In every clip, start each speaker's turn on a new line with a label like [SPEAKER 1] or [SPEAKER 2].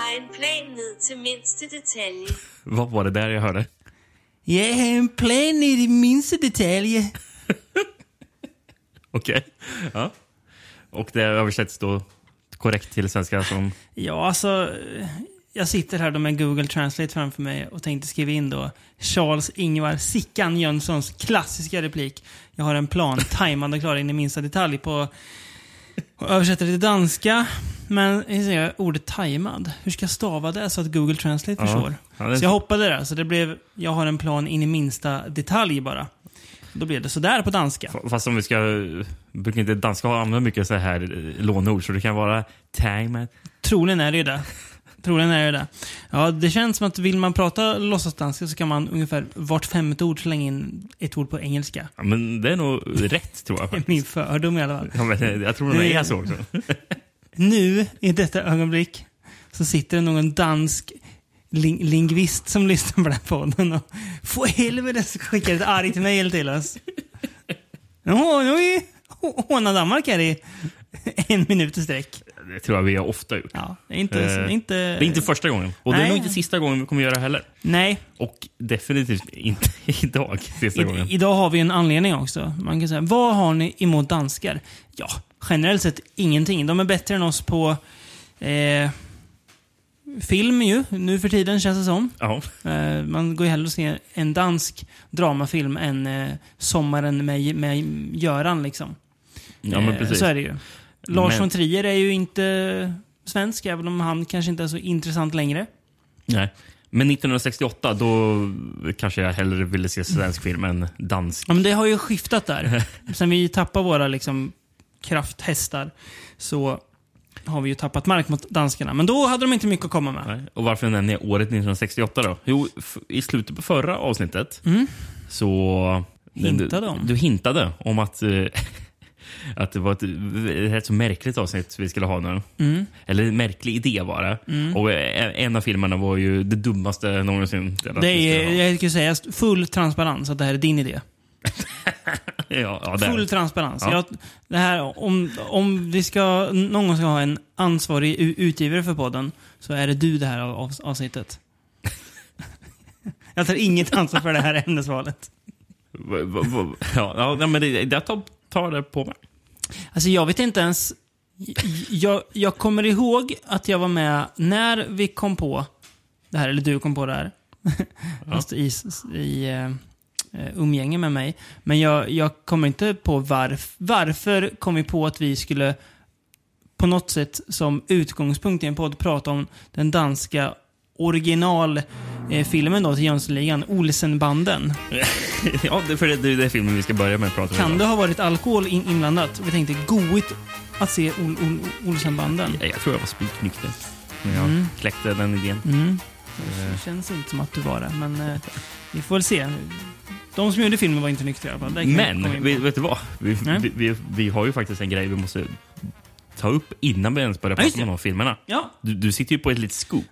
[SPEAKER 1] Explain me to minsta detalj.
[SPEAKER 2] Vad var det där jag hörde?
[SPEAKER 3] Jag har en plan i de minsta detaljer.
[SPEAKER 2] Okej. Ja. Och det översätts då korrekt till svenska som...
[SPEAKER 3] Ja, alltså. eh, Jag sitter här då med Google Translate framför mig och tänkte skriva in då Charles Ingvar Sickan Jönssons klassiska replik. Jag har en plan, tajmad och klar in i minsta detalj på... Och översätter det till danska. Men hur säger jag, ordet tajmad, hur ska jag stava det så att Google Translate
[SPEAKER 2] Ja.
[SPEAKER 3] förstår?
[SPEAKER 2] Ja, det-
[SPEAKER 3] Så jag hoppade där, så det blev jag har en plan in i minsta detalj bara. Då blev det sådär på danska.
[SPEAKER 2] Fast om vi ska... Brukar inte danska ha använt mycket så här eh, lånord så det kan vara time...
[SPEAKER 3] Troligen är det ju det. Troligen är det det. Ja, det känns som att vill man prata låtsasdanska så kan man ungefär vart femte ord slänga in ett ord på engelska.
[SPEAKER 2] Ja, men det är nog rätt tror jag
[SPEAKER 3] Det är
[SPEAKER 2] faktiskt.
[SPEAKER 3] min fördom i alla fall.
[SPEAKER 2] Ja, men jag tror det
[SPEAKER 3] Det-
[SPEAKER 2] är så också.
[SPEAKER 3] Nu, i detta ögonblick, så sitter det någon dansk ling- lingvist som lyssnar på den här podden och för helvete så skickar ett argt mejl till oss. Nu har vi hånat Danmark här i en minut i sträck.
[SPEAKER 2] Det tror jag vi har ofta gjort.
[SPEAKER 3] Ja, det är inte...
[SPEAKER 2] Eh,
[SPEAKER 3] inte,
[SPEAKER 2] Det är inte första gången. Och det är
[SPEAKER 3] Nej.
[SPEAKER 2] nog inte sista gången vi kommer göra heller.
[SPEAKER 3] nej,
[SPEAKER 2] Och definitivt inte idag, sista gången.
[SPEAKER 3] I, idag har vi en anledning också. Man kan säga, vad har ni emot danskar? Ja, generellt sett ingenting. De är bättre än oss på eh, film ju, nu för tiden känns det som.
[SPEAKER 2] Ja.
[SPEAKER 3] Eh, man går ju hellre och ser en dansk dramafilm än eh, Sommaren med, med Göran liksom.
[SPEAKER 2] ja, men
[SPEAKER 3] Eh,
[SPEAKER 2] precis.
[SPEAKER 3] Så är det ju. Lars
[SPEAKER 2] Men-
[SPEAKER 3] von Trier är ju inte svensk, även om han kanske inte är så intressant längre.
[SPEAKER 2] Nej. Men 1968, då kanske jag hellre ville se svensk film än dansk.
[SPEAKER 3] Ja, men det har ju skiftat där. Sen vi tappar våra liksom, krafthästar så har vi ju tappat mark mot danskarna. Men då hade de inte mycket att komma med.
[SPEAKER 2] Nej. Och varför nämner jag året 1968 då? Jo, f- i slutet på förra avsnittet så...
[SPEAKER 3] Mm. Hintade
[SPEAKER 2] du,
[SPEAKER 3] om.
[SPEAKER 2] Du hintade om att, eh, att det var ett rätt så märkligt avsnitt vi skulle ha nu.
[SPEAKER 3] Mm.
[SPEAKER 2] Eller en märklig idé var det. Och eh, en av filmerna var ju det dummaste någonsin.
[SPEAKER 3] Det är, jag skulle säga full transparens att det här är din idé.
[SPEAKER 2] ja, ja, det är
[SPEAKER 3] Full
[SPEAKER 2] det.
[SPEAKER 3] transparens.
[SPEAKER 2] Ja.
[SPEAKER 3] Jag, det här, om, om vi ska, någon ska ha en ansvarig u- utgivare för podden så är det du det här av, av, avsnittet. jag tar inget ansvar för det här ämnesvalet.
[SPEAKER 2] Va- va- va- Ja, ja, nej, men det, jag tar, tar det på mig.
[SPEAKER 3] Alltså jag vet inte ens... Jag, jag kommer ihåg att jag var med när vi kom på det här, eller du kom på det här. Fast i, i eh, eh, umgänge med mig. Men jag, jag kommer inte på varf, varför kom vi på att vi skulle på något sätt som utgångspunkt i en podd prata om den danska originalfilmen då till Jönssonligan, Olsenbanden.
[SPEAKER 2] Ja, det, för det, det är den filmen vi ska börja med att prata om
[SPEAKER 3] Kan
[SPEAKER 2] idag.
[SPEAKER 3] det ha varit alkohol in inblandat? Vi tänkte goigt att se Ol Ol Olsenbanden.
[SPEAKER 2] Ja, Jag tror jag var spiknykter när jag kläckte den idén.
[SPEAKER 3] Mm.
[SPEAKER 2] Eh.
[SPEAKER 3] Det känns inte som att du var det, men eh, vi får väl se. De som gjorde filmen var inte nyktra i alla fall. Det kan vi komma in
[SPEAKER 2] Men,
[SPEAKER 3] på.
[SPEAKER 2] vi, vet du vad? Vi,
[SPEAKER 3] Nej.
[SPEAKER 2] vi, vi, vi har ju faktiskt en grej vi måste ta upp innan vi ens börjar
[SPEAKER 3] Ja, just
[SPEAKER 2] prata om de här filmerna.
[SPEAKER 3] Ja,
[SPEAKER 2] Du, du sitter ju på ett litet scoop.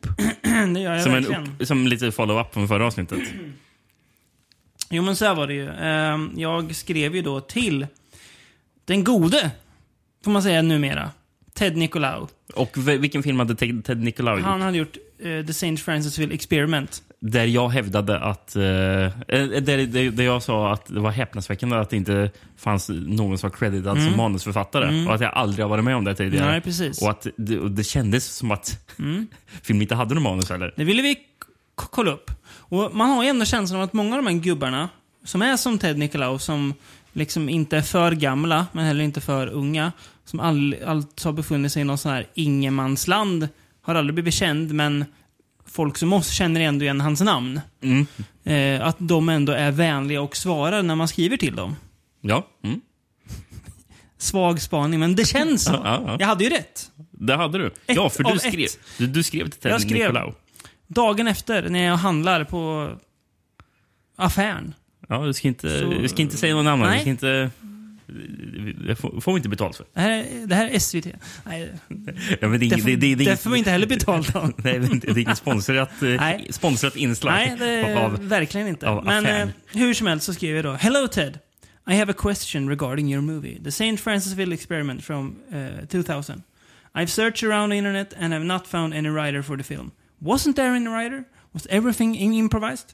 [SPEAKER 3] det gör jag
[SPEAKER 2] Som en,
[SPEAKER 3] verkligen.
[SPEAKER 2] upp- som lite follow-up från förra avsnittet.
[SPEAKER 3] Jo, men så här var det ju. Ehm, Jag skrev ju då till den gode, får man säga numera, Ted Nicolau.
[SPEAKER 2] Och v- vilken film hade Ted, Ted Nicolau gjort?
[SPEAKER 3] Han hade gjort eh, The St. Francisville Experiment.
[SPEAKER 2] Där jag hävdade att... Eh, eh, där, där, där jag sa att det var häpnadsväckande att det inte fanns någon som var creditad som manusförfattare. Och att jag aldrig har varit med om det tidigare.
[SPEAKER 3] Mm. Nej, precis.
[SPEAKER 2] Och
[SPEAKER 3] Mm.
[SPEAKER 2] att det, och det kändes som att filmen inte hade någon manus heller.
[SPEAKER 3] Det ville vi k- kolla upp. Och man har ju ändå känslan av att många av de här gubbarna, som är som Ted Nicolau, som liksom inte är för gamla, men heller inte för unga, som all, alltså har befunnit sig i någon sån här ingenmansland, har aldrig blivit känd, men folk som oss känner ändå igen hans namn.
[SPEAKER 2] Mm.
[SPEAKER 3] Eh, att de ändå är vänliga och svarar när man skriver till dem.
[SPEAKER 2] Ja. Mm.
[SPEAKER 3] Svag spaning, men det känns så.
[SPEAKER 2] Ja, ja.
[SPEAKER 3] Jag hade ju rätt.
[SPEAKER 2] Det hade du.
[SPEAKER 3] Ett
[SPEAKER 2] ja, för
[SPEAKER 3] av
[SPEAKER 2] du
[SPEAKER 3] ett.
[SPEAKER 2] skrev, du, du skrev till Ted
[SPEAKER 3] Jag skrev.
[SPEAKER 2] Nicolau.
[SPEAKER 3] Dagen efter, när jag handlar på affären,
[SPEAKER 2] Ja, du ska inte,
[SPEAKER 3] Så-
[SPEAKER 2] du ska inte säga någon annan.
[SPEAKER 3] Nej.
[SPEAKER 2] Du ska inte... Det får, får vi inte betalt för.
[SPEAKER 3] Det här, är- det här är SVT. Nej,
[SPEAKER 2] Ja, men det, är
[SPEAKER 3] det,
[SPEAKER 2] ing- det, det, det, är
[SPEAKER 3] det
[SPEAKER 2] inget-
[SPEAKER 3] får man inte heller betalt av.
[SPEAKER 2] Nej, men det är inget sponsrat, eh,
[SPEAKER 3] Nej.
[SPEAKER 2] sponsrat inslag.
[SPEAKER 3] Nej, det,
[SPEAKER 2] av,
[SPEAKER 3] verkligen inte.
[SPEAKER 2] av
[SPEAKER 3] Men
[SPEAKER 2] affären.
[SPEAKER 3] eh, hur som helst så skriver jag då. Hello Ted! I have a question regarding your movie, The St. Francisville Experiment from eh, 2000. I've searched around the internet and have not found any writer for the film. Wasn't there any writer? Was everything in- improvised?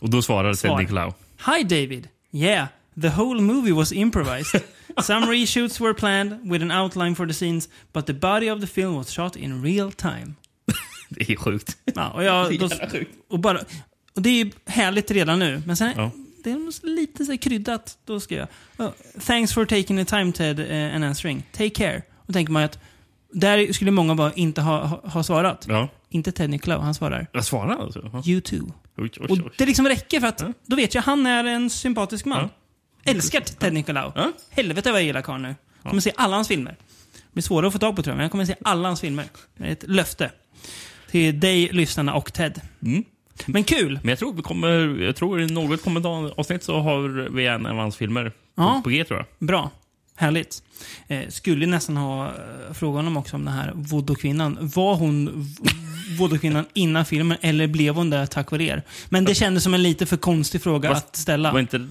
[SPEAKER 2] Och då svarade
[SPEAKER 3] Svar.
[SPEAKER 2] Sidney Clow.
[SPEAKER 3] Hi David! Yeah, the whole movie was improvised. Some reshoots were planned with an outline for the scenes, but the body of the film was shot in real time.
[SPEAKER 2] Det är sjukt.
[SPEAKER 3] Ja, och, jag, då, och, bara, och det är ju härligt redan nu, men sen
[SPEAKER 2] Ja.
[SPEAKER 3] det är nog lite så här kryddat. Då ska jag... "Oh, Thanks for taking the time Ted eh, and answering. Take care. Och tänker man ju att där skulle många bara inte ha, ha, ha svarat.
[SPEAKER 2] Ja.
[SPEAKER 3] Inte Ted Nicklaus, han svarar
[SPEAKER 2] Jag svarade alltså? Ja.
[SPEAKER 3] You too.
[SPEAKER 2] Oj, oj,
[SPEAKER 3] Och
[SPEAKER 2] oj.
[SPEAKER 3] det liksom räcker för att då vet jag han är en sympatisk man. Älskar Ted Nicolau.
[SPEAKER 2] Ja.
[SPEAKER 3] Helvete vad jag gillar karln nu. Jag kommer se alla hans filmer. Det blir svårare att få tag på tror jag, men jag kommer se alla hans filmer. Det är ett löfte. Till dig, lyssnarna och Ted. Men kul!
[SPEAKER 2] Mm. Men jag tror, vi kommer, jag tror i något kommentaravsnitt så har vi en av hans filmer
[SPEAKER 3] Ja.
[SPEAKER 2] på G tror jag.
[SPEAKER 3] Bra. Härligt. Eh, skulle nästan ha eh, frågat honom också om den här voodoo-kvinnan. Var hon v- voodoo-kvinnan innan filmen eller blev hon det tack vare er? Men det kändes som en lite för konstig fråga
[SPEAKER 2] Fast-
[SPEAKER 3] att ställa.
[SPEAKER 2] Var inte...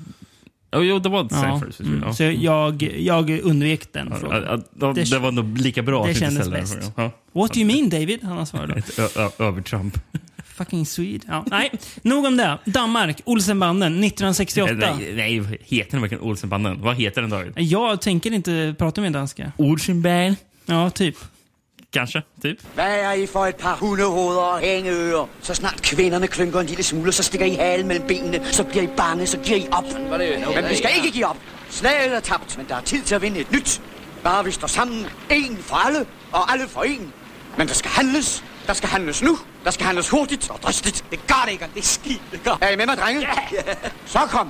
[SPEAKER 2] Ja, Jo, det var ett
[SPEAKER 3] Ja,
[SPEAKER 2] Sanford.
[SPEAKER 3] mm.
[SPEAKER 2] Ja.
[SPEAKER 3] Så jag, jag undvek den
[SPEAKER 2] Ja,
[SPEAKER 3] frågan.
[SPEAKER 2] ja, ja,
[SPEAKER 3] Det-
[SPEAKER 2] det var nog lika bra
[SPEAKER 3] det
[SPEAKER 2] att inte
[SPEAKER 3] kändes
[SPEAKER 2] ställa den
[SPEAKER 3] bäst.
[SPEAKER 2] frågan. Ja.
[SPEAKER 3] What do you mean David? Han har svarat då.
[SPEAKER 2] Ett ö- ö- övertramp.
[SPEAKER 3] Fucking Swede. Ja, nej, nog om det. Danmark, Olsenbanden, 1968.
[SPEAKER 2] Nej, nej, heter den verkligen Olsenbanden? Vad heter den David?
[SPEAKER 3] Jag tänker inte prata med danska.
[SPEAKER 2] Olsenband?
[SPEAKER 3] Ja, typ.
[SPEAKER 2] Kanske, typ.
[SPEAKER 4] Hvad er I for et par hundehoveder og hængeører? Så snart kvinderne klynker en lille smule, så stikker I halen mellem benene, så bliver I bange, så giver I op. Men vi skal ikke give op. Slaget er tabt, men der er tid til at vinde et nyt. Bare vi står sammen, en for alle, og alle for en. Men der skal handles. Der skal handles nu. Der skal handles hurtigt og dristigt. Det gør det ikke, og det er skidt. Det gør. Er I med mig, drenge? Ja. Så kom.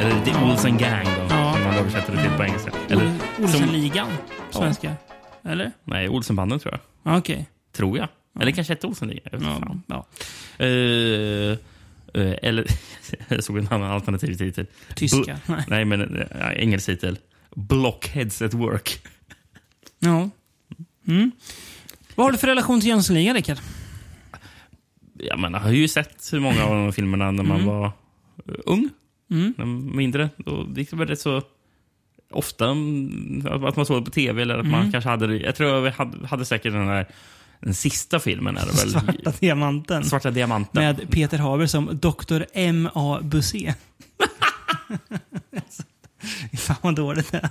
[SPEAKER 2] Eller The Olsen Gang då,
[SPEAKER 3] Ja.
[SPEAKER 2] som man
[SPEAKER 3] Mm.
[SPEAKER 2] översätter det till på engelska. Eller, som,
[SPEAKER 3] Olsenligan, svenska. Eller?
[SPEAKER 2] nej, Olsenbanden tror jag.
[SPEAKER 3] Ja, Okej.
[SPEAKER 2] Tror jag. Eller kanske hette Olsenligan. Jag vet inte
[SPEAKER 3] Ja,
[SPEAKER 2] fan.
[SPEAKER 3] ja.
[SPEAKER 2] Eh, eh, eller, jag såg en annan alternativ titel.
[SPEAKER 3] Tyska. Nej.
[SPEAKER 2] Bu- nej, men eh, engelsk titel. Blockheads at work.
[SPEAKER 3] ja. Mm. Vad har du för relation till Jönssonligan, Rickard?
[SPEAKER 2] Ja, men jag har ju sett hur många av de här filmerna när
[SPEAKER 3] Mm.
[SPEAKER 2] man var eh, ung. När man var mindre. Då gick det väl rätt så ofta mm, att att man såg det på tv. Eller att
[SPEAKER 3] Mm.
[SPEAKER 2] man kanske hade, det- jag tror jag hade, hade säkert den där den sista filmen. Är det väl,
[SPEAKER 3] Svarta
[SPEAKER 2] Svarta,
[SPEAKER 3] diamanten.
[SPEAKER 2] diamanten.
[SPEAKER 3] Med Peter Haber som Dr. M.A. Busé. Fan vad dåligt det är.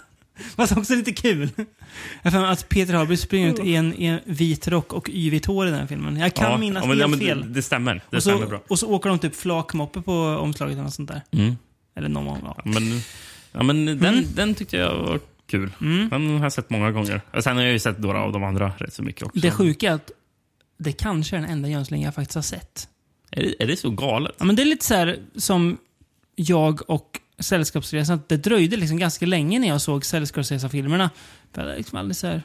[SPEAKER 3] Fast också lite kul. Jag fan att Peter Haber springer ut i en, i en vit rock och yvigt hår i den här filmen. Jag kan minnas
[SPEAKER 2] ja, men, ja,
[SPEAKER 3] helt
[SPEAKER 2] men
[SPEAKER 3] fel.
[SPEAKER 2] Det, det stämmer. Det
[SPEAKER 3] och,
[SPEAKER 2] stämmer
[SPEAKER 3] så,
[SPEAKER 2] bra. Mm.
[SPEAKER 3] och så åker de typ flakmoppe på omslaget eller något sånt där. Eller någon gång. Ja.
[SPEAKER 2] Ja, men, ja, men den,
[SPEAKER 3] Mm.
[SPEAKER 2] den tyckte jag var kul. Den har jag sett många gånger. Och Sen har jag ju sett några av de andra rätt så mycket också.
[SPEAKER 3] Det sjuka är att det kanske är den enda Jönssonligan jag faktiskt har sett.
[SPEAKER 2] är, det, är det så galet?
[SPEAKER 3] Ja, men det är lite så här som jag och Sällskapsresan. att Det dröjde liksom ganska länge när jag såg Sällskapsresan-filmerna. För jag hade liksom aldrig så här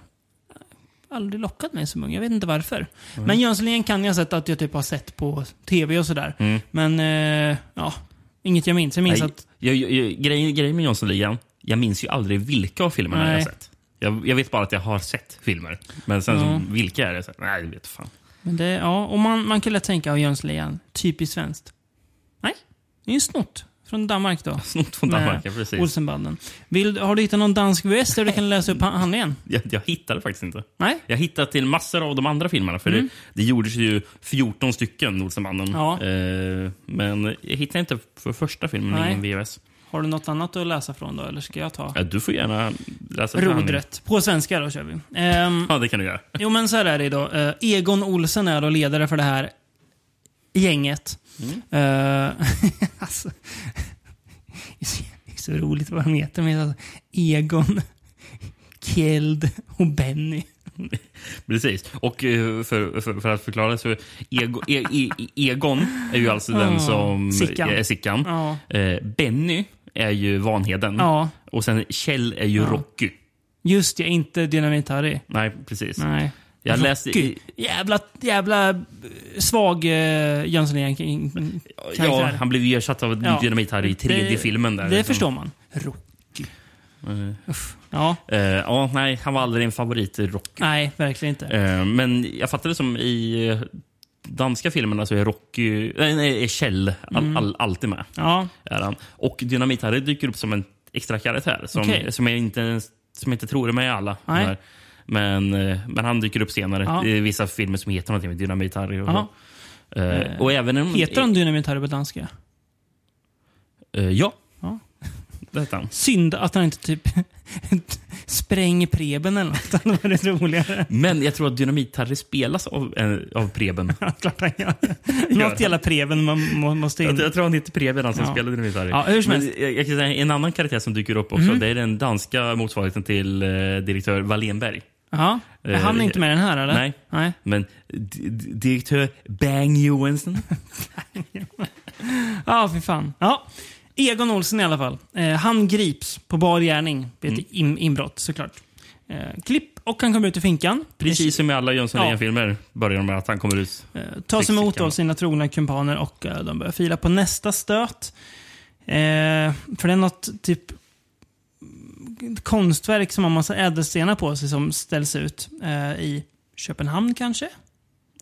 [SPEAKER 3] aldrig lockat mig som ung. Jag vet inte varför.
[SPEAKER 2] Mm.
[SPEAKER 3] Men Jönssonligan kan jag ha sett att jag typ har sett på tv och sådär. Men eh, ja, inget jag minns. Jag minns
[SPEAKER 2] Mm. Nej,
[SPEAKER 3] att...
[SPEAKER 2] jag, jag, jag, grejen, grejen med Jönssonligan, jag minns ju aldrig vilka av filmerna jag
[SPEAKER 3] Nej.
[SPEAKER 2] har sett. Jag, jag vet bara att jag har sett filmer. Men sen
[SPEAKER 3] Ja.
[SPEAKER 2] så, vilka är det? Så, nej, jag vet fan.
[SPEAKER 3] Men det, ja, och man, man kan lätt tänka av Jönssonligan, typiskt svenskt. Nej, det är ju snott. Från Danmark då.
[SPEAKER 2] Snott från Danmark, ja, precis.
[SPEAKER 3] Olsenbanden. Vill, har du hittat någon dansk VS där du kan läsa upp han- handlingen?
[SPEAKER 2] Jag, jag hittade faktiskt inte.
[SPEAKER 3] Nej?
[SPEAKER 2] Jag hittade till massor av de andra filmerna. För det, det gjordes ju 14 stycken, Olsenbanden.
[SPEAKER 3] Mm. Ja.
[SPEAKER 2] Eh, men jag hittade inte för första filmen,
[SPEAKER 3] Nej.
[SPEAKER 2] ingen VHS.
[SPEAKER 3] Har du något annat att läsa från då, eller ska jag ta
[SPEAKER 2] Ja, du får gärna läsa till handling.
[SPEAKER 3] rodret? På svenska då kör vi. Ehm,
[SPEAKER 2] Ja, det kan du göra.
[SPEAKER 3] jo men så här är det då. Eh, Egon Olsen är då ledare för det här gänget. Mm. alltså, det är så- det är så roligt vad de heter. Men alltså, Egon, Kjeld och Benny.
[SPEAKER 2] Precis. Och eh, för, för, för att förklara så Ego, e, e, Egon är ju alltså den som
[SPEAKER 3] Sickan.
[SPEAKER 2] är Sickan.
[SPEAKER 3] Ja.
[SPEAKER 2] Eh, Benny är ju Vanheden.
[SPEAKER 3] Ja.
[SPEAKER 2] Och sen Kjell är ju Rocky.
[SPEAKER 3] Just det, inte Dynamit-Harry.
[SPEAKER 2] Nej, precis.
[SPEAKER 3] Nej. Alltså,
[SPEAKER 2] Jag läste...
[SPEAKER 3] Gud, jävla, jävla eh, svag eh, Jönssonligan
[SPEAKER 2] Ja, han blev ju ersatt av
[SPEAKER 3] Ja.
[SPEAKER 2] Dynamit här i tredje filmen. Där, liksom.
[SPEAKER 3] Det förstår man. Rocky. Uff. Ja,
[SPEAKER 2] Eh, Ja, nej, han var aldrig en favorit i Rocky.
[SPEAKER 3] nej, verkligen inte.
[SPEAKER 2] Eh, Men jag fattade som i eh, danska filmerna så är Rocky... Nej, nej, är Kjell all,
[SPEAKER 3] Mm.
[SPEAKER 2] all, alltid med.
[SPEAKER 3] Ja,
[SPEAKER 2] är han. Och Dynamit-Harry dyker upp som en extra karaktär som,
[SPEAKER 3] Okej.
[SPEAKER 2] som jag inte ens- som jag inte tror är med i alla.
[SPEAKER 3] Nej.
[SPEAKER 2] de här. Men, eh, men han dyker upp senare
[SPEAKER 3] Ja.
[SPEAKER 2] i vissa filmer som heter någonting med Dynamit Harry. Och,
[SPEAKER 3] Ja.
[SPEAKER 2] så. Eh, och även en,
[SPEAKER 3] Heter han Dynamit Harry på danska?
[SPEAKER 2] Eh, ja.
[SPEAKER 3] Ja.
[SPEAKER 2] Det heter han.
[SPEAKER 3] Synd att han inte typ spräng Preben eller något. Det hade varit roligare.
[SPEAKER 2] Men jag tror att Dynamit Harry spelas av, eh, av Preben.
[SPEAKER 3] Ja, Klart han gör. Något jävla Preben man må- måste
[SPEAKER 2] Jag,
[SPEAKER 3] in.
[SPEAKER 2] jag tror han heter Preben, han som
[SPEAKER 3] Ja.
[SPEAKER 2] spelade Dynamit Harry.
[SPEAKER 3] Ja, hur som
[SPEAKER 2] Men eh,
[SPEAKER 3] helst. Mm.
[SPEAKER 2] Jag, jag kan säga en annan karaktär som dyker upp också. Det är den danska motsvarigheten till eh, direktör Wallenberg.
[SPEAKER 3] Ja. Är han inte med i den här eller?
[SPEAKER 2] Eh, Nej.
[SPEAKER 3] Nej.
[SPEAKER 2] Men d- d- direktör Bang Johansson?
[SPEAKER 3] Ja, ah, för fan. Ja. Egon Olsen i alla fall. Eh, han grips på bar gärning vid ett in, inbrott såklart. Eh, klipp och han kommer ut ur finkan.
[SPEAKER 2] Precis som i alla Jönsson
[SPEAKER 3] Ja.
[SPEAKER 2] Lejon-filmer börjar de med att han kommer ut.
[SPEAKER 3] Eh, tas emot av sina trogna kumpaner och eh, de börjar fila på nästa stöt. Eh, för det är något typ konstverk som har massa ädelstenar på sig som ställs ut eh, i Köpenhamn kanske?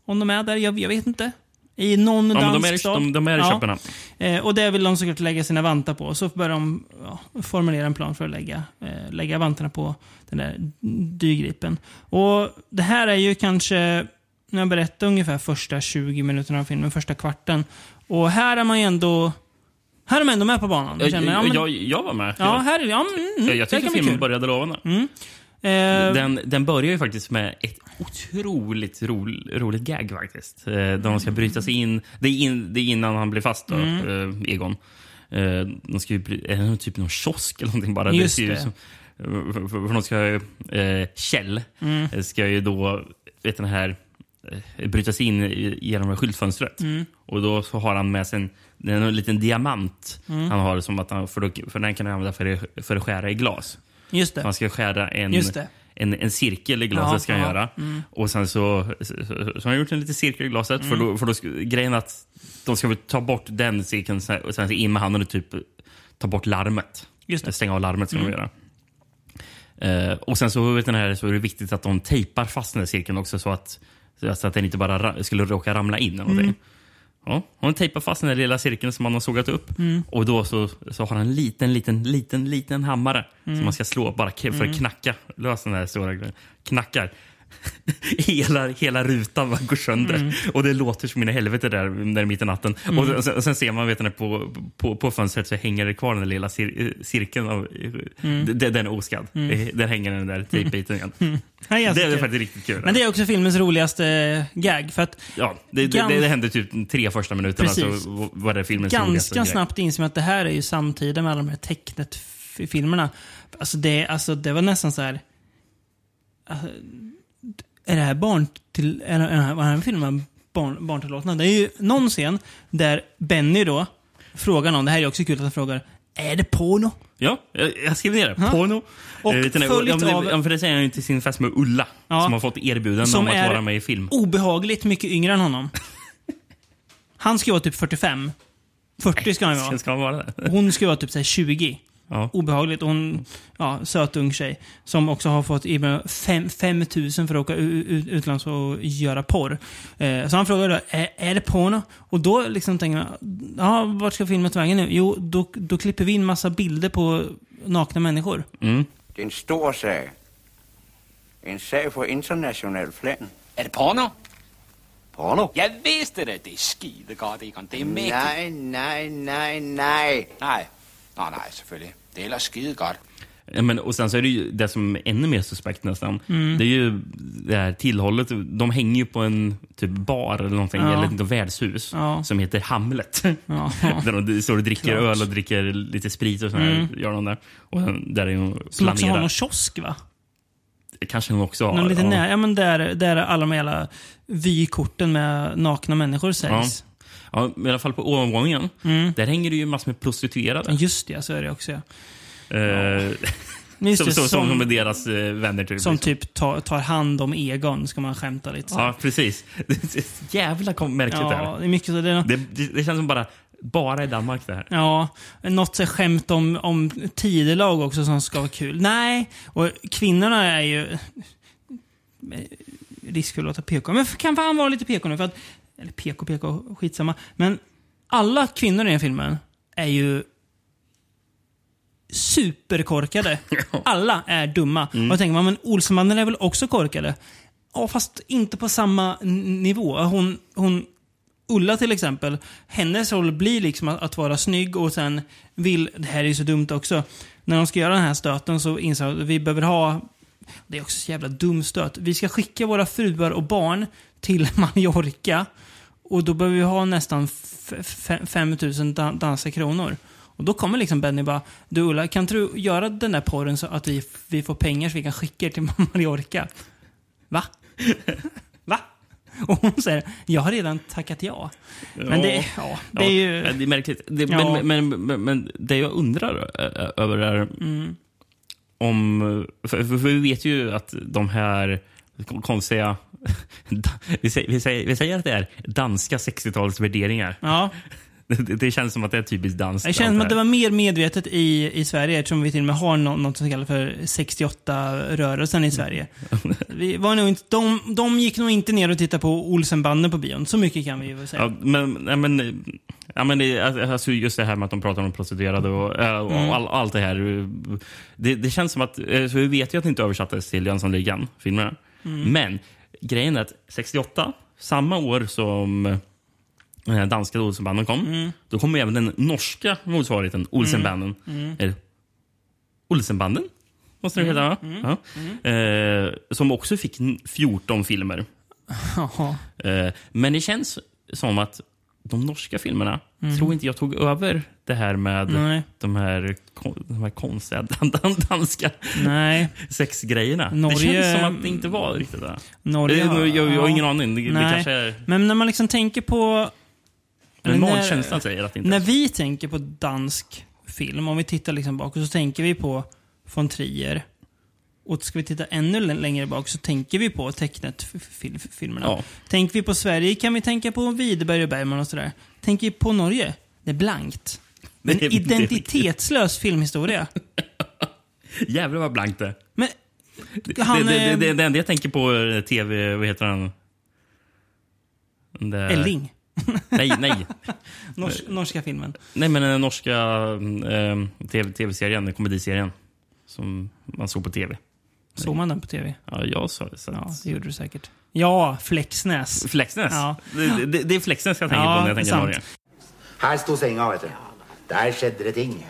[SPEAKER 3] Om de är där? Jag, jag vet inte. I någon
[SPEAKER 2] Ja,
[SPEAKER 3] dansk
[SPEAKER 2] men de, är, liksom-
[SPEAKER 3] stad.
[SPEAKER 2] de, de är i
[SPEAKER 3] Ja.
[SPEAKER 2] Köpenhamn.
[SPEAKER 3] Eh, och det vill de såklart lägga sina vantar på. Så börjar de ja, formulera en plan för att lägga, eh, lägga vantarna på den där dyrgripen. Och det här är ju kanske, när jag berättar ungefär första 20 minuterna av filmen, första kvarten. Och här är man ju ändå, här är man ändå med på banan.
[SPEAKER 2] Jag,
[SPEAKER 3] Jag känner, ja, men,
[SPEAKER 2] jag, jag var med.
[SPEAKER 3] ja, här är ja, mm, mm,
[SPEAKER 2] jag, jag
[SPEAKER 3] det här
[SPEAKER 2] tyckte
[SPEAKER 3] kan bli
[SPEAKER 2] filmen
[SPEAKER 3] kul.
[SPEAKER 2] började lovande.
[SPEAKER 3] Eh,
[SPEAKER 2] Den, den börjar ju faktiskt med ett otroligt ro, roligt gag faktiskt. Eh, Där de ska bryta sig in. Det är, in, det är innan han blir fast då,
[SPEAKER 3] Mm.
[SPEAKER 2] eh, Egon. Eh, De ska ju, bry- är det någon typ någon kiosk eller någonting bara?
[SPEAKER 3] Just
[SPEAKER 2] ser ju
[SPEAKER 3] det.
[SPEAKER 2] Som, för, för- för de ska ju, eh, Kjell
[SPEAKER 3] Mm.
[SPEAKER 2] eh, ska ju då, vet den här, eh, bryta sig in i- genom skyltfönstret.
[SPEAKER 3] Mm.
[SPEAKER 2] Och då så har han med sig en, det är en liten diamant.
[SPEAKER 3] Mm.
[SPEAKER 2] Han har som att han, för, då, för den kan han använda för, för att skära i glas.
[SPEAKER 3] just
[SPEAKER 2] Man
[SPEAKER 3] det.
[SPEAKER 2] ska skära en,
[SPEAKER 3] Eh. Just det.
[SPEAKER 2] en, en cirkel i glaset.
[SPEAKER 3] Ja,
[SPEAKER 2] ska han
[SPEAKER 3] ja. Mm.
[SPEAKER 2] göra. Och sen så, så, så, så har han gjort en liten cirkel i glaset. För
[SPEAKER 3] Mm.
[SPEAKER 2] då, för då, sk- grejen är att de ska väl ta bort den cirkeln sen- och sen så in med handen och typ ta bort larmet.
[SPEAKER 3] Just det. Mm.
[SPEAKER 2] Stänga av larmet ska de göra. Eh, och sen så, vet den här, så är det viktigt att de tejpar fast den här cirkeln också så att, så att den inte bara ra- skulle råka ramla in. Eller någonting.
[SPEAKER 3] Mm.
[SPEAKER 2] Ja, hon tejpar fast den där lilla cirkeln som han har sågat upp.
[SPEAKER 3] Mm.
[SPEAKER 2] Och då så, så har han en liten, liten, liten, liten hammare
[SPEAKER 3] Mm.
[SPEAKER 2] som man ska slå bara k- för att knacka lös den där stora grejen. Knackar. hela, hela rutan bara går sönder.
[SPEAKER 3] Mm.
[SPEAKER 2] Och det låter som mina helvete där, där mitt i natten. Och sen, sen ser man vet ni, på, på, på fönstret så hänger det kvar den där lilla cir- eh, cirkeln. Av, mm. den, den är oskadd.
[SPEAKER 3] Mm.
[SPEAKER 2] Eh, Där hänger den där tejpbiten igen.
[SPEAKER 3] Ja,
[SPEAKER 2] Det
[SPEAKER 3] jävligt
[SPEAKER 2] är
[SPEAKER 3] kul.
[SPEAKER 2] faktiskt riktigt kul.
[SPEAKER 3] Mm. Men det är också filmens roligaste gag. För att
[SPEAKER 2] Ja, det, det,
[SPEAKER 3] Gans-
[SPEAKER 2] det, det hände typ de tre första minuterna
[SPEAKER 3] Precis.
[SPEAKER 2] så var det filmens roligaste
[SPEAKER 3] ganska
[SPEAKER 2] grej.
[SPEAKER 3] snabbt inser man att det här är ju samtida med alla de här tecknet-filmerna. Alltså det, alltså det var nästan så här... alltså, är det här barn till... Är, är, är, var den här filmen barn, barntillåtna? Det är ju någon scen där Benny då frågar någon, det här är ju också kul att han frågar, är det porno?
[SPEAKER 2] Ja, jag, jag skrev ner det.
[SPEAKER 3] Ja.
[SPEAKER 2] Porno.
[SPEAKER 3] Och
[SPEAKER 2] Eh, vet ni,
[SPEAKER 3] följt
[SPEAKER 2] ja, men det-
[SPEAKER 3] av-
[SPEAKER 2] ja, För det säger han ju till sin fästmö Ulla,
[SPEAKER 3] Ja.
[SPEAKER 2] som har fått erbjudande
[SPEAKER 3] Som
[SPEAKER 2] om att
[SPEAKER 3] är-
[SPEAKER 2] vara med i film.
[SPEAKER 3] Obehagligt mycket yngre än honom. Han ska ju vara typ 45. 40 ska han ju vara.
[SPEAKER 2] Sen ska han vara där.
[SPEAKER 3] Hon ska ju vara typ så här 20.
[SPEAKER 2] Ja.
[SPEAKER 3] obehagligt. Och Hon, ja, söt ung tjej. Som också har fått i och med fem- 5 000 för att åka u- u- utlands och göra porr. Eh, så han frågar då, är, är det porno? Och då liksom tänker man, ja, vart ska filmen ta vägen nu? Jo, då, då klipper vi in massa bilder på nakna människor.
[SPEAKER 5] Det er en stor sag. En sag på international plan.
[SPEAKER 6] Er det porno?
[SPEAKER 5] Porno?
[SPEAKER 6] Jeg vidste det. Det er skide godt, Egon. Det er mægtigt.
[SPEAKER 5] Nej, nej, nej, nej.
[SPEAKER 6] Nej. Nå, nej, selvfølgelig. Det er ellers skide godt.
[SPEAKER 2] Ja, Men, och sen så är det ju det som är ännu mer suspekt nästan.
[SPEAKER 3] Mm.
[SPEAKER 2] Det är ju det här tillhållet. De hänger ju på en typ bar eller någonting,
[SPEAKER 3] Ja.
[SPEAKER 2] eller ett litet värdshus
[SPEAKER 3] Ja.
[SPEAKER 2] som heter Hamlet.
[SPEAKER 3] Ja.
[SPEAKER 2] där de står och dricker
[SPEAKER 3] Klart. Mm.
[SPEAKER 2] öl och dricker lite sprit och sådär. Gör de där. Och sen, där är hon
[SPEAKER 3] Som också har
[SPEAKER 2] planerad.
[SPEAKER 3] någon kiosk va?
[SPEAKER 2] Kanske hon också har.
[SPEAKER 3] Någon lite
[SPEAKER 2] ja.
[SPEAKER 3] nära, ja men där, där alla de jävla vykorten med nakna människor säljs.
[SPEAKER 2] Ja, men I alla fall på ovanvåningen.
[SPEAKER 3] Mm.
[SPEAKER 2] Där hänger det ju massor med prostituerade.
[SPEAKER 3] Just det, så är det också ja.
[SPEAKER 2] Eh,
[SPEAKER 3] Just
[SPEAKER 2] som,
[SPEAKER 3] det,
[SPEAKER 2] som, som,
[SPEAKER 3] som-
[SPEAKER 2] är deras eh, vänner. Typ,
[SPEAKER 3] Som
[SPEAKER 2] liksom.
[SPEAKER 3] typ tar, tar hand om Egon, ska man skämta lite så.
[SPEAKER 2] Ja, precis. Det är jävla kom- märkligt det
[SPEAKER 3] Ja,
[SPEAKER 2] här.
[SPEAKER 3] det är mycket så. Det är något,
[SPEAKER 2] Det, det, det känns som bara, bara i Danmark det här.
[SPEAKER 3] ja, något så här skämt om, om tidelag också som ska vara kul. Nej, och kvinnorna är ju... eh, Risk för att låta PK. Men kan fan vara lite PK nu. För att, eller PK, PK, skitsamma. Men alla kvinnor i den här filmen är ju superkorkade. Alla är dumma. Och då tänker man, men Olsenmannen är väl också korkade? Ja, fast inte på samma n- nivå. Hon, hon, Ulla till exempel, hennes roll blir liksom att, att vara snygg och sen vill, det här är ju så dumt också, när de ska göra den här stöten så inser de att vi behöver ha, det är också så jävla dum stöt, vi ska skicka våra fruar och barn till Mallorca och då behöver vi ha nästan f- f- 5000 dan- danska kronor. Och då kommer liksom Benny bara, du Ulla, kan inte du göra den där porren så att vi, vi får pengar så vi kan skicka er till Mallorca? Va? Va? Och hon säger, jag har redan tackat ja. Men det, ja, det är ju...
[SPEAKER 2] Ja, det är märkligt. Det,
[SPEAKER 3] Ja.
[SPEAKER 2] men, men, men, men det jag undrar eh, över är
[SPEAKER 3] Mm.
[SPEAKER 2] om... För, för, för vi vet ju att de här konstiga... Vi säger, vi säger, vi säger att det är danska 60-talsvärderingar.
[SPEAKER 3] Ja,
[SPEAKER 2] Det, det känns som att det är typiskt danskt.
[SPEAKER 3] det känns som att det var mer medvetet i, i Sverige eftersom vi till och med har nå- något som kallas för
[SPEAKER 2] Mm.
[SPEAKER 3] 68-rörelsen i Sverige. Vi var nog inte, de, de gick nog inte ner och tittade på Olsenbanden på bion. Så mycket kan vi ju säga.
[SPEAKER 2] Ja, men, nej, men, eh, ja, men det, alltså just det här med att de pratar om prostituerade och, eh, och all, allt det här. eh, Det, det känns som att, eh, så vi vet ju att det inte översattes till Jönssonligan, filmerna. Men grejen är att 68, samma år som den här danska Olsenbanden kom, då kom ju även den norska motsvarigheten Olsenbanden. Eller Olsenbanden? Måste det heta, va? Ja. Eh, som också fick 14 filmer.
[SPEAKER 3] Jaha.
[SPEAKER 2] Eh, Men det känns som att de norska filmerna tror inte jag tog över det här med
[SPEAKER 3] Mm. Nej.
[SPEAKER 2] de här, kon- de här konstiga dan- dan- danska
[SPEAKER 3] Nej.
[SPEAKER 2] sexgrejerna.
[SPEAKER 3] Mm. Norge-
[SPEAKER 2] Det känns som att det inte var riktigt det.
[SPEAKER 3] Norge
[SPEAKER 2] Eh,
[SPEAKER 3] har-
[SPEAKER 2] jag, jag, jag har
[SPEAKER 3] ja.
[SPEAKER 2] ingen aning. Det, det
[SPEAKER 3] Nej.
[SPEAKER 2] kanske är...
[SPEAKER 3] Men när man liksom tänker på...
[SPEAKER 2] Men
[SPEAKER 3] när-
[SPEAKER 2] magkänslan säger att det inte
[SPEAKER 3] När
[SPEAKER 2] är så.
[SPEAKER 3] vi tänker på dansk film, om vi tittar liksom bakåt, så tänker vi på von Trier. Och ska vi titta ännu l- längre bak så tänker vi på tecknet f- fil- filmerna.
[SPEAKER 2] Ja.
[SPEAKER 3] Tänker vi på Sverige kan vi tänka på Widerberg och Bergman och sådär. Tänker vi på Norge, det är blankt. Men
[SPEAKER 2] Det är- det är-
[SPEAKER 3] identitetslös filmhistoria.
[SPEAKER 2] Jävlar vad blankt det är.
[SPEAKER 3] Men
[SPEAKER 2] Det-
[SPEAKER 3] Han,
[SPEAKER 2] det, det,
[SPEAKER 3] eh,
[SPEAKER 2] det, det enda jag tänker på är tv... Vad heter han? Den där-
[SPEAKER 3] Elling,
[SPEAKER 2] Nej, nej.
[SPEAKER 3] nors, norska filmen.
[SPEAKER 2] Nej, men den norska eh, TV tv-serien, komediserien. Som man såg på tv.
[SPEAKER 3] Såg man den på tv?
[SPEAKER 2] Ja, jag sa det. Så
[SPEAKER 3] Ja,
[SPEAKER 2] att...
[SPEAKER 3] det gjorde du säkert. Ja, Flexnäs.
[SPEAKER 2] Flexnäs?
[SPEAKER 3] Ja.
[SPEAKER 2] Det, det, det är Flexnäs jag tänker
[SPEAKER 3] Ja,
[SPEAKER 2] på när jag tänker
[SPEAKER 3] sant.
[SPEAKER 2] Norge.
[SPEAKER 7] Her sto senga, vet du. Der skjedde det ting.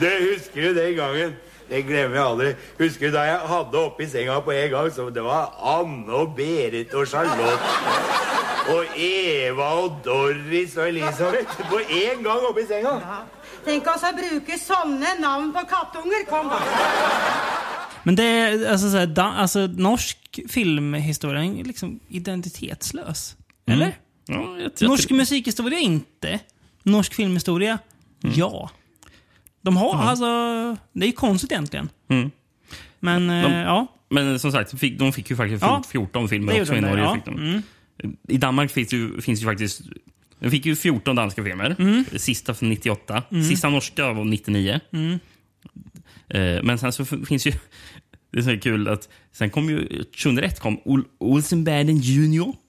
[SPEAKER 7] Det husker du den gangen? Det glemmer jeg aldri. Husker du da jeg hadde oppi senga på en gang? Så det var Anne og Berit og Charlotte. Og Eva og Doris og Elisabeth på en gang oppi senga.
[SPEAKER 8] Tenk oss å bruke sånne navn på kattunger. Kom, da.
[SPEAKER 3] Men det är alltså, så här, dan- alltså norsk filmhistoria är liksom identitetslös. Eller?
[SPEAKER 2] Mm. Ja, jag, jag,
[SPEAKER 3] norsk musikhistoria inte. Norsk filmhistoria,
[SPEAKER 2] Mm.
[SPEAKER 3] ja. De har alltså... Det är ju konstigt egentligen.
[SPEAKER 2] Mm.
[SPEAKER 3] Men eh, ja.
[SPEAKER 2] Men som sagt, fick, de fick ju faktiskt
[SPEAKER 3] Ja.
[SPEAKER 2] 14
[SPEAKER 3] Det
[SPEAKER 2] filmer
[SPEAKER 3] gjorde
[SPEAKER 2] också i
[SPEAKER 3] de,
[SPEAKER 2] Norge.
[SPEAKER 3] ja. Mm.
[SPEAKER 2] Fick de. I Danmark finns ju, finns ju faktiskt... De fick ju 14 danska filmer.
[SPEAKER 3] Mm.
[SPEAKER 2] Sista från 98. Sista norska var 99.
[SPEAKER 3] Mm.
[SPEAKER 2] Eh, men sen så f- finns ju... Det är så kul att sen kom ju... 2001 kom Ol Olsenbergen Junior. Som,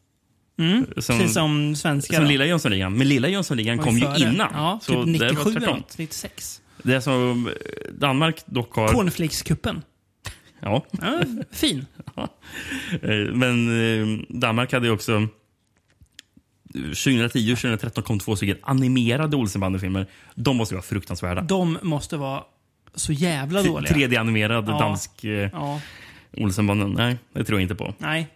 [SPEAKER 3] Mm. Precis som svenska.
[SPEAKER 2] som
[SPEAKER 3] då.
[SPEAKER 2] Lilla Jönssonligan. Men Lilla Jönssonligan
[SPEAKER 3] Var
[SPEAKER 2] kom ju
[SPEAKER 3] före.
[SPEAKER 2] innan.
[SPEAKER 3] Ja,
[SPEAKER 2] så
[SPEAKER 3] typ
[SPEAKER 2] det var
[SPEAKER 3] 97 eller
[SPEAKER 2] tvärtom.
[SPEAKER 3] något, 96.
[SPEAKER 2] Det som eh, Danmark dock har...
[SPEAKER 3] Cornflakeskuppen.
[SPEAKER 2] Ja.
[SPEAKER 3] Ja, fin.
[SPEAKER 2] Eh, Men eh, Danmark hade ju också... 2010 och 2013 kom två stycken animerade Olsenbandet-filmer. De måste ju vara fruktansvärda.
[SPEAKER 3] De måste vara så jävla dåliga.
[SPEAKER 2] 3D-animerad
[SPEAKER 3] Ja.
[SPEAKER 2] dansk eh,
[SPEAKER 3] Ja,
[SPEAKER 2] Olsenbanden. Nej, det tror jag inte på.
[SPEAKER 3] nej.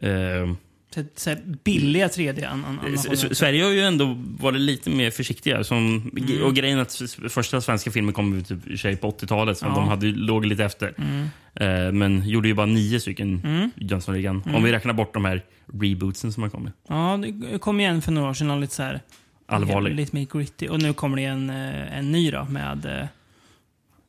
[SPEAKER 2] Eh,
[SPEAKER 3] Så, så här billiga 3D. An, an,
[SPEAKER 2] S-
[SPEAKER 3] animationer.
[SPEAKER 2] S- Sverige har ju ändå varit lite mer försiktiga. Som,
[SPEAKER 3] Mm.
[SPEAKER 2] Och grejen är att s- första svenska filmen kom ut typ, i och för sig på 80-talet, så
[SPEAKER 3] Ja. Mm.
[SPEAKER 2] de hade, ju- låg lite efter. Eh, men gjorde ju bara nio stycken Jönssonligan.
[SPEAKER 3] Mm.
[SPEAKER 2] Om vi räknar bort de här rebootsen som har kommit.
[SPEAKER 3] Ja, det kom igen för några år sedan. Lite så här,
[SPEAKER 2] Allvarlig.
[SPEAKER 3] Lite mer gritty. Och nu kommer det en, eh, en ny då med eh,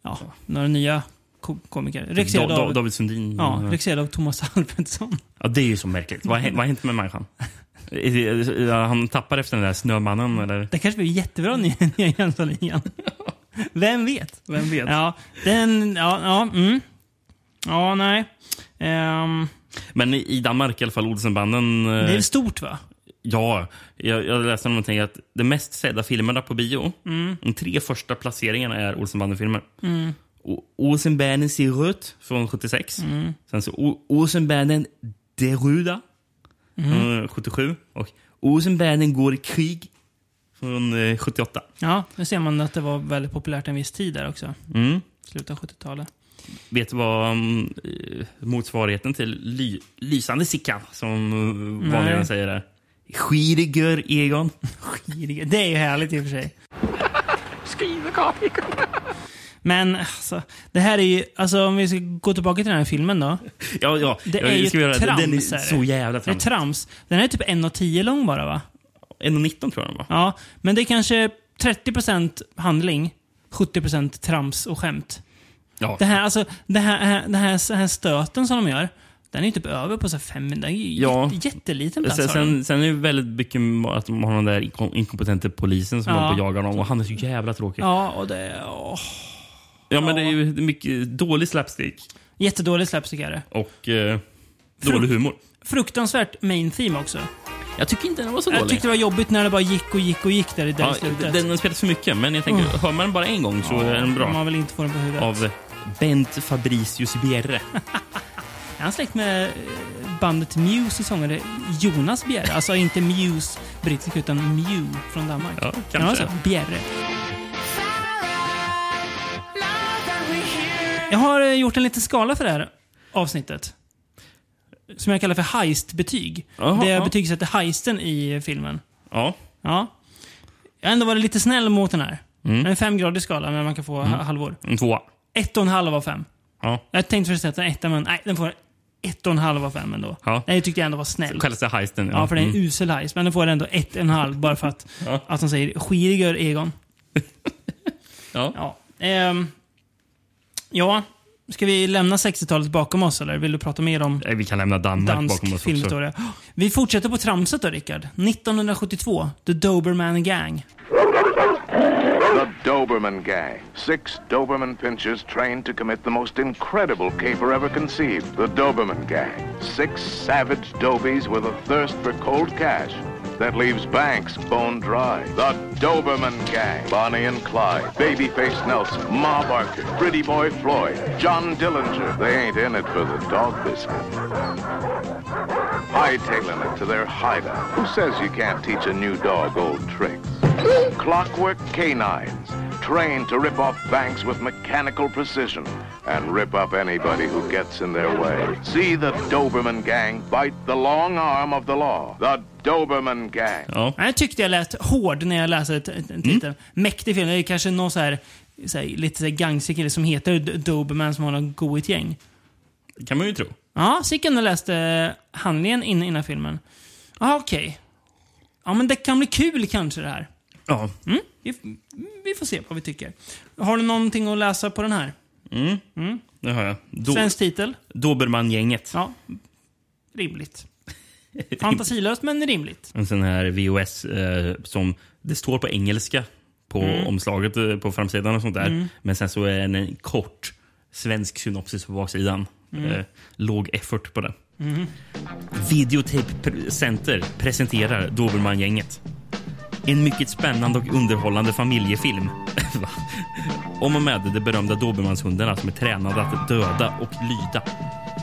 [SPEAKER 3] ja, några nya ko- komiker.
[SPEAKER 2] Da,
[SPEAKER 3] Rexed
[SPEAKER 2] da,
[SPEAKER 3] av,
[SPEAKER 2] David Sundin.
[SPEAKER 3] ja,
[SPEAKER 2] Mm, Ja.
[SPEAKER 3] regisserad av Thomas Alfredsson.
[SPEAKER 2] det är ju så märkligt. Vad har hänt- vad har hänt med människan? Eh, eh, Han tappar efter den där snömannen, eller?
[SPEAKER 3] Det kanske blir jättebra nya nya Jönssonligan. Vem vet?
[SPEAKER 2] Vem vet?
[SPEAKER 3] Ja, den... Ja, ja, mm. ja nej. Ehm,
[SPEAKER 2] Men i i Danmark i alla fall, Olsenbanden... eh,
[SPEAKER 3] det är stort va?
[SPEAKER 2] Ja, jag, jag läste någonting att de mest sedda filmerna på bio, de tre första placeringarna är Olsenbanden-filmer. O- Olsenbanden ser rött från 76. Sen så o- Olsenbanden Deruda från eh, 77. Och Olsenbanden går i krig från eh, 78.
[SPEAKER 3] Ja, nu ser man att det var väldigt populärt en viss tid där också.
[SPEAKER 2] Mm.
[SPEAKER 3] Slutet av 70-talet.
[SPEAKER 2] Vet du vad mm, eh, motsvarigheten till ly, lysande Sickan, som eh, vanligen
[SPEAKER 3] Nej.
[SPEAKER 2] säger där? Skiriger Egon.
[SPEAKER 3] Giriga. Det är ju härligt i och för sig. Men alltså, det här är ju, alltså om vi ska gå tillbaka till den här filmen då.
[SPEAKER 2] Ja, ja.
[SPEAKER 3] Det
[SPEAKER 2] jag,
[SPEAKER 3] är ju
[SPEAKER 2] ska göra det. Den är
[SPEAKER 3] trams, är det.
[SPEAKER 2] så jävla
[SPEAKER 3] Det är
[SPEAKER 2] trams.
[SPEAKER 3] trams. Den är typ 1,10 lång bara va?
[SPEAKER 2] 1,19 tror jag den var.
[SPEAKER 3] Ja, men det är kanske 30% handling, 70% trams och skämt.
[SPEAKER 2] Ja.
[SPEAKER 3] Det här, alltså, det här, det här, det här, så här stöten som de gör, den är ju typ över på så här fem minuter. Den är ju
[SPEAKER 2] Ja.
[SPEAKER 3] jätte, jätteliten plats
[SPEAKER 2] Sen,
[SPEAKER 3] har den.
[SPEAKER 2] sen, sen är det väldigt mycket att de har den där inkom- inkompetente polisen som
[SPEAKER 3] Ja.
[SPEAKER 2] håller på och jagar dem. Och han är så jävla tråkig. Ja,
[SPEAKER 3] Ja, och det... Åh.
[SPEAKER 2] men det är ju mycket dålig slapstick
[SPEAKER 3] Jättedålig slapstick är det.
[SPEAKER 2] och eh, dålig humor.
[SPEAKER 3] Fruktansvärt main theme också.
[SPEAKER 2] Jag tycker inte den var så
[SPEAKER 3] Jag
[SPEAKER 2] dålig.
[SPEAKER 3] tyckte det var jobbigt när det bara gick och gick och gick där i där i
[SPEAKER 2] Ja,
[SPEAKER 3] slutet. Oh.
[SPEAKER 2] den, den spelas för mycket, men jag tänker, hör man den bara en gång så är den bra.
[SPEAKER 3] Man vill inte få den på huvudet.
[SPEAKER 2] Av Bent Fabricius Bjerre.
[SPEAKER 3] Är han släkt med eh, bandet Muse i sångare Jonas Bjerre? Alltså inte Muse brittisk, utan Mew från Danmark.
[SPEAKER 2] Ja, kanske.
[SPEAKER 3] Kan man säga? Bjerre. Jag har eh, gjort en liten skala för det här avsnittet. Som jag kallar för heist-betyg.
[SPEAKER 2] Jaha,
[SPEAKER 3] det jag
[SPEAKER 2] ja.
[SPEAKER 3] betygsätter heisten i eh, filmen.
[SPEAKER 2] Ja.
[SPEAKER 3] Ja. Jag har ändå varit lite snäll mot den här.
[SPEAKER 2] Mm.
[SPEAKER 3] Den är en femgradig skala, men man kan få ha- halvor.
[SPEAKER 2] En tvåa.
[SPEAKER 3] Ett och en halv av fem.
[SPEAKER 2] Ja.
[SPEAKER 3] Jag tänkte först sätta en etta, men nej, den får ett och en halv av fem ändå.
[SPEAKER 2] Ja.
[SPEAKER 3] Nej, det tyckte jag ändå var snällt.
[SPEAKER 2] Kallas det heisten?
[SPEAKER 3] Ja, för det är en usel heist, men den får ändå ett och en halv bara för att,
[SPEAKER 2] Ja.
[SPEAKER 3] att de säger skiriger Egon.
[SPEAKER 2] Ja.
[SPEAKER 3] Ja. Ehm, ja, ska vi lämna 60-talet bakom oss eller vill du prata mer om
[SPEAKER 2] Nej, Vi kan lämna Danmark bakom
[SPEAKER 3] dansk
[SPEAKER 2] oss också.
[SPEAKER 3] filmhistoria? Vi fortsätter på tramset då, Rickard. 1972, The Doberman Gang.
[SPEAKER 9] The Doberman Gang. Six Doberman Pinschers trained to commit the most incredible caper ever conceived. The Doberman Gang. Six savage Dobies with a thirst for cold cash that leaves banks bone dry. The Doberman Gang. Bonnie and Clyde, Babyface Nelson, Ma Barker, Pretty Boy Floyd, John Dillinger. They ain't in it for the dog biscuit hightailing it to their hideout. Who says you can't teach a new dog old tricks? Clockwork canines, trained to rip off banks with mechanical precision and rip up anybody who gets in their way. See the Doberman gang bite the long arm of the law. The Doberman gang.
[SPEAKER 10] Oh.
[SPEAKER 2] Ja.
[SPEAKER 3] Ja, Jag tyckte jag lät hård när jag läste t- t- titeln. Mäktig film. Det är kanske någon så här, så här, lite så här gangsterkille som heter D- Doberman som har något goigt gäng.
[SPEAKER 2] Det kan man ju tro.
[SPEAKER 3] Ja, Sicken läste handlingen in, innan filmen. Ja, okej. Ja, men det kan bli kul kanske det här.
[SPEAKER 2] Ja.
[SPEAKER 3] Mm? Vi, f- vi får se vad vi tycker. Har du någonting att läsa på den här?
[SPEAKER 2] Det har jag. Do-
[SPEAKER 3] Svensk titel?
[SPEAKER 2] Dobermann-gänget.
[SPEAKER 3] Ja. Rimligt. Fantasilöst, men rimligt.
[SPEAKER 2] en sån här VOS eh, som det står på engelska på omslaget eh, på framsidan och sånt där. Men sen så är det en kort svensk synopsis på baksidan. Eh, låg effort på det. Videotape Pr- Center presenterar Dobermann-gänget. En mycket spännande och underhållande familjefilm. Va? Om och med de berömda dobermannshundarna som är tränade att döda och lyda.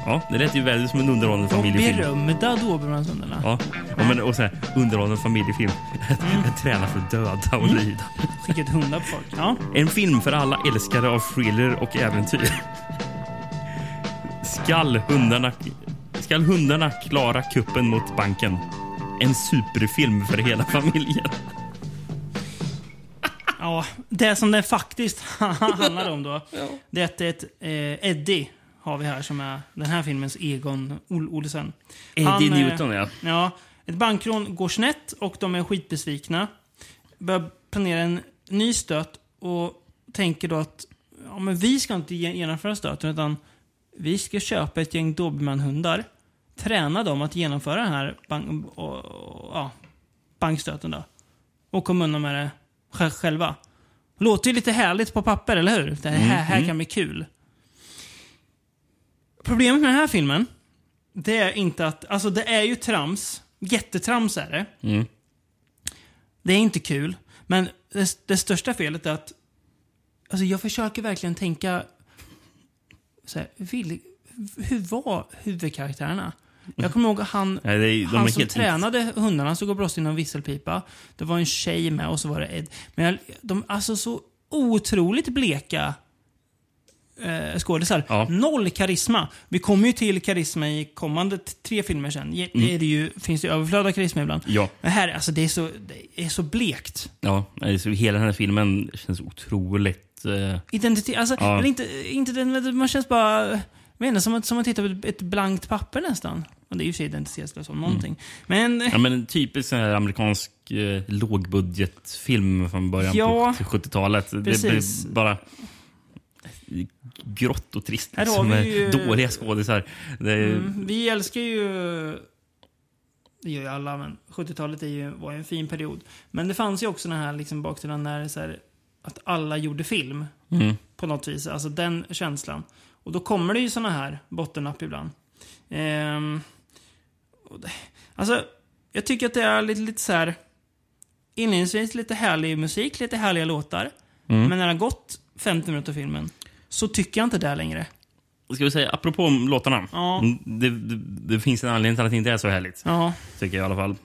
[SPEAKER 2] Ja, det lät ju väldigt som en underhållande
[SPEAKER 3] Och
[SPEAKER 2] familjefilm.
[SPEAKER 3] berömda Dobermanshundarna.
[SPEAKER 2] Ja, och, men, och så här, underhållande familjefilm. En tränare för att döda och lyda.
[SPEAKER 3] Skickat hundar på folk. Ja.
[SPEAKER 2] En film för alla älskare av thriller och äventyr. Skall hundarna, skall hundarna klara kuppen mot banken? En superfilm för hela familjen.
[SPEAKER 3] Ja, det som den faktiskt handlar om då. Det är att det är ett, eh, Eddie har vi här som är den här filmens Egon Ol Olsen.
[SPEAKER 2] Eddie
[SPEAKER 3] eh,
[SPEAKER 2] Newton, ja.
[SPEAKER 3] Ja, ett bankrån går snett och de är skitbesvikna. Börjar planera en ny stöt och tänker då att ja, men vi ska inte ge- genomföra stöten utan vi ska köpa ett gäng dobermannhundar. Träna dem att genomföra den här bank, och, och, ja, bankstöten då. Och komma undan med det sj- själva. Låter ju lite härligt på papper, eller hur? Det här, här kan bli kul. Problemet med den här filmen, det är inte att... Alltså det är ju trams Jättetrams är det.
[SPEAKER 2] Mm.
[SPEAKER 3] Det är inte kul. Men det, det största felet är att alltså jag försöker verkligen tänka så här, vil, hur var huvudkaraktärerna? Jag kommer ihåg han,
[SPEAKER 2] Nej, det är- de
[SPEAKER 3] han
[SPEAKER 2] är
[SPEAKER 3] som
[SPEAKER 2] helt-
[SPEAKER 3] tränade hundarna som går loss i någon visselpipa. Det var en tjej med och så var det Ed. Men jag, de alltså så otroligt bleka eh, skådisar.
[SPEAKER 2] Ja.
[SPEAKER 3] Noll karisma. Vi kommer ju till karisma i kommande t- tre filmer sen. Ge- Är det ju, finns det ju överflöd av karisma ibland.
[SPEAKER 2] Mm. Ja.
[SPEAKER 3] Men här, alltså det är så, det är så blekt.
[SPEAKER 2] Ja, nej, så hela den här filmen känns otroligt... Eh,
[SPEAKER 3] Identitet, alltså,
[SPEAKER 2] Ja.
[SPEAKER 3] eller inte, inte den, men man känns bara, jag vet inte, som att, som att titta på ett, ett blankt papper nästan. Och det är ju i och för sig identitetslöst om någonting. Men,
[SPEAKER 2] ja, men en typisk sån här amerikansk eh, lågbudgetfilm från början
[SPEAKER 3] Ja.
[SPEAKER 2] på 70-talet. Det
[SPEAKER 3] Precis.
[SPEAKER 2] blir bara grått och trist.
[SPEAKER 3] Här har
[SPEAKER 2] liksom,
[SPEAKER 3] vi
[SPEAKER 2] med
[SPEAKER 3] ju-
[SPEAKER 2] Dåliga skådisar. Det är,
[SPEAKER 3] Mm, vi älskar ju... Det gör ju alla, men 70-talet är ju, var ju en fin period. Men det fanns ju också den här liksom baksidan när så här, att alla gjorde film. På något vis. Alltså den känslan. Och då kommer det ju såna här bottennapp ibland. Ehm, och det- alltså, jag tycker att det är lite, lite så här... Inledningsvis lite härlig musik, lite härliga låtar. Men när det har gått 50 minuter av filmen så tycker jag inte det längre.
[SPEAKER 2] Ska vi säga, apropå om låtarna.
[SPEAKER 3] Ja.
[SPEAKER 2] Det, det, det finns en anledning till att det inte är så härligt.
[SPEAKER 3] Ja.
[SPEAKER 2] Tycker jag i alla fall.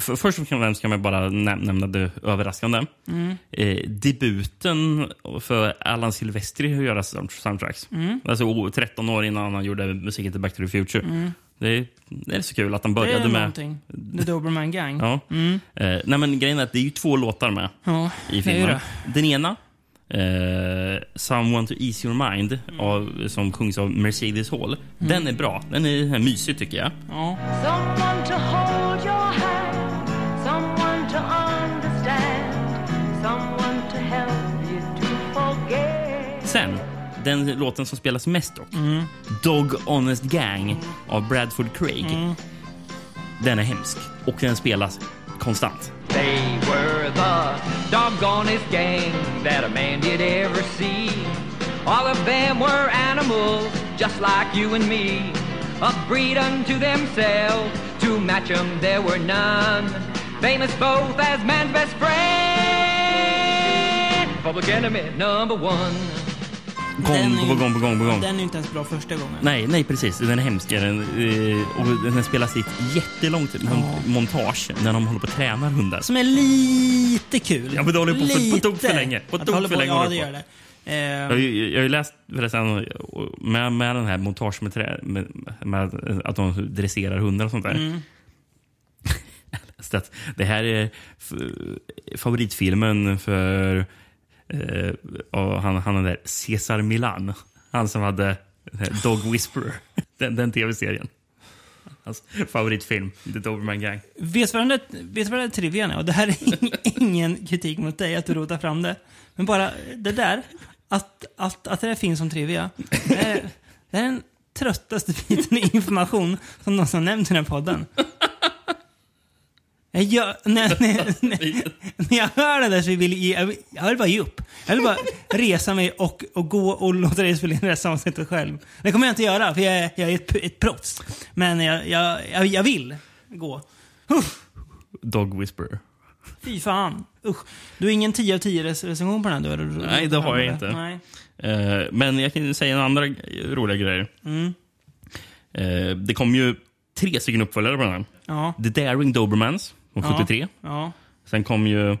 [SPEAKER 2] För, först och främst kan man bara näm nämna det överraskande.
[SPEAKER 3] Mm.
[SPEAKER 2] Eh, debuten för Alan Silvestri att göra sound- soundtracks.
[SPEAKER 3] Mm.
[SPEAKER 2] Alltså o- 13 år innan han gjorde musiken till Back to the Future. Det, är, det är så kul att han
[SPEAKER 3] Mm. Det
[SPEAKER 2] började
[SPEAKER 3] är
[SPEAKER 2] med...
[SPEAKER 3] någonting. The Doberman Gang.
[SPEAKER 2] Ja. Eh, nej, men grejen är att det är ju två låtar med
[SPEAKER 3] Ja,
[SPEAKER 2] i
[SPEAKER 3] det är ju
[SPEAKER 2] filmen.
[SPEAKER 3] det.
[SPEAKER 2] Den ena, eh, Someone to Ease Your Mind,
[SPEAKER 3] Mm.
[SPEAKER 2] av, som sjungs av Mercedes Hall. Den är bra. Den är mysig, tycker jag.
[SPEAKER 3] Ja.
[SPEAKER 8] Someone to hold your hand, someone to understand, someone to help you to forget.
[SPEAKER 2] Sen, den låten som spelas mest dock. Dog Honest Gang av Bradford Craig. Den är hemsk och den spelas konstant.
[SPEAKER 11] They were the doggonest gang that a man did ever see. All of them were animals, just like you and me. A breed unto themselves, to match 'em there were none. Famous both as man's best friend, public enemy number one.
[SPEAKER 3] Den är
[SPEAKER 2] Gång
[SPEAKER 3] ju-
[SPEAKER 2] på gång på gång på gång.
[SPEAKER 3] Den är ju inte ens bra första gången.
[SPEAKER 2] Nej, nej precis. Den är hemsk. Den, eh, och den spelas i ett jättelångt mon- montage när de håller på att träna hundar.
[SPEAKER 3] Som är lite kul.
[SPEAKER 2] Ja, men det håller på för- på
[SPEAKER 3] Lite.
[SPEAKER 2] tok för länge. På
[SPEAKER 3] Att det
[SPEAKER 2] tok
[SPEAKER 3] håller
[SPEAKER 2] för länge
[SPEAKER 3] Ja,
[SPEAKER 2] håller
[SPEAKER 3] det
[SPEAKER 2] det på.
[SPEAKER 3] gör det. Eh,
[SPEAKER 2] Jag har ju, jag har ju läst förresten med, med den här montage med, trä, med, med att de dresserar hundar och sånt där. Så att det här är f- favoritfilmen för eh, av han, han den där Cesar Milan. Han som hade eh, Dog Whisperer. Den, den tv-serien. Hans favoritfilm, The Doberman Gang.
[SPEAKER 3] vet du vad den där- vet du vad den där trivian är? Och det här är ing- ingen kritik mot dig att du rotar fram det. Men bara det där, att, att, att det där finns som trivia. Det är, det är den tröttaste biten i information som någonsin har nämnts i den här podden. Jag, gör- när, när, när, när jag hör det där så vill jag, jag vill- jag vill bara ge upp. Jag vill bara resa mig och, och gå och låta dig spela in resten av avsnittet själv. Det kommer jag inte göra för jag, är- jag är ett, ett proffs. Men jag, jag, jag, jag vill gå. Uff,
[SPEAKER 2] Dog Whisperer.
[SPEAKER 3] fy fan. Usch. Du har ingen 10 av 10 rec- recension på den här? Du, har-
[SPEAKER 2] Nej, det har jag inte.
[SPEAKER 3] Nej.
[SPEAKER 2] Eh, men jag kan ju säga en andra g- roliga grej. Eh, det kom ju tre stycken uppföljare på den här.
[SPEAKER 3] Ja.
[SPEAKER 2] The Daring Dobermans från
[SPEAKER 3] Ja.
[SPEAKER 2] 73.
[SPEAKER 3] Ja.
[SPEAKER 2] Sen kom ju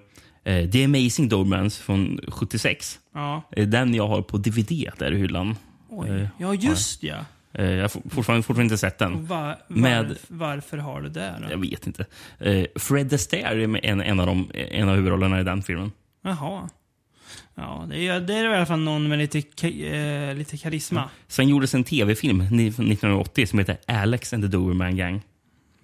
[SPEAKER 2] eh, The Amazing Dobermans från 76.
[SPEAKER 3] Ja.
[SPEAKER 2] Eh, Den jag har på DVD där i hyllan.
[SPEAKER 3] Oj. Ja, just ja.
[SPEAKER 2] Eh, jag har for- fortfarande, fortfarande inte sett den.
[SPEAKER 3] Var,
[SPEAKER 2] Med-
[SPEAKER 3] varf- varför har du det
[SPEAKER 2] Jag
[SPEAKER 3] då?
[SPEAKER 2] vet inte. Eh, Fred Astaire är med en, en, av dem, en av huvudrollerna i den filmen.
[SPEAKER 3] Jaha. Ja, det är, det är i alla fall någon med lite, ka- eh, lite karisma.
[SPEAKER 2] Sen gjordes en tv-film ni- från 1980 som heter Alex and the Doberman Gang.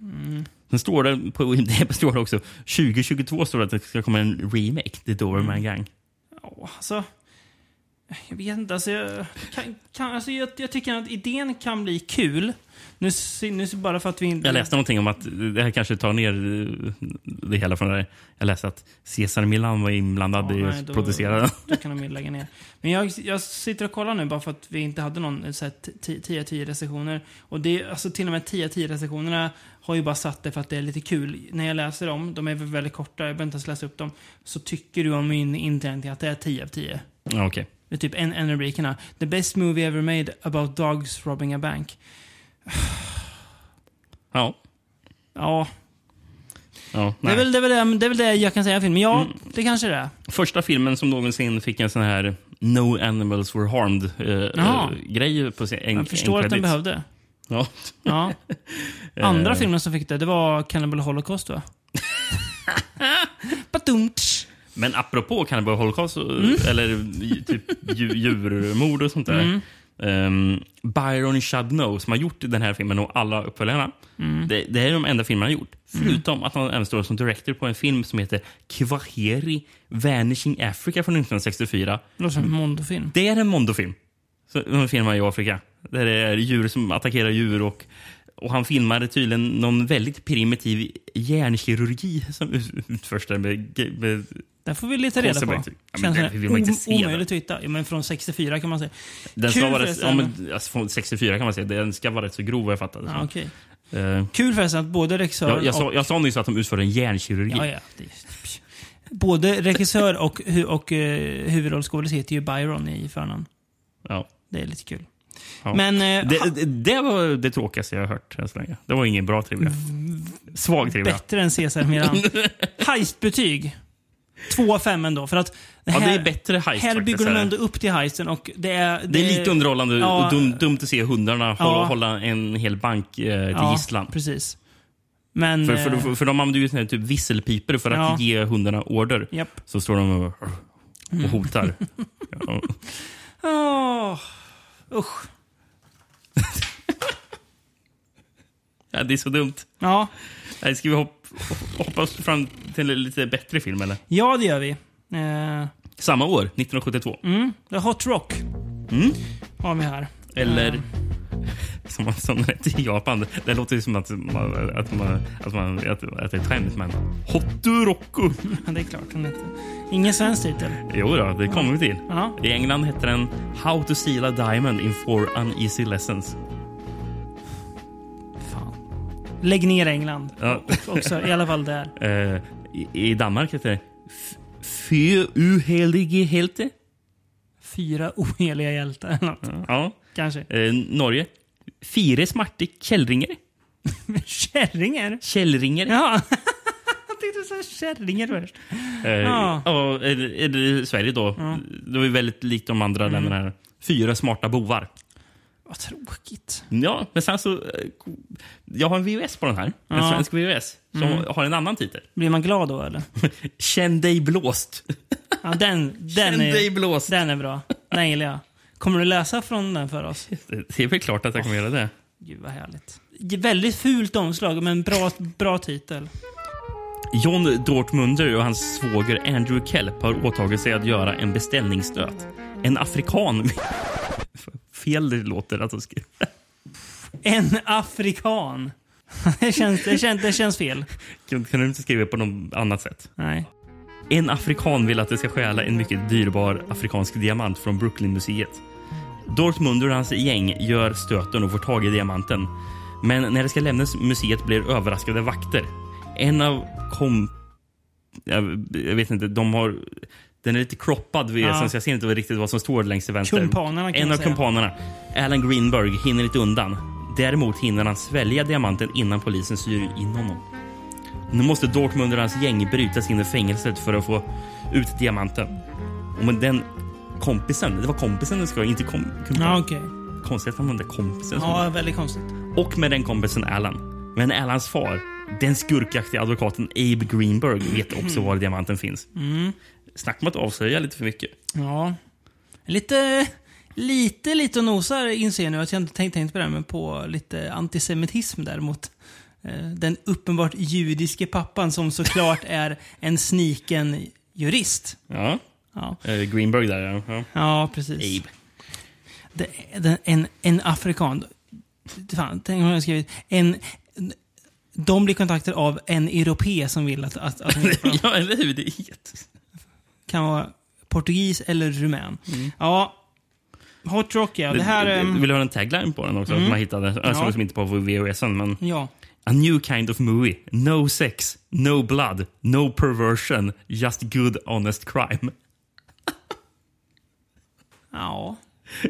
[SPEAKER 3] Mm.
[SPEAKER 2] Sen står det på IMDB står det också
[SPEAKER 3] Mm.
[SPEAKER 2] 2022 står det att det ska komma en remake, The Doberman Gang.
[SPEAKER 3] Ja, alltså, Jag vet inte, alltså, jag, kan, kan, alltså jag, jag tycker att idén kan bli kul. Nu, sy- nu sy- bara för att vi inte...
[SPEAKER 2] Jag läste någonting om att det här kanske tar ner eh, det hela från det här. Jag läste att Cesar Milan var inblandad i
[SPEAKER 3] nej,
[SPEAKER 2] att
[SPEAKER 3] då-
[SPEAKER 2] producera den.
[SPEAKER 3] Då kan de ju lägga ner. Men jag, jag sitter och kollar nu bara för att vi inte hade någon eh, så här, 10 av 10 recensioner. Och det, är- alltså till och med 10 av 10 recensionerna har ju bara satt det för att det är lite kul. När jag läser dem, de är väl väldigt korta, jag behöver inte ens läsa upp dem. Så tycker du om min inredning att det är 10 av 10.
[SPEAKER 2] Ja, okej.
[SPEAKER 3] Det är typ en, en rubrik här. The best movie ever made about dogs robbing a bank.
[SPEAKER 2] Ja.
[SPEAKER 3] Ja,
[SPEAKER 2] ja
[SPEAKER 3] det är,
[SPEAKER 2] nej. Mm.
[SPEAKER 3] väl, det, är väl det, det är väl det jag kan säga om filmen. Ja, det kanske det är.
[SPEAKER 2] Första filmen som någonsin fick en sån här No Animals Were
[SPEAKER 3] Jaha.
[SPEAKER 2] Harmed-grej på sin en,
[SPEAKER 3] Jag förstår
[SPEAKER 2] en
[SPEAKER 3] att
[SPEAKER 2] credit.
[SPEAKER 3] den behövde.
[SPEAKER 2] Ja.
[SPEAKER 3] Ja. Andra
[SPEAKER 2] Eh.
[SPEAKER 3] filmen som fick det, det var Cannibal Holocaust va? Badumtsch.
[SPEAKER 2] Men apropå cannibal holocaust, och- eller i- typ dju- djurmord och sånt där. ehm, Byron Chadnow, som har gjort den här filmen och alla uppföljarna. Det, det här är de enda filmerna han har gjort. Förutom att han även står som director på en film som heter Kwaheri Vanishing Africa från 1964.
[SPEAKER 3] Det låter som en Mondo-film.
[SPEAKER 2] Det är en Mondo-film. Så- De filmar i Afrika. Där det är djur som attackerar djur. Och, och Han filmade tydligen någon väldigt primitiv hjärnkirurgi som ut- utförs där med, med
[SPEAKER 3] Där får vi lite reda på.
[SPEAKER 2] Konstiga
[SPEAKER 3] Känns
[SPEAKER 2] verktyg. Ja, men det vill man inte
[SPEAKER 3] o-
[SPEAKER 2] se där.
[SPEAKER 3] omöjligt att hitta. Ja, men från 64 kan man säga.
[SPEAKER 2] Den
[SPEAKER 3] Kul
[SPEAKER 2] ska vara rätt, ja,
[SPEAKER 3] förresten.
[SPEAKER 2] men, alltså, från 64 kan man säga. Den ska vara rätt så grov vad jag fattade.
[SPEAKER 3] Ja, okej.
[SPEAKER 2] Eh,
[SPEAKER 3] Kul förresten att både regissör
[SPEAKER 2] jag, jag, sa,
[SPEAKER 3] och...
[SPEAKER 2] jag sa nyss att de utförde en hjärnkirurgi.
[SPEAKER 3] Ja, ja. Det är... Både regissör och, hu- och eh, huvudrollskådis heter ju Byron i förnamn.
[SPEAKER 2] Ja.
[SPEAKER 3] Det är lite kul.
[SPEAKER 2] Ja.
[SPEAKER 3] Men... Eh,
[SPEAKER 2] Det,
[SPEAKER 3] ha-
[SPEAKER 2] det, det var det tråkigaste jag har hört än så länge. Det var ingen bra trivia. Svag trivia.
[SPEAKER 3] Bättre än Cesar Miran. Heistbetyg. 2 av 5 ändå. För att
[SPEAKER 2] Ja, det är bättre heist
[SPEAKER 3] Här
[SPEAKER 2] faktiskt,
[SPEAKER 3] bygger de
[SPEAKER 2] är det.
[SPEAKER 3] ändå upp till heisten och det är...
[SPEAKER 2] Det är lite underhållande
[SPEAKER 3] Eh, Ja.
[SPEAKER 2] och dum, dumt att se hundarna hålla,
[SPEAKER 3] Ja.
[SPEAKER 2] hålla en hel bank eh, till
[SPEAKER 3] ja,
[SPEAKER 2] gisslan.
[SPEAKER 3] precis. Men...
[SPEAKER 2] För, för,
[SPEAKER 3] eh,
[SPEAKER 2] för, för de använder ju såna här typ visselpipor för att
[SPEAKER 3] Ja.
[SPEAKER 2] ge hundarna order.
[SPEAKER 3] Japp. Mm.
[SPEAKER 2] Så står de och, och hotar. Ja.
[SPEAKER 3] Åh, usch.
[SPEAKER 2] Ja, det är så dumt.
[SPEAKER 3] Ja,
[SPEAKER 2] Nej, Ska vi hoppa, hoppa oss fram till en lite bättre film? Eller?
[SPEAKER 3] ja, det gör vi. Eh,
[SPEAKER 2] Samma år, 1972.
[SPEAKER 3] The Hot Rock
[SPEAKER 2] Mm.
[SPEAKER 3] har vi här.
[SPEAKER 2] Eller som man som det heter i Japan. Det låter ju som att, man, att, man, att, man, att, att det är ett skämt, men... Hoturoku!
[SPEAKER 3] Ja, det är klart den heter. Ingen svensk titel.
[SPEAKER 2] Jo då, det kommer vi till.
[SPEAKER 3] Ja.
[SPEAKER 2] I England hette den How to Seal a Diamond in Four Uneasy Lessons.
[SPEAKER 3] Fan. Lägg ner England.
[SPEAKER 2] Ja.
[SPEAKER 3] Också, I alla fall där.
[SPEAKER 2] Eh, i, I Danmark heter det F- Fy uhelige helte.
[SPEAKER 3] Fyra oheliga hjältar eller något.
[SPEAKER 2] Ja.
[SPEAKER 3] Kanske.
[SPEAKER 2] Eh, Norge. Fire smarte kjellringer.
[SPEAKER 3] Kärringar?
[SPEAKER 2] Kjellringer.
[SPEAKER 3] Ja. Jag tänkte du sa kärringar först.
[SPEAKER 2] Eh,
[SPEAKER 3] Ja.
[SPEAKER 2] ja, är det- är det Sverige då. Det var ju väldigt likt de
[SPEAKER 3] Mm.
[SPEAKER 2] andra länderna. här. Fyra smarta bovar.
[SPEAKER 3] Vad tråkigt.
[SPEAKER 2] Ja, men sen så... eh, Jag har en VHS på den här. En
[SPEAKER 3] Ja. Mm.
[SPEAKER 2] svensk VHS. Som har en annan titel.
[SPEAKER 3] Blir man glad då eller?
[SPEAKER 2] Känn dig blåst.
[SPEAKER 3] Ja, den,
[SPEAKER 2] Känn
[SPEAKER 3] den,
[SPEAKER 2] dig
[SPEAKER 3] är,
[SPEAKER 2] blåst.
[SPEAKER 3] den är bra. Den gillar jag. Kommer du läsa från den för oss?
[SPEAKER 2] Det är väl klart att jag kommer göra det.
[SPEAKER 3] Gud vad härligt. Väldigt fult omslag men bra, bra titel.
[SPEAKER 2] John Dortmunder och hans svåger Andrew Kelp har åtagit sig att göra en beställningsstöt. En afrikan... Fel det låter att de skrev.
[SPEAKER 3] En afrikan. Det känns, det känns, det känns fel.
[SPEAKER 2] Kunde du inte skriva på något annat sätt?
[SPEAKER 3] Nej.
[SPEAKER 2] En afrikan vill att det ska stjäla en mycket dyrbar afrikansk diamant från Brooklynmuseet. Dortmunder och hans gäng gör stöten och får tag i diamanten. Men när det ska lämnas museet blir överraskade vakter. En av kom... Jag, jag vet inte, de har... Den är lite kroppad, vid,
[SPEAKER 3] Ja.
[SPEAKER 2] så jag ser inte riktigt vad som står längst till vänster.
[SPEAKER 3] Kumpanerna
[SPEAKER 2] Alltså,
[SPEAKER 3] kan
[SPEAKER 2] En
[SPEAKER 3] man
[SPEAKER 2] av
[SPEAKER 3] säga.
[SPEAKER 2] kumpanerna, Alan Greenberg, hinner inte undan. Däremot hinner han svälja diamanten innan polisen syr in honom. Nu måste Dortmund och hans gäng bryta sig in i fängelset för att få ut diamanten. Och men den kompisen, det var kompisen den ska inte kom, kom,
[SPEAKER 3] Ja, okej.
[SPEAKER 2] Konstigt att använda kompisen. som-
[SPEAKER 3] Ja, väldigt konstigt.
[SPEAKER 2] Och med den kompisen Alan. Men Alans far, den skurkaktiga advokaten Abe Greenberg, vet också var diamanten finns. Mm. Snack om att avslöja lite för mycket.
[SPEAKER 3] Ja. Lite, lite, lite och nosar inser jag nu att jag inte tänkt, tänkt på det här, men på lite antisemitism däremot. Eh, Den uppenbart judiske pappan som såklart är en sniken jurist.
[SPEAKER 2] Ja.
[SPEAKER 3] Ja.
[SPEAKER 2] Eh, Greenberg där, ja. ja.
[SPEAKER 3] Ja, precis.
[SPEAKER 2] Abe.
[SPEAKER 3] Det, det, en, en afrikan... Fan, tänk om jag hade skrivit... En, de blir kontaktade av en europé som vill att, att, att de hjälper dem.
[SPEAKER 2] ja, eller hur? Det är jättes-
[SPEAKER 3] kan vara portugis eller rumän. Ja, Hot Rock ja. Mm. Det här... ehm,
[SPEAKER 2] Vill du ha en tagline på den också? Som man hittade. Jag såg
[SPEAKER 3] Ja.
[SPEAKER 2] som inte på VHSen, men...
[SPEAKER 3] ja.
[SPEAKER 2] A new kind of movie. No sex, no blood, no perversion. Just good honest crime.
[SPEAKER 3] Ja.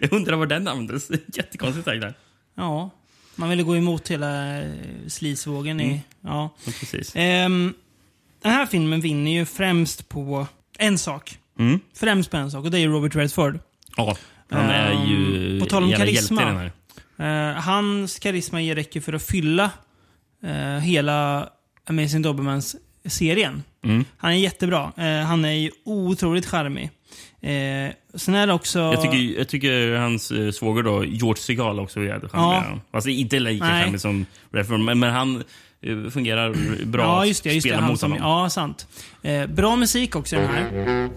[SPEAKER 2] Jag undrar var den användes. Jättekonstig tagline.
[SPEAKER 3] Ja. Man ville gå emot hela eh, sleazevågen
[SPEAKER 2] Mm.
[SPEAKER 3] i... Ja.
[SPEAKER 2] Ja, Precis.
[SPEAKER 3] Ehm, den här filmen vinner ju främst på en sak.
[SPEAKER 2] Mm.
[SPEAKER 3] Främst på en sak och det är ju Robert Redford.
[SPEAKER 2] Ja, han är
[SPEAKER 3] Ehm,
[SPEAKER 2] ju
[SPEAKER 3] på tal om
[SPEAKER 2] jävla
[SPEAKER 3] karisma.
[SPEAKER 2] hjälte i den här.
[SPEAKER 3] Eh, hans karisma ger räcker för att fylla eh, hela Amazing Dobermans-serien.
[SPEAKER 2] Mm.
[SPEAKER 3] Han är jättebra. Eh, han är ju otroligt charmig. Eh, sen är det också...
[SPEAKER 2] Jag tycker, jag tycker hans eh, svåger då, George Segal också är jävligt
[SPEAKER 3] Ja.
[SPEAKER 2] charmig. Alltså inte lika
[SPEAKER 3] Nej.
[SPEAKER 2] charmig som Redford, men, men han eh, fungerar bra
[SPEAKER 3] ja, just det.
[SPEAKER 2] att
[SPEAKER 3] Just det
[SPEAKER 2] spela
[SPEAKER 3] han
[SPEAKER 2] mot
[SPEAKER 3] som,
[SPEAKER 2] honom.
[SPEAKER 3] ja, sant. Eh, bra musik också i den här.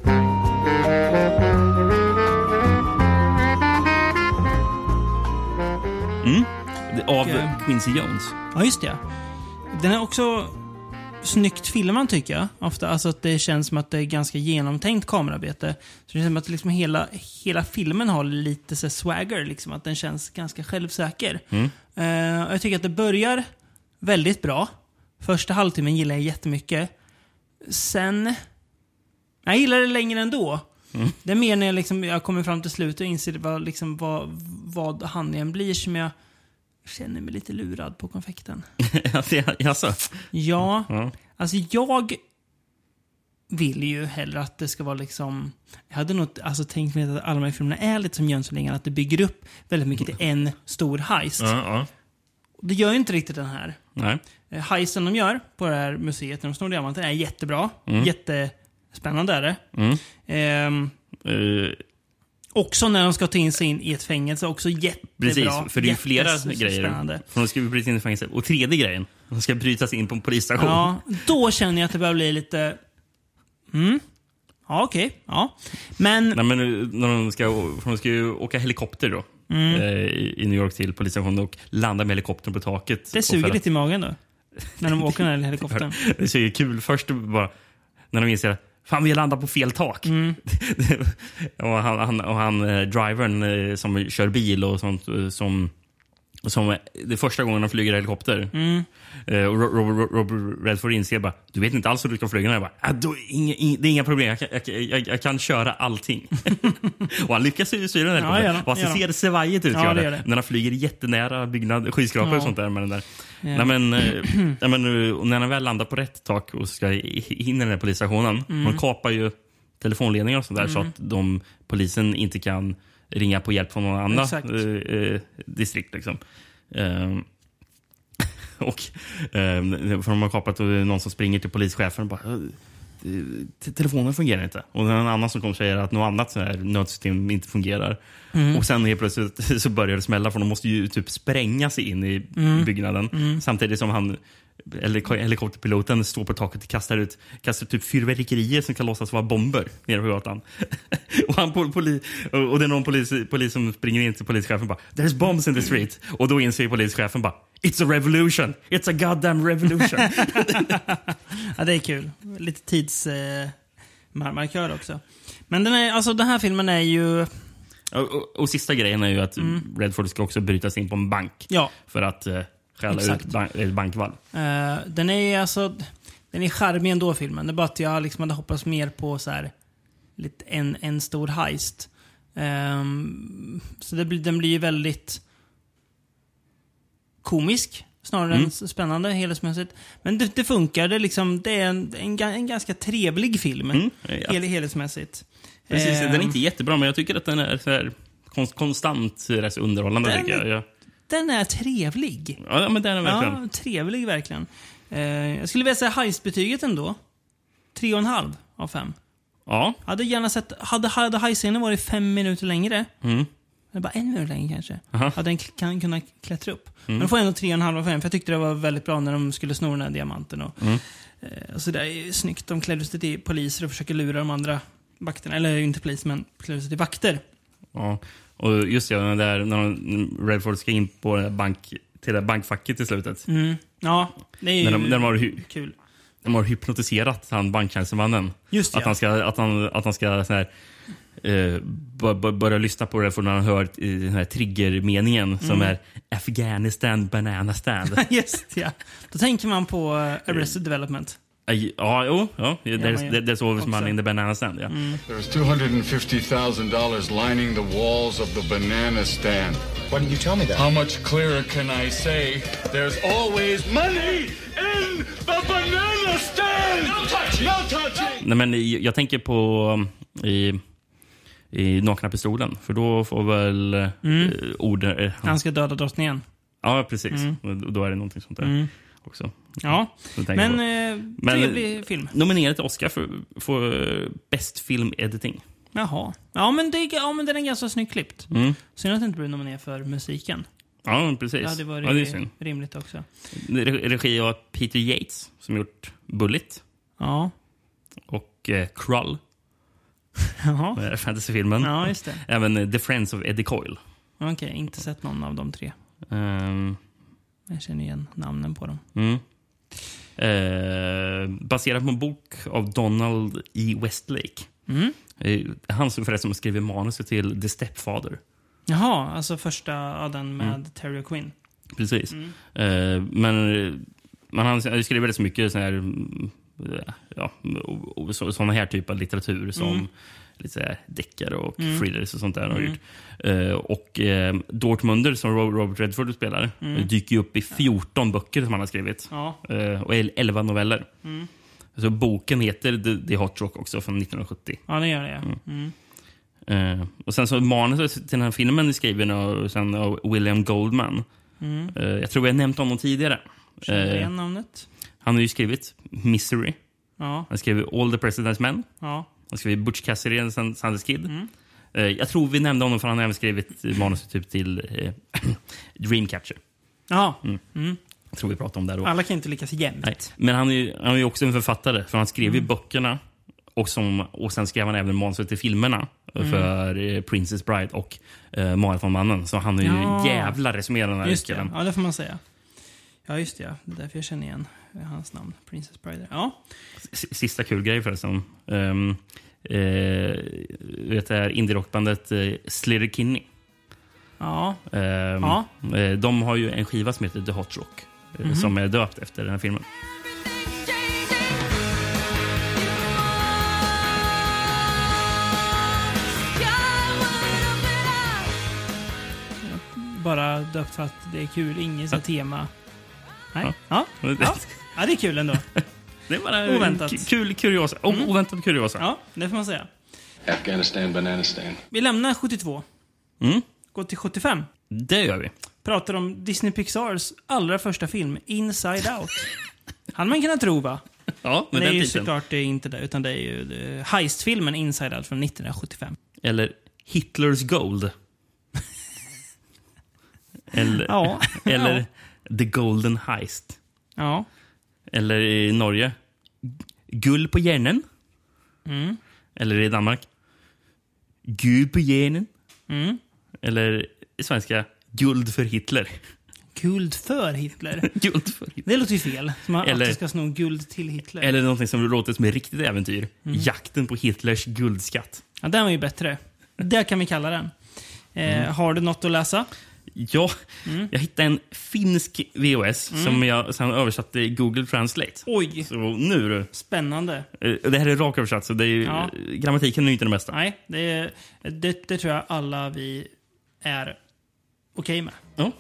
[SPEAKER 2] Av
[SPEAKER 3] Och, eh,
[SPEAKER 2] Quincy Jones.
[SPEAKER 3] Ja, just det. Den är också snyggt filmad tycker jag. Ofta. Alltså att det känns som att det är ganska genomtänkt kamerarbete. Så det känns som att liksom hela, hela filmen har lite så här swagger. Liksom. Att den känns ganska självsäker. Eh, och jag tycker att det börjar väldigt bra. Första halvtimmen gillar jag jättemycket. Sen... Jag gillar det längre ändå. Det är mer när jag, liksom, jag kommer fram till slutet och inser vad, liksom, vad, vad handlingen blir som jag känner mig lite lurad på konfekten.
[SPEAKER 2] Alltså, Jaså?
[SPEAKER 3] Ja,
[SPEAKER 2] Ja.
[SPEAKER 3] alltså jag vill ju hellre att det ska vara liksom... Jag hade nog alltså, tänkt mig att alla de här filmerna är lite som Jönssonligan, att det bygger upp väldigt mycket till en stor heist.
[SPEAKER 2] Ja, ja.
[SPEAKER 3] Det gör ju inte riktigt den här.
[SPEAKER 2] Nej.
[SPEAKER 3] Eh, Heisten de gör på det här museet när de snor diamanten är jättebra.
[SPEAKER 2] Mm.
[SPEAKER 3] Jättespännande är det. Ehm,
[SPEAKER 2] Eh,
[SPEAKER 3] också när de ska ta in sig in i ett fängelse, också jättebra.
[SPEAKER 2] precis, för det är ju flera
[SPEAKER 3] jättespännande.
[SPEAKER 2] grejer. För de ska bryta in i fängelse. Och tredje grejen, de ska bryta sig in på en polisstation.
[SPEAKER 3] Ja, då känner jag att det börjar bli lite... Mm. Ja, okej. Ja. Men...
[SPEAKER 2] Nej, men eh, när de, ska, för de ska ju åka helikopter då.
[SPEAKER 3] Mm.
[SPEAKER 2] eh, i- I New York till polisstationen och landa med helikoptern på taket.
[SPEAKER 3] Det
[SPEAKER 2] Och
[SPEAKER 3] suger
[SPEAKER 2] för-
[SPEAKER 3] lite i magen då. När de åker den här helikoptern.
[SPEAKER 2] Det är så kul först bara när de inser att fan vi landar på fel tak.
[SPEAKER 3] Mm.
[SPEAKER 2] och han, han, och han eh, drivern eh, som kör bil och sånt eh, som som eh, det är första gången han flyger helikopter.
[SPEAKER 3] Mm.
[SPEAKER 2] Eh, och Ro- Ro- Ro- Robert Redford inser bara, du vet inte alls hur du ska flyga. den här." Jag bara, "Ah, då, inga, inga, det är inga problem, jag kan, jag, kan- jag, jag kan köra allting. och han lyckas ju styra den här
[SPEAKER 3] Ja,
[SPEAKER 2] helikoptern.
[SPEAKER 3] gör han,
[SPEAKER 2] och alltså,
[SPEAKER 3] gör han.
[SPEAKER 2] ser svajigt ut
[SPEAKER 3] Ja,
[SPEAKER 2] gör
[SPEAKER 3] det
[SPEAKER 2] det.
[SPEAKER 3] gör det.
[SPEAKER 2] när han flyger jättenära byggnad, skyskrapor
[SPEAKER 3] Ja.
[SPEAKER 2] och sånt där. Med den där. Nej, men, eh, nej, men, eh, och när han väl landar på rätt tak och ska i- in i den här polisstationen.
[SPEAKER 3] Mm.
[SPEAKER 2] De kapar ju telefonledningar och sånt där så att de, polisen inte kan ringa på hjälp från någon annan
[SPEAKER 3] Exakt.
[SPEAKER 2] eh, eh, distrikt. Liksom. Ehm, och, ehm, för de har kapat och det är någon som springer till polischefen och bara te- telefonen fungerar inte. Och en annan som kom säger att något annat sån här nödsystem inte fungerar. Och sen helt plötsligt så börjar det smälla för de måste ju typ spränga sig in i byggnaden. Samtidigt som han eller helikopterpiloten står på taket och kastar ut kastar typ fyrverkerier som kan låtsas vara bomber nere på gatan. och, han, pol, poli, och och det är någon polis, polis som springer in till polischefen och bara “There's bombs in the street” och då inser polischefen bara “It's a revolution! It's a goddamn revolution!”
[SPEAKER 3] Ja, det är kul. Lite tids... Eh, mar- markör också. Men den, är, alltså, den här filmen är ju...
[SPEAKER 2] Och, och, och sista grejen är ju att Redford ska också bryta sig in på en bank
[SPEAKER 3] Mm. Ja.
[SPEAKER 2] för att eh, stjäla
[SPEAKER 3] Exakt.
[SPEAKER 2] ut ban- ett bankvalv.
[SPEAKER 3] Eh, den är ju alltså... Den är charmig ändå filmen. Det är bara att jag liksom hade hoppats mer på så här, lite en, en stor heist. Ehm, så det blir, den blir ju väldigt komisk snarare
[SPEAKER 2] Mm.
[SPEAKER 3] än s- spännande helhetsmässigt. Men det, det funkar. Det är, liksom, det är en, en, ga- en ganska trevlig film
[SPEAKER 2] Mm, ja.
[SPEAKER 3] hel, helhetsmässigt.
[SPEAKER 2] Precis,
[SPEAKER 3] Ehm,
[SPEAKER 2] den är inte jättebra, men jag tycker att den är så här, konst, konstant rätt så underhållande.
[SPEAKER 3] Den
[SPEAKER 2] Tycker jag.
[SPEAKER 3] är-
[SPEAKER 2] Ja.
[SPEAKER 3] den är trevlig.
[SPEAKER 2] Ja, men den är verkligen.
[SPEAKER 3] Ja, trevlig verkligen. Eh, jag skulle vilja säga heistbetyget ändå. Tre och en halv av fem.
[SPEAKER 2] Ja.
[SPEAKER 3] Hade gärna sett, hade, hade hajscenen varit fem minuter längre,
[SPEAKER 2] Mm.
[SPEAKER 3] eller bara en minut längre kanske, hade den kl- kan, kunnat klättra upp.
[SPEAKER 2] Mm.
[SPEAKER 3] Men den får ändå tre och en halv av fem, för jag tyckte det var väldigt bra när de skulle sno den
[SPEAKER 2] Mm.
[SPEAKER 3] här diamanten. Och, eh, och så där, är ju snyggt, de klär ut sig till poliser och försöker lura de andra vakterna, eller inte policemen, klär sig till vakter.
[SPEAKER 2] Ja. Och just det, när, det är, när de- Redford ska in på det där bank, till det där bankfacket i slutet.
[SPEAKER 3] Mm. Ja, det är ju
[SPEAKER 2] När de, när de, har, hy-
[SPEAKER 3] kul.
[SPEAKER 2] de har hypnotiserat han banktjänstemannen.
[SPEAKER 3] Just det,
[SPEAKER 2] att,
[SPEAKER 3] ja.
[SPEAKER 2] han ska, att, han, att han ska sån här, eh, bör, bör, börja lyssna på Redford när han hör i den här triggermeningen
[SPEAKER 3] Mm.
[SPEAKER 2] som är Afghanistan banana stand.
[SPEAKER 3] Just ja. Då tänker man på eh, Arrested Development.
[SPEAKER 2] Aj, ja, jo. Ja. There's,
[SPEAKER 3] man-
[SPEAKER 2] there's always
[SPEAKER 3] också. Mm.
[SPEAKER 2] money in the banana stand. Ja.
[SPEAKER 12] There's $250,000 lining the walls of the banana stand. Why didn't you tell me that? How much clearer can I say? There's always money in the banana stand! No touching! No touching!
[SPEAKER 2] Nej, men i- jag tänker på um, i, i Nakna pistolen, för då får väl mm. orden... eh,
[SPEAKER 3] Han ska döda drottningen.
[SPEAKER 2] Ja, precis.
[SPEAKER 3] Mm.
[SPEAKER 2] Och Då är det någonting sånt där
[SPEAKER 3] Mm.
[SPEAKER 2] också.
[SPEAKER 3] Ja,
[SPEAKER 2] Så tänker
[SPEAKER 3] men,
[SPEAKER 2] jag på.
[SPEAKER 3] eh,
[SPEAKER 2] Men-
[SPEAKER 3] trevlig film.
[SPEAKER 2] Nominerad till Oscar för, för eh, Bäst film editing.
[SPEAKER 3] Jaha. Ja men, det, ja, men den är ganska snyggt klippt.
[SPEAKER 2] Mm.
[SPEAKER 3] Synd att den inte blev nominerad för musiken.
[SPEAKER 2] Ja, precis.
[SPEAKER 3] Det hade varit
[SPEAKER 2] ja, det är synd.
[SPEAKER 3] rimligt också.
[SPEAKER 2] Re- Regi av Peter Yates, som gjort Bullet
[SPEAKER 3] Ja.
[SPEAKER 2] och eh, Krull,
[SPEAKER 3] Jaha.
[SPEAKER 2] den här fantasyfilmen.
[SPEAKER 3] Ja, just det.
[SPEAKER 2] Även eh, The Friends of Eddie Coyle.
[SPEAKER 3] Okej, inte sett någon av de tre.
[SPEAKER 2] Ehm,
[SPEAKER 3] Jag känner igen namnen på dem.
[SPEAKER 2] Mm. Eh, baserat på en bok av Donald E. Westlake.
[SPEAKER 3] Mm.
[SPEAKER 2] Eh, han som förresten skriver manuset till The Stepfather.
[SPEAKER 3] Jaha, alltså första ja, den med
[SPEAKER 2] Mm.
[SPEAKER 3] Terry och Quinn.
[SPEAKER 2] Precis.
[SPEAKER 3] Mm.
[SPEAKER 2] Eh, men, eh, men han skriver väldigt mycket sån här, mm, ja, o- o- så, såna här typ av litteratur som
[SPEAKER 3] Mm.
[SPEAKER 2] lite så här deckare och
[SPEAKER 3] Mm.
[SPEAKER 2] thrillers och sånt där. har
[SPEAKER 3] Mm.
[SPEAKER 2] gjort. Eh, och eh, Dortmunder, som Ro- Robert Redford spelar, eh,
[SPEAKER 3] Mm.
[SPEAKER 2] dyker ju upp i 14 böcker som han har skrivit.
[SPEAKER 3] Ja.
[SPEAKER 2] Eh, och el- 11 noveller.
[SPEAKER 3] Mm.
[SPEAKER 2] Så boken heter The, The Hot Rock också från 1970.
[SPEAKER 3] Ja, det gör det. ja.
[SPEAKER 2] Mm.
[SPEAKER 3] Mm.
[SPEAKER 2] Eh, och sen så manuset till den här filmen är skriven av, sen av William Goldman.
[SPEAKER 3] Mm.
[SPEAKER 2] Eh, jag tror jag nämnt honom tidigare.
[SPEAKER 3] Känner
[SPEAKER 2] Eh,
[SPEAKER 3] igen namnet.
[SPEAKER 2] han har ju skrivit Misery.
[SPEAKER 3] Ja,
[SPEAKER 2] Han skrev All the President's Men.
[SPEAKER 3] ja.
[SPEAKER 2] Han skrev Butch Cassidy and Sand- Sanders Kid.
[SPEAKER 3] Mm.
[SPEAKER 2] Eh, jag tror vi nämnde honom för han har även skrivit eh, manuset typ till eh, Dreamcatcher.
[SPEAKER 3] Ja,
[SPEAKER 2] Mm.
[SPEAKER 3] Mm.
[SPEAKER 2] Jag tror vi pratade om det då.
[SPEAKER 3] alla kan ju inte lyckas jämt.
[SPEAKER 2] Nej. Men han är, ju, han är ju också en författare, för han skrev
[SPEAKER 3] Mm.
[SPEAKER 2] ju böckerna och, som, och sen skrev han även manuset till filmerna
[SPEAKER 3] Mm.
[SPEAKER 2] eh, för eh, Princess Bride och eh, Maratonmannen. Så han är ju
[SPEAKER 3] Ja.
[SPEAKER 2] en jävla resumerad den här
[SPEAKER 3] Just det,
[SPEAKER 2] killen.
[SPEAKER 3] ja det får man säga. Ja, just det ja. Det är därför jag känner igen hans namn. Princess Bride. Ja.
[SPEAKER 2] S- Sista kul grej förresten. Um, eh, vet det här indierockbandet uh, Slater Kinney.
[SPEAKER 3] Ja.
[SPEAKER 2] Ehm,
[SPEAKER 3] Ja. Mhm.
[SPEAKER 2] eh, de har ju en skiva som heter The Hot Rock eh, som är döpt efter den här filmen.
[SPEAKER 3] Bara döpt för att det är kul. Inget så här tema. Nej. Ja.
[SPEAKER 2] Ja.
[SPEAKER 3] Ja. ja, det är kul ändå.
[SPEAKER 2] Det var en
[SPEAKER 3] Oväntat. Mm.
[SPEAKER 2] k- kul kuriosa. O- Oväntat kuriosa.
[SPEAKER 3] Ja, det får man säga.
[SPEAKER 12] Afghanistan banana stand.
[SPEAKER 3] Vi lämnar 72.
[SPEAKER 2] Mm.
[SPEAKER 3] Går till 75.
[SPEAKER 2] Det gör vi.
[SPEAKER 3] Pratar om Disney Pixars allra första film, Inside Out. Han man kunna tro va?
[SPEAKER 2] Ja, med
[SPEAKER 3] det är
[SPEAKER 2] den
[SPEAKER 3] ju
[SPEAKER 2] titeln.
[SPEAKER 3] såklart det är inte det, utan det är ju eh, heistfilmen Inside Out från 1975.
[SPEAKER 2] Eller Hitlers Gold. eller
[SPEAKER 3] Ja.
[SPEAKER 2] eller The Golden Heist.
[SPEAKER 3] Ja.
[SPEAKER 2] Eller i Norge, Gull på hjärnan.
[SPEAKER 3] Mm.
[SPEAKER 2] Eller i Danmark, Gud på hjärnan.
[SPEAKER 3] Mm.
[SPEAKER 2] Eller i svenska, Guld för Hitler.
[SPEAKER 3] Guld för Hitler.
[SPEAKER 2] Guld för Hitler.
[SPEAKER 3] Det låter ju fel. Som att
[SPEAKER 2] Eller-
[SPEAKER 3] Eller... ska sno guld till Hitler.
[SPEAKER 2] Eller någonting som låter som ett riktigt äventyr. Jakten på Hitlers guldskatt.
[SPEAKER 3] Ja, den var ju bättre. Det kan vi kalla den. Eh,
[SPEAKER 2] Mm.
[SPEAKER 3] Har du något att läsa?
[SPEAKER 2] Ja, jag hittade en finsk VOS som jag sen översatte i Google Translate.
[SPEAKER 3] Oj,
[SPEAKER 2] Så nu du.
[SPEAKER 3] spännande.
[SPEAKER 2] Eh, Det här är rak översatt, så det är ju, eh,
[SPEAKER 3] Ja.
[SPEAKER 2] grammatiken är ju inte den bästa.
[SPEAKER 3] Nej, det, det, det tror jag alla vi är okej med.
[SPEAKER 2] Ja.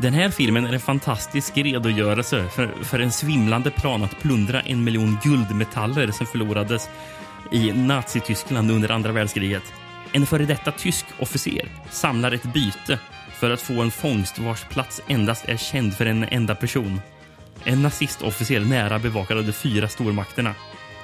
[SPEAKER 2] Den här filmen är en fantastisk redogörelse för, för en svimlande plan att plundra en miljon guldmetaller som förlorades i Nazityskland under andra världskriget. En före detta tysk officer samlar ett byte för att få en fångst vars plats endast är känd för en enda person. En nazistofficer nära bevakad av de fyra stormakterna.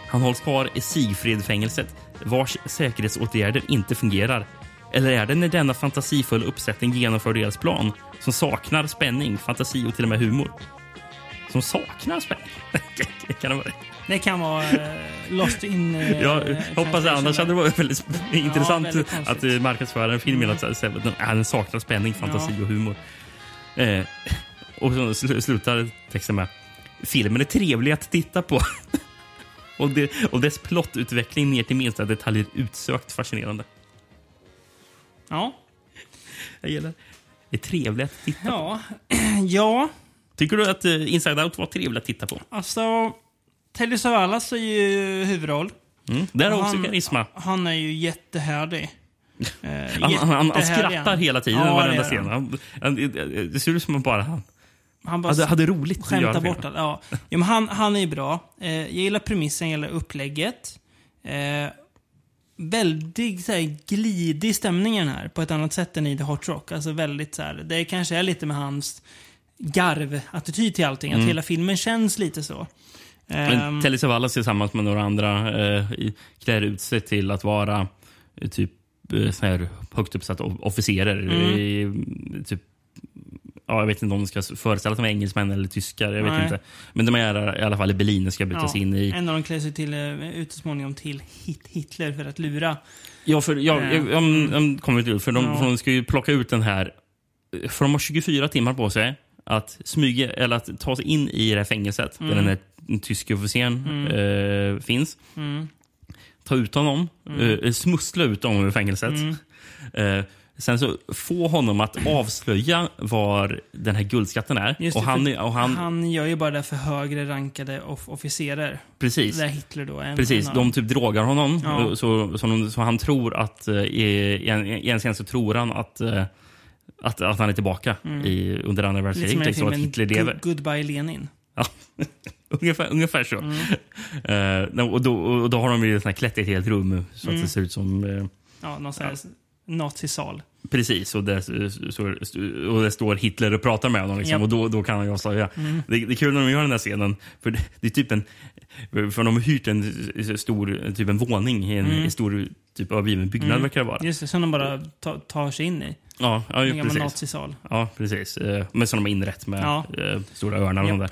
[SPEAKER 2] Han hålls kvar i Sigfridfängelset vars säkerhetsåtgärder inte fungerar. Eller är det när denna fantasifulla uppsättning genomför deras plan som saknar spänning, fantasi och till och med humor? som saknar spänn? kan det vara det?
[SPEAKER 3] Det kan vara eh, Lost in... eh,
[SPEAKER 2] Jag hoppas det, annars hade det varit väldigt intressant
[SPEAKER 3] väldigt konstigt.
[SPEAKER 2] att eh, marknadsföra en film genom att säga att den- ah, den saknar spänning, fantasi och humor. Eh, och så sl- slutar texten med filmen är trevlig att titta på. och, det, och dess plottutveckling ner till minsta detalj är utsökt fascinerande.
[SPEAKER 3] Ja.
[SPEAKER 2] Jag gillar det. är trevligt att titta
[SPEAKER 3] Ja. ja.
[SPEAKER 2] Tycker du att eh, Inside Out var trevligt att titta på?
[SPEAKER 3] Alltså, Telly Savalas är ju huvudroll.
[SPEAKER 2] Mm. Där har
[SPEAKER 3] Och
[SPEAKER 2] också
[SPEAKER 3] han-
[SPEAKER 2] karisma.
[SPEAKER 3] Han är ju jättehärdig. Eh,
[SPEAKER 2] Han, han, han, han
[SPEAKER 3] jättehärdig
[SPEAKER 2] skrattar hela tiden,
[SPEAKER 3] Ja, det
[SPEAKER 2] varenda
[SPEAKER 3] gör
[SPEAKER 2] scen.
[SPEAKER 3] han.
[SPEAKER 2] Han, han, det- det ser ut som bara han.
[SPEAKER 3] Han
[SPEAKER 2] Alltså, Hade- hade roligt att
[SPEAKER 3] Skämta
[SPEAKER 2] göra
[SPEAKER 3] bort
[SPEAKER 2] filmen.
[SPEAKER 3] allt. Ja. ja, men han, han är ju bra. Eh, jag gillar premissen, jag gillar upplägget. Eh, väldigt så här, glidig stämningen här, på ett annat sätt än i The Hot Rock. Alltså väldigt så här, det kanske är lite med hans garv-attityd till allting.
[SPEAKER 2] Mm.
[SPEAKER 3] Att hela filmen känns lite så.
[SPEAKER 2] Men
[SPEAKER 3] Ehm,
[SPEAKER 2] Telly Savalas tillsammans med några andra eh, i- klär ut sig till att vara eh, typ eh, sån här högt uppsatta o- officerer.
[SPEAKER 3] Mm.
[SPEAKER 2] I, mm, typ, ja, jag vet inte om de ska s- föreställa sig engelsmän eller tyskar. Jag vet
[SPEAKER 3] Nej.
[SPEAKER 2] inte. Men de är i alla fall i Berlin och ska bytas
[SPEAKER 3] ja,
[SPEAKER 2] in i...
[SPEAKER 3] En av dem klär sig till, eh, ut så småningom till Hit- Hitler för att lura.
[SPEAKER 2] Ja, för, ja,
[SPEAKER 3] Eh,
[SPEAKER 2] jag, jag, jag kommer inte ut, för de,
[SPEAKER 3] Ja.
[SPEAKER 2] för de ska ju plocka ut den här... För de har 24 timmar på sig att smyga, eller att ta sig in i det här fängelset
[SPEAKER 3] Mm.
[SPEAKER 2] där den här tyske officeren eh, finns.
[SPEAKER 3] Mm.
[SPEAKER 2] Ta ut honom, eh, smussla ut honom ur fängelset.
[SPEAKER 3] Mm.
[SPEAKER 2] Eh, sen så få honom att avslöja var den här guldskatten är.
[SPEAKER 3] Just det,
[SPEAKER 2] och han,
[SPEAKER 3] för
[SPEAKER 2] är- och han,
[SPEAKER 3] han gör ju bara det för högre rankade of- officerer.
[SPEAKER 2] Precis.
[SPEAKER 3] Där Hitler då är en
[SPEAKER 2] Precis,
[SPEAKER 3] en av
[SPEAKER 2] de
[SPEAKER 3] dem.
[SPEAKER 2] typ drogar honom.
[SPEAKER 3] Ja.
[SPEAKER 2] Så, så, de, så han tror att, eh, i en, i en scen så tror han att, eh, att, att han är tillbaka
[SPEAKER 3] Mm.
[SPEAKER 2] i, under andra
[SPEAKER 3] Lite som
[SPEAKER 2] världskriget.
[SPEAKER 3] i
[SPEAKER 2] Liksom att
[SPEAKER 3] filmen
[SPEAKER 2] Hitler lever.
[SPEAKER 3] Good- Goodbye Lenin.
[SPEAKER 2] Ja. ungefär, ungefär så. Eh, nej, och, då, och då har de ju sån här klätt i ett helt rum så att
[SPEAKER 3] Mm.
[SPEAKER 2] det ser ut som... eh,
[SPEAKER 3] Ja, någon sån här nazisal.
[SPEAKER 2] Precis, och det, så, och det står Hitler och pratar med honom. Liksom,
[SPEAKER 3] Japp.
[SPEAKER 2] Och då, då kan han ju avslöja.
[SPEAKER 3] Mm.
[SPEAKER 2] Det, det är kul när de gör den här scenen. För det, det är typ en, för de har hyrt en stor typ en våning i en
[SPEAKER 3] Mm.
[SPEAKER 2] stor typ övergiven byggnad.
[SPEAKER 3] Mm.
[SPEAKER 2] verkar det vara.
[SPEAKER 3] Just det, som de bara ta, tar sig in i.
[SPEAKER 2] Ja, ja
[SPEAKER 3] En
[SPEAKER 2] ju,
[SPEAKER 3] gammal
[SPEAKER 2] precis.
[SPEAKER 3] nazisal.
[SPEAKER 2] Ja, precis. Eh, Men som de har inrett med
[SPEAKER 3] Ja.
[SPEAKER 2] eh, stora örnar och
[SPEAKER 3] Japp.
[SPEAKER 2] sånt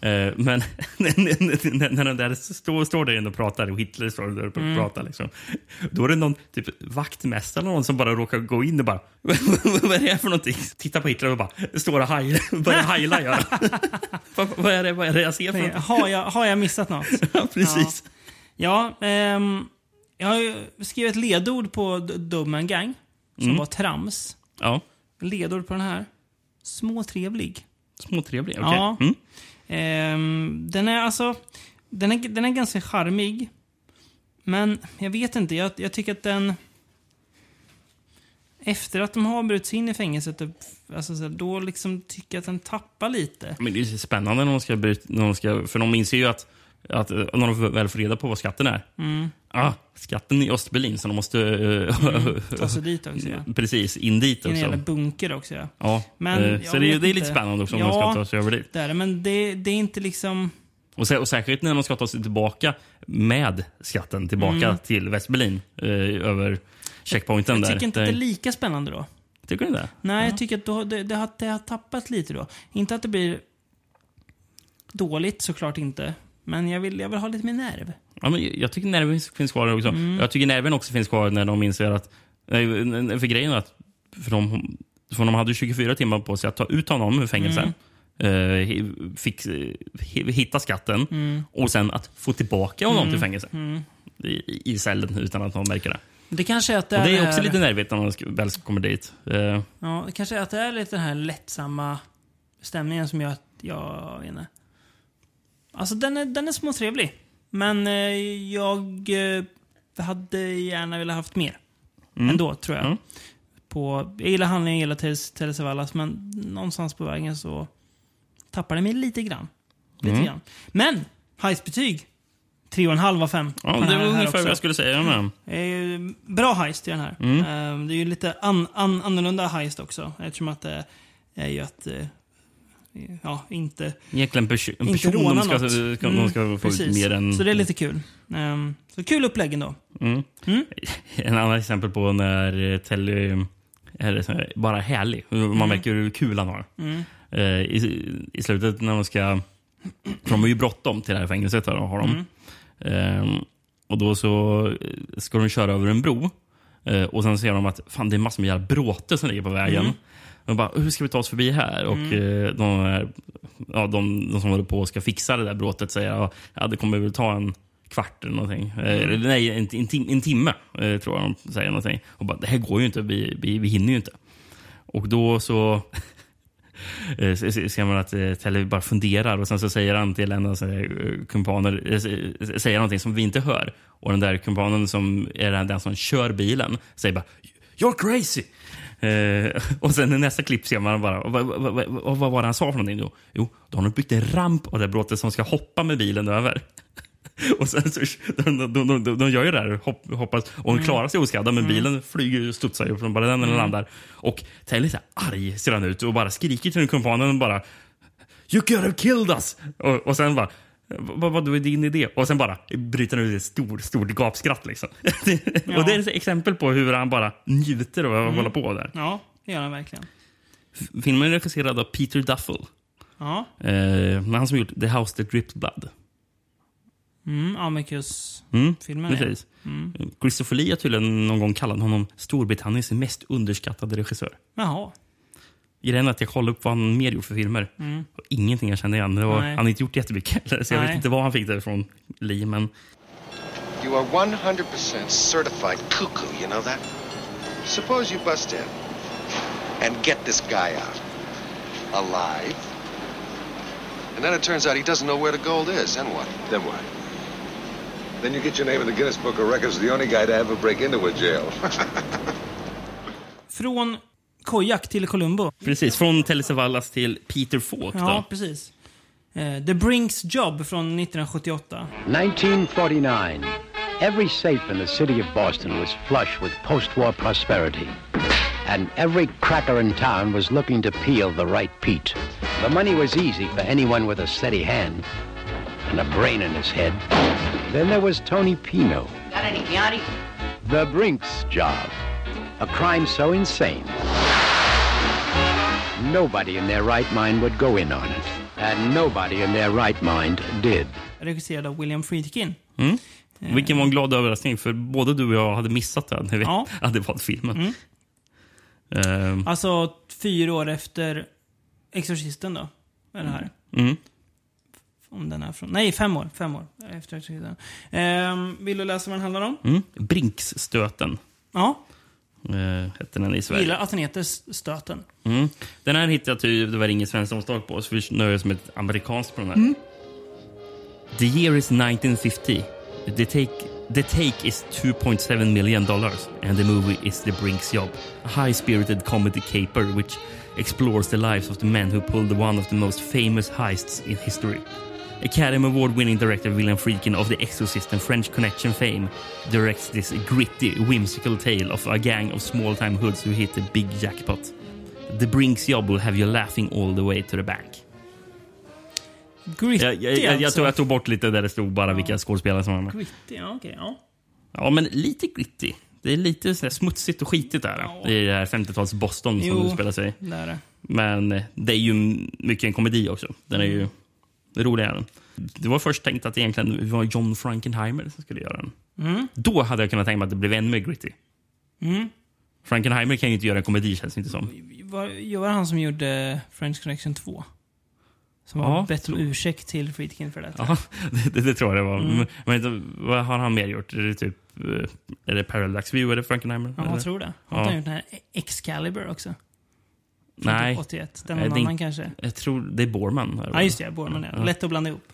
[SPEAKER 2] där. Eh, Men när- när den där står, står där inne och pratar och Hitler står där och
[SPEAKER 3] Mm.
[SPEAKER 2] pratar liksom. Då är det någon typ vaktmästare eller någon som bara råkar gå in och bara Vad är det här för någonting? Tittar på Hitler och bara står och hajlar. Börjar hajla gör han. vad, vad, är det, vad är det jag ser för
[SPEAKER 3] Nej,
[SPEAKER 2] någonting?
[SPEAKER 3] Har jag, har jag missat något?
[SPEAKER 2] Ja, precis.
[SPEAKER 3] Ja, ehm, jag har ju skrivit ett ledord på D- Dumman Gang, som
[SPEAKER 2] Mm.
[SPEAKER 3] var trams.
[SPEAKER 2] Ja.
[SPEAKER 3] Ledord på den här. Småtrevlig.
[SPEAKER 2] Småtrevlig. Okej.
[SPEAKER 3] Ja.
[SPEAKER 2] Mm.
[SPEAKER 3] Ehm, den är alltså... Den är, den är ganska charmig. Men jag vet inte, jag, jag tycker att den... Efter att de har brutit sig in i fängelset, och- alltså, så här, då liksom tycker jag att den tappar lite.
[SPEAKER 2] Men det är ju spännande när de ska bryta, när de ska, för de inser ju att, att eh, när de väl får reda på vad skatten är.
[SPEAKER 3] Mm.
[SPEAKER 2] Ah, skatten i Östberlin, så de måste... eh,
[SPEAKER 3] Mm, ta sig dit också, ja.
[SPEAKER 2] Precis, in dit
[SPEAKER 3] I en jävla
[SPEAKER 2] också.
[SPEAKER 3] bunker också. Ja.
[SPEAKER 2] Ja,
[SPEAKER 3] Men
[SPEAKER 2] eh,
[SPEAKER 3] jag
[SPEAKER 2] så det, är-
[SPEAKER 3] vet
[SPEAKER 2] det är lite
[SPEAKER 3] inte.
[SPEAKER 2] spännande också om
[SPEAKER 3] Ja.
[SPEAKER 2] de ska ta sig över dit.
[SPEAKER 3] Det är det, men det, det är inte liksom...
[SPEAKER 2] Och, sä- och särskilt när de ska ta sig tillbaka med skatten tillbaka
[SPEAKER 3] Mm.
[SPEAKER 2] till Västberlin eh, över checkpointen
[SPEAKER 3] Jag
[SPEAKER 2] där.
[SPEAKER 3] tycker inte att
[SPEAKER 2] Där-
[SPEAKER 3] det är lika spännande då.
[SPEAKER 2] Tycker du det?
[SPEAKER 3] Nej, jag tycker att då, det, det, har, det har tappat lite då. Inte att det blir dåligt, såklart inte. Men jag vill, jag vill ha lite mer nerv.
[SPEAKER 2] Ja, men jag- jag tycker nerven finns kvar också.
[SPEAKER 3] Mm.
[SPEAKER 2] Jag tycker nerven också finns kvar när de inser att... nej, För grejen är att för de, för de hade ju 24 timmar på sig att ta ut honom ur
[SPEAKER 3] Mm.
[SPEAKER 2] fängelset. eh, hi- fix, eh, hi- hitta skatten
[SPEAKER 3] Mm.
[SPEAKER 2] och sen att få tillbaka honom
[SPEAKER 3] Mm.
[SPEAKER 2] till fängelse.
[SPEAKER 3] Mm.
[SPEAKER 2] I, I cellen utan att någon märker det.
[SPEAKER 3] Det kanske är att det,
[SPEAKER 2] och det är
[SPEAKER 3] här-
[SPEAKER 2] också lite nervigt när man sk- väl kommer dit. Eh,
[SPEAKER 3] Ja, det kanske är att det är lite den här lättsamma stämningen som gör att jag... jag inte. Alltså den är, den är småtrevlig. Men eh, jag eh, hade gärna velat haft mer.
[SPEAKER 2] Mm.
[SPEAKER 3] Ändå, tror jag.
[SPEAKER 2] Mm.
[SPEAKER 3] På, jag gillar handlingen, jag gillar Teres- Teres Vallas, men någonstans på vägen så tappar det mig lite grann. Lite
[SPEAKER 2] Mm.
[SPEAKER 3] grann. Men! Heistbetyg! 3,5 av 5.
[SPEAKER 2] ja, det var ungefär vad jag skulle säga om den.
[SPEAKER 3] Eh, Bra heist i den här.
[SPEAKER 2] Mm.
[SPEAKER 3] Eh, Det är ju lite an, an, annorlunda heist också eftersom att det är ju att... eh, Ja, inte...
[SPEAKER 2] Egentligen en, pers- en
[SPEAKER 3] inte
[SPEAKER 2] person
[SPEAKER 3] råna
[SPEAKER 2] de ska,
[SPEAKER 3] något.
[SPEAKER 2] ska, ska,
[SPEAKER 3] Mm,
[SPEAKER 2] de ska få ut
[SPEAKER 3] precis.
[SPEAKER 2] mer än...
[SPEAKER 3] Så det är lite kul. Eh, Så kul upplägg ändå.
[SPEAKER 2] Mm. En annan exempel på när eh, Telly är det så här, bara härlig. Hur Man märker hur kul han har.
[SPEAKER 3] Mm.
[SPEAKER 2] Eh, I, I slutet när de ska För de har ju bråttom till det här fängelset. Här, har de. Ehm, och då så eh, ska de köra över en bro. Eh, och sen ser de att fan, det är massor med jävla bråte som ligger på vägen.
[SPEAKER 3] Mm.
[SPEAKER 2] De bara, hur ska vi ta oss förbi här? Och eh, de, här, ja, de, de som håller på och ska fixa det där bråtet säger ja, ja, det kommer väl ta en kvart eller någonting. Eh, eller nej, en, en, tim en timme eh, tror jag de säger någonting. Och bara, det här går ju inte, vi, vi, vi hinner ju inte. Och då så Eh, så- så ser man att eh, Telly bara funderar och sen så säger han till en av sina eh, kumpaner, eh, s- säger någonting som vi inte hör. Och den där kumpanen som är den, den som kör bilen säger bara “You're crazy!” eh, Och sen i nästa klipp ser man bara, vad, vad, vad, vad, vad var det han sa för någonting då? Jo, då har de byggt en ramp av det här bråtet som ska hoppa med bilen över. Och sen så, de, de, de, de, de gör ju det här, hopp, hoppas, och de
[SPEAKER 10] Mm.
[SPEAKER 2] klarar sig oskadda men
[SPEAKER 10] Mm.
[SPEAKER 2] bilen flyger ju och studsar ju från bara den när den
[SPEAKER 10] Mm.
[SPEAKER 2] landar. Och Telly är så här arg ser han ut och bara skriker till den kumpanen och bara You could have killed us! Och, och sen bara vad var är din idé? Och sen bara bryter han ut ett stort, stort gapskratt. Liksom.
[SPEAKER 3] Ja.
[SPEAKER 2] och det är ett exempel på hur han bara njuter av att
[SPEAKER 10] Mm.
[SPEAKER 2] hålla på där.
[SPEAKER 3] Ja, det gör han verkligen.
[SPEAKER 2] Filmen är regisserad av Peter Duffel.
[SPEAKER 3] Ja.
[SPEAKER 2] Eh, men han som gjort The House That Dripped Blood.
[SPEAKER 3] Mm, Amicus.
[SPEAKER 2] Mm,
[SPEAKER 3] Filmen, ja.
[SPEAKER 2] precis.
[SPEAKER 3] Mm.
[SPEAKER 2] Christopher Lee har tydligen någon gång kallat honom Storbritanniens mest underskattade regissör.
[SPEAKER 3] Jaha.
[SPEAKER 2] Grejen är att jag kollade upp vad han mer gjort för filmer.
[SPEAKER 3] Mm.
[SPEAKER 2] Och ingenting jag kände igen. Det var,
[SPEAKER 13] Nej.
[SPEAKER 2] han har inte gjort jättemycket heller, så jag
[SPEAKER 13] Nej.
[SPEAKER 2] vet inte vad han fick det från Lee. Men
[SPEAKER 13] You are 100% certified cuckoo, you know that? Suppose you bust in and get this guy out. Alive. And then it turns out he doesn't know where the gold is. Then what?
[SPEAKER 14] Then what? Then you get your name in the Guinness Book of Records, the only guy to ever break into a jail.
[SPEAKER 3] Från Kojak till Columbo.
[SPEAKER 2] precis, från Telly Savalas till Peter Falk.
[SPEAKER 3] Ja, precis. Eh, The Brinks Job från 1978.
[SPEAKER 15] 1949. Every safe in the city of Boston was flush with post war prosperity. And every cracker in town was looking to peel the right peat. The money was easy for anyone with a steady hand and a brain in his head. Then there was Tony Pino,
[SPEAKER 16] Got any Chianti?
[SPEAKER 15] the Brinks job. A crime so insane, nobody in their right mind would go in on it. And nobody in their right mind did.
[SPEAKER 3] Regisserad av William Friedkin.
[SPEAKER 2] Mm. Vilken var en glad överraskning, för både du och jag hade missat det när vi hade valt filmen.
[SPEAKER 3] Mm.
[SPEAKER 2] Ehm,
[SPEAKER 3] Alltså fyra år efter Exorcisten då. Är det här.
[SPEAKER 2] mm.
[SPEAKER 3] Om den är från... Nej, fem år. Fem år efter Exorcisten. Ehm, vill du läsa vad den handlar om?
[SPEAKER 2] Mm. Brinksstöten
[SPEAKER 3] Ja.
[SPEAKER 2] eh, hette den i Sverige.
[SPEAKER 3] Gillar att den heter Stöten.
[SPEAKER 2] Mm. Den här hittade jag till, det var ingen svensk omslag på, så vi nöjer oss med ett amerikanskt på den här.
[SPEAKER 3] Mm.
[SPEAKER 2] The year is 1950. The take, the take is 2.7 million dollars and the movie is The Brinks Job, a high-spirited comedy caper which explores the lives of the men who pulled one of the most famous heists in history. Academy Award-winning director William Friedkin of The Exorcist and French Connection fame directs this gritty, whimsical tale of a gang of small-time hoods who hit the big jackpot. The Brinks Job will have you laughing all the way to the bank.
[SPEAKER 3] Gritty
[SPEAKER 2] Jag, jag, jag, jag
[SPEAKER 3] alltså.
[SPEAKER 2] tror jag tog bort lite där det stod bara vilka skådespelare som var med.
[SPEAKER 3] Gritty, ja okej. ja.
[SPEAKER 2] Ja, men lite gritty. Det är lite sådär smutsigt och skitigt där. I det här 50-tals Boston som
[SPEAKER 3] Jo,
[SPEAKER 2] det spelar sig.
[SPEAKER 3] det är det.
[SPEAKER 2] Men eh, det är ju m- mycket en komedi också. Den är ju rolig. är den. Det var först tänkt att egentligen det var John Frankenheimer som skulle göra den.
[SPEAKER 3] Mm.
[SPEAKER 2] Då hade jag kunnat tänka mig att det blev ännu mer gritty.
[SPEAKER 3] Mm.
[SPEAKER 2] Frankenheimer kan ju inte göra en komedi känns det inte som.
[SPEAKER 3] Var, jag var han som gjorde French Connection 2. Som
[SPEAKER 2] Ja,
[SPEAKER 3] har bett om ursäkt till Friedkin för det.
[SPEAKER 2] Ja, det, det, det tror jag det var.
[SPEAKER 3] Mm.
[SPEAKER 2] Men, men vad har han mer gjort? Är det typ eh, är det Parallax View eller Frankenheimer?
[SPEAKER 3] Ja,
[SPEAKER 2] eller?
[SPEAKER 3] jag tror det. Har inte han gjort den här Excalibur också? Från typ
[SPEAKER 2] Nej.
[SPEAKER 3] 81. Den
[SPEAKER 2] Nej,
[SPEAKER 3] någon
[SPEAKER 2] det är
[SPEAKER 3] annan
[SPEAKER 2] inte-
[SPEAKER 3] kanske?
[SPEAKER 2] Jag tror det är Borman.
[SPEAKER 3] Ja, just det. Borman är Lätt att blanda ihop.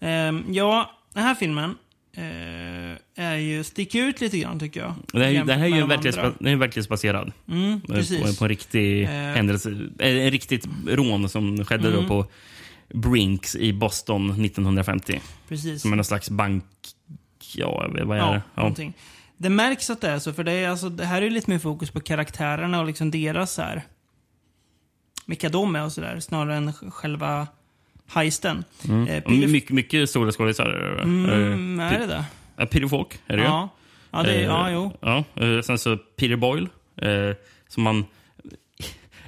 [SPEAKER 3] Ehm, ja, den här filmen eh, är ju, sticker ut lite grann tycker jag.
[SPEAKER 2] Den här, den här är ju
[SPEAKER 3] Jämfört med de andra.
[SPEAKER 2] verklighetsba- den är verklighetsbaserad.
[SPEAKER 3] Mm,
[SPEAKER 2] Eh, på,
[SPEAKER 3] precis.
[SPEAKER 2] på en riktig
[SPEAKER 3] Eh.
[SPEAKER 2] händelse. eh, En riktigt rån som skedde
[SPEAKER 3] Mm.
[SPEAKER 2] då på Brinks i Boston 1950.
[SPEAKER 3] Precis.
[SPEAKER 2] Som en slags bank... Ja, jag vet- vad är
[SPEAKER 3] Ja,
[SPEAKER 2] det?
[SPEAKER 3] någonting. Det märks att det är så, för det, är alltså, det här är ju lite mer fokus på karaktärerna och liksom deras så här, vilka de är och sådär, snarare än själva heisten.
[SPEAKER 2] Mm.
[SPEAKER 3] Eh,
[SPEAKER 2] My,
[SPEAKER 3] Peter-
[SPEAKER 2] mycket, mycket stora skådisar.
[SPEAKER 3] Mm,
[SPEAKER 2] Eh,
[SPEAKER 3] är
[SPEAKER 2] Pe-
[SPEAKER 3] det det?
[SPEAKER 2] Ja, Peter Falk är det ju.
[SPEAKER 3] Ja. Ja, det-
[SPEAKER 2] Eh,
[SPEAKER 3] ja, jo.
[SPEAKER 2] Ja. eh, Sen så Peter Boyle, eh, som man...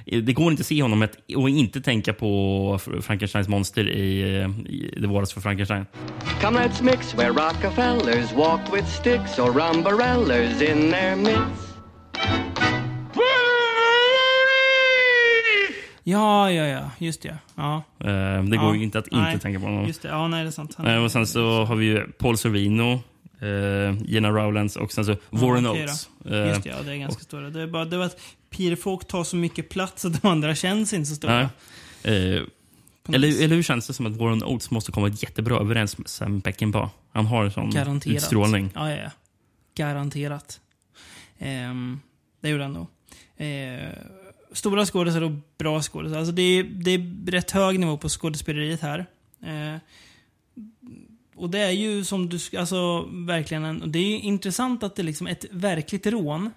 [SPEAKER 2] eh, det går inte att se honom ett- och inte tänka på Fr- Frankensteins monster i, eh, i Det våras för Frankenstein.
[SPEAKER 10] Come, let's mix where Rockefellers walk with sticks or rumbarellas in their midst.
[SPEAKER 3] Ja, ja, ja. Just det. Ja.
[SPEAKER 2] Eh, Det går
[SPEAKER 3] ja.
[SPEAKER 2] ju inte att
[SPEAKER 3] nej.
[SPEAKER 2] inte tänka på honom.
[SPEAKER 3] Just det. Ja, nej, det är sant. Han-
[SPEAKER 2] Eh, Och sen så har vi ju Paul Sorvino, eh, Gina Rowlands och sen så Warren
[SPEAKER 3] okej
[SPEAKER 2] Oates.
[SPEAKER 3] då.
[SPEAKER 2] Eh,
[SPEAKER 3] Just det, ja, det är ganska stora. Det är bara det var att Pirfolk tar så mycket plats att de andra känns inte så stora.
[SPEAKER 2] nej. Eh, eller, eller hur känns det som att Warren Oates måste komma jättebra överens med Sam Peckinpah? Han har en sån
[SPEAKER 3] Garanterat.
[SPEAKER 2] mm. utstrålning.
[SPEAKER 3] Ja, ja, ja. Garanterat. Ehm, det gjorde han nog. Ehm, stora skådisar och bra skådisar. Alltså det, är, det är rätt hög nivå på skådespeleriet här. Ehm, och det är ju som du, sk- alltså verkligen en, och det är ju intressant att det liksom, ett verkligt rån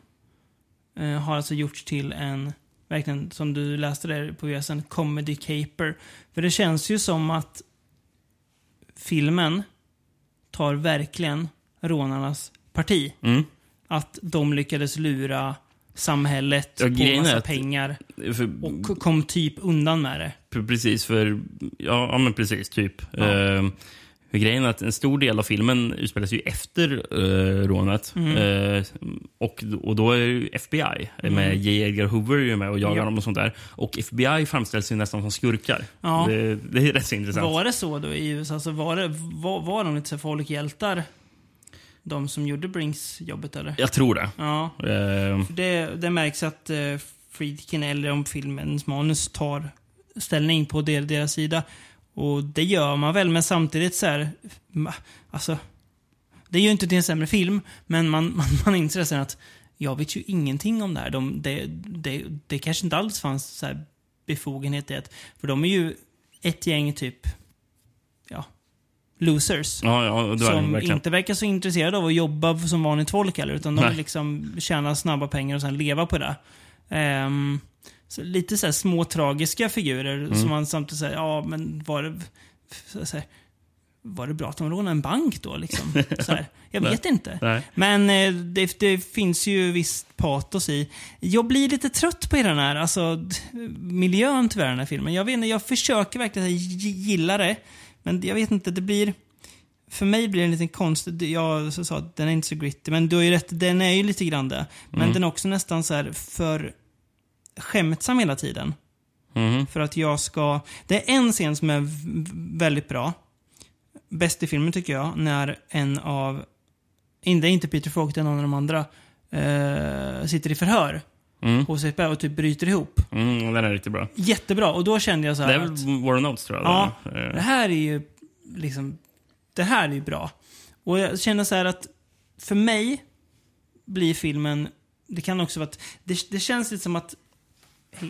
[SPEAKER 3] eh, har alltså gjorts till en, verkligen som du läste där på VSN, comedy caper. För det känns ju som att filmen tar verkligen rånarnas parti.
[SPEAKER 2] Mm.
[SPEAKER 3] Att de lyckades lura samhället
[SPEAKER 2] Ja,
[SPEAKER 3] på
[SPEAKER 2] grejen är
[SPEAKER 3] massa
[SPEAKER 2] att-
[SPEAKER 3] pengar
[SPEAKER 2] för-
[SPEAKER 3] och kom typ undan med det.
[SPEAKER 2] P- Precis, för... Ja, ja men precis. Typ. Ehm, för grejen är att en stor del av filmen utspelas ju efter eh, rånet.
[SPEAKER 3] Mm.
[SPEAKER 2] Eh, och, och då är ju FBI med
[SPEAKER 3] Mm.
[SPEAKER 2] J. Edgar Hoover är ju med och jagar
[SPEAKER 3] Ja.
[SPEAKER 2] dem och sånt där. Och FBI framställs ju nästan som skurkar.
[SPEAKER 3] Ja.
[SPEAKER 2] Det, det är rätt så intressant.
[SPEAKER 3] Var det så då i USA? Alltså var, det, var, var de lite så här folkhjältar? De som gjorde Brinks jobbet eller?
[SPEAKER 2] Jag tror det.
[SPEAKER 3] Ja.
[SPEAKER 2] Ehm,
[SPEAKER 3] För Det, det märks att eh, Friedkin, eller om filmens manus, tar ställning på der, deras sida. Och det gör man väl, men samtidigt så här... ma- Alltså, det är ju inte till en sämre film, men man, man, man inser sen att jag vet ju ingenting om det här. De, det, det, det kanske inte alls fanns så här befogenhet i att... För de är ju ett gäng typ... Ja, losers.
[SPEAKER 2] Ja, ja, det är det
[SPEAKER 3] som
[SPEAKER 2] verkligen.
[SPEAKER 3] inte verkar så intresserade av att jobba som vanligt folk heller. Utan de
[SPEAKER 2] Nej.
[SPEAKER 3] vill liksom tjäna snabba pengar och sen leva på det. Ehm, så lite så här små tragiska figurer
[SPEAKER 2] Mm.
[SPEAKER 3] som man samtidigt säger, ja men var det... Så så här, var det bra att de rånade en bank då? Liksom? Så här, jag vet
[SPEAKER 2] Nej.
[SPEAKER 3] inte.
[SPEAKER 2] Nej.
[SPEAKER 3] Men eh, det, det finns ju visst patos i. Jag blir lite trött på hela den här alltså, d- miljön tyvärr, i den här filmen. Jag, vet inte, jag försöker verkligen så här, g- gilla det, men jag vet inte, det blir... För mig blir det en liten konstig... Jag sa att den är inte så gritty, men du har ju rätt, den är ju lite grann det. Men
[SPEAKER 2] Mm.
[SPEAKER 3] den är också nästan så här för skämtsam hela tiden.
[SPEAKER 2] Mhm.
[SPEAKER 3] För att jag ska... Det är en scen som är v- väldigt bra. Bäst i filmen tycker jag, när en av... in- Det är inte Peter Falk, det är någon av de andra. eh, sitter i förhör
[SPEAKER 2] Mm.
[SPEAKER 3] hos FBI och typ bryter ihop.
[SPEAKER 2] mm, den är riktigt bra.
[SPEAKER 3] Jättebra, och då kände jag så
[SPEAKER 2] Det
[SPEAKER 3] här
[SPEAKER 2] är väl Warren Oates, tror jag.
[SPEAKER 3] Ja,
[SPEAKER 2] den är. Ehm,
[SPEAKER 3] det här är ju liksom, det här är ju bra. Och jag känner så här att för mig blir filmen, det kan också vara att, det, det känns lite som att eh,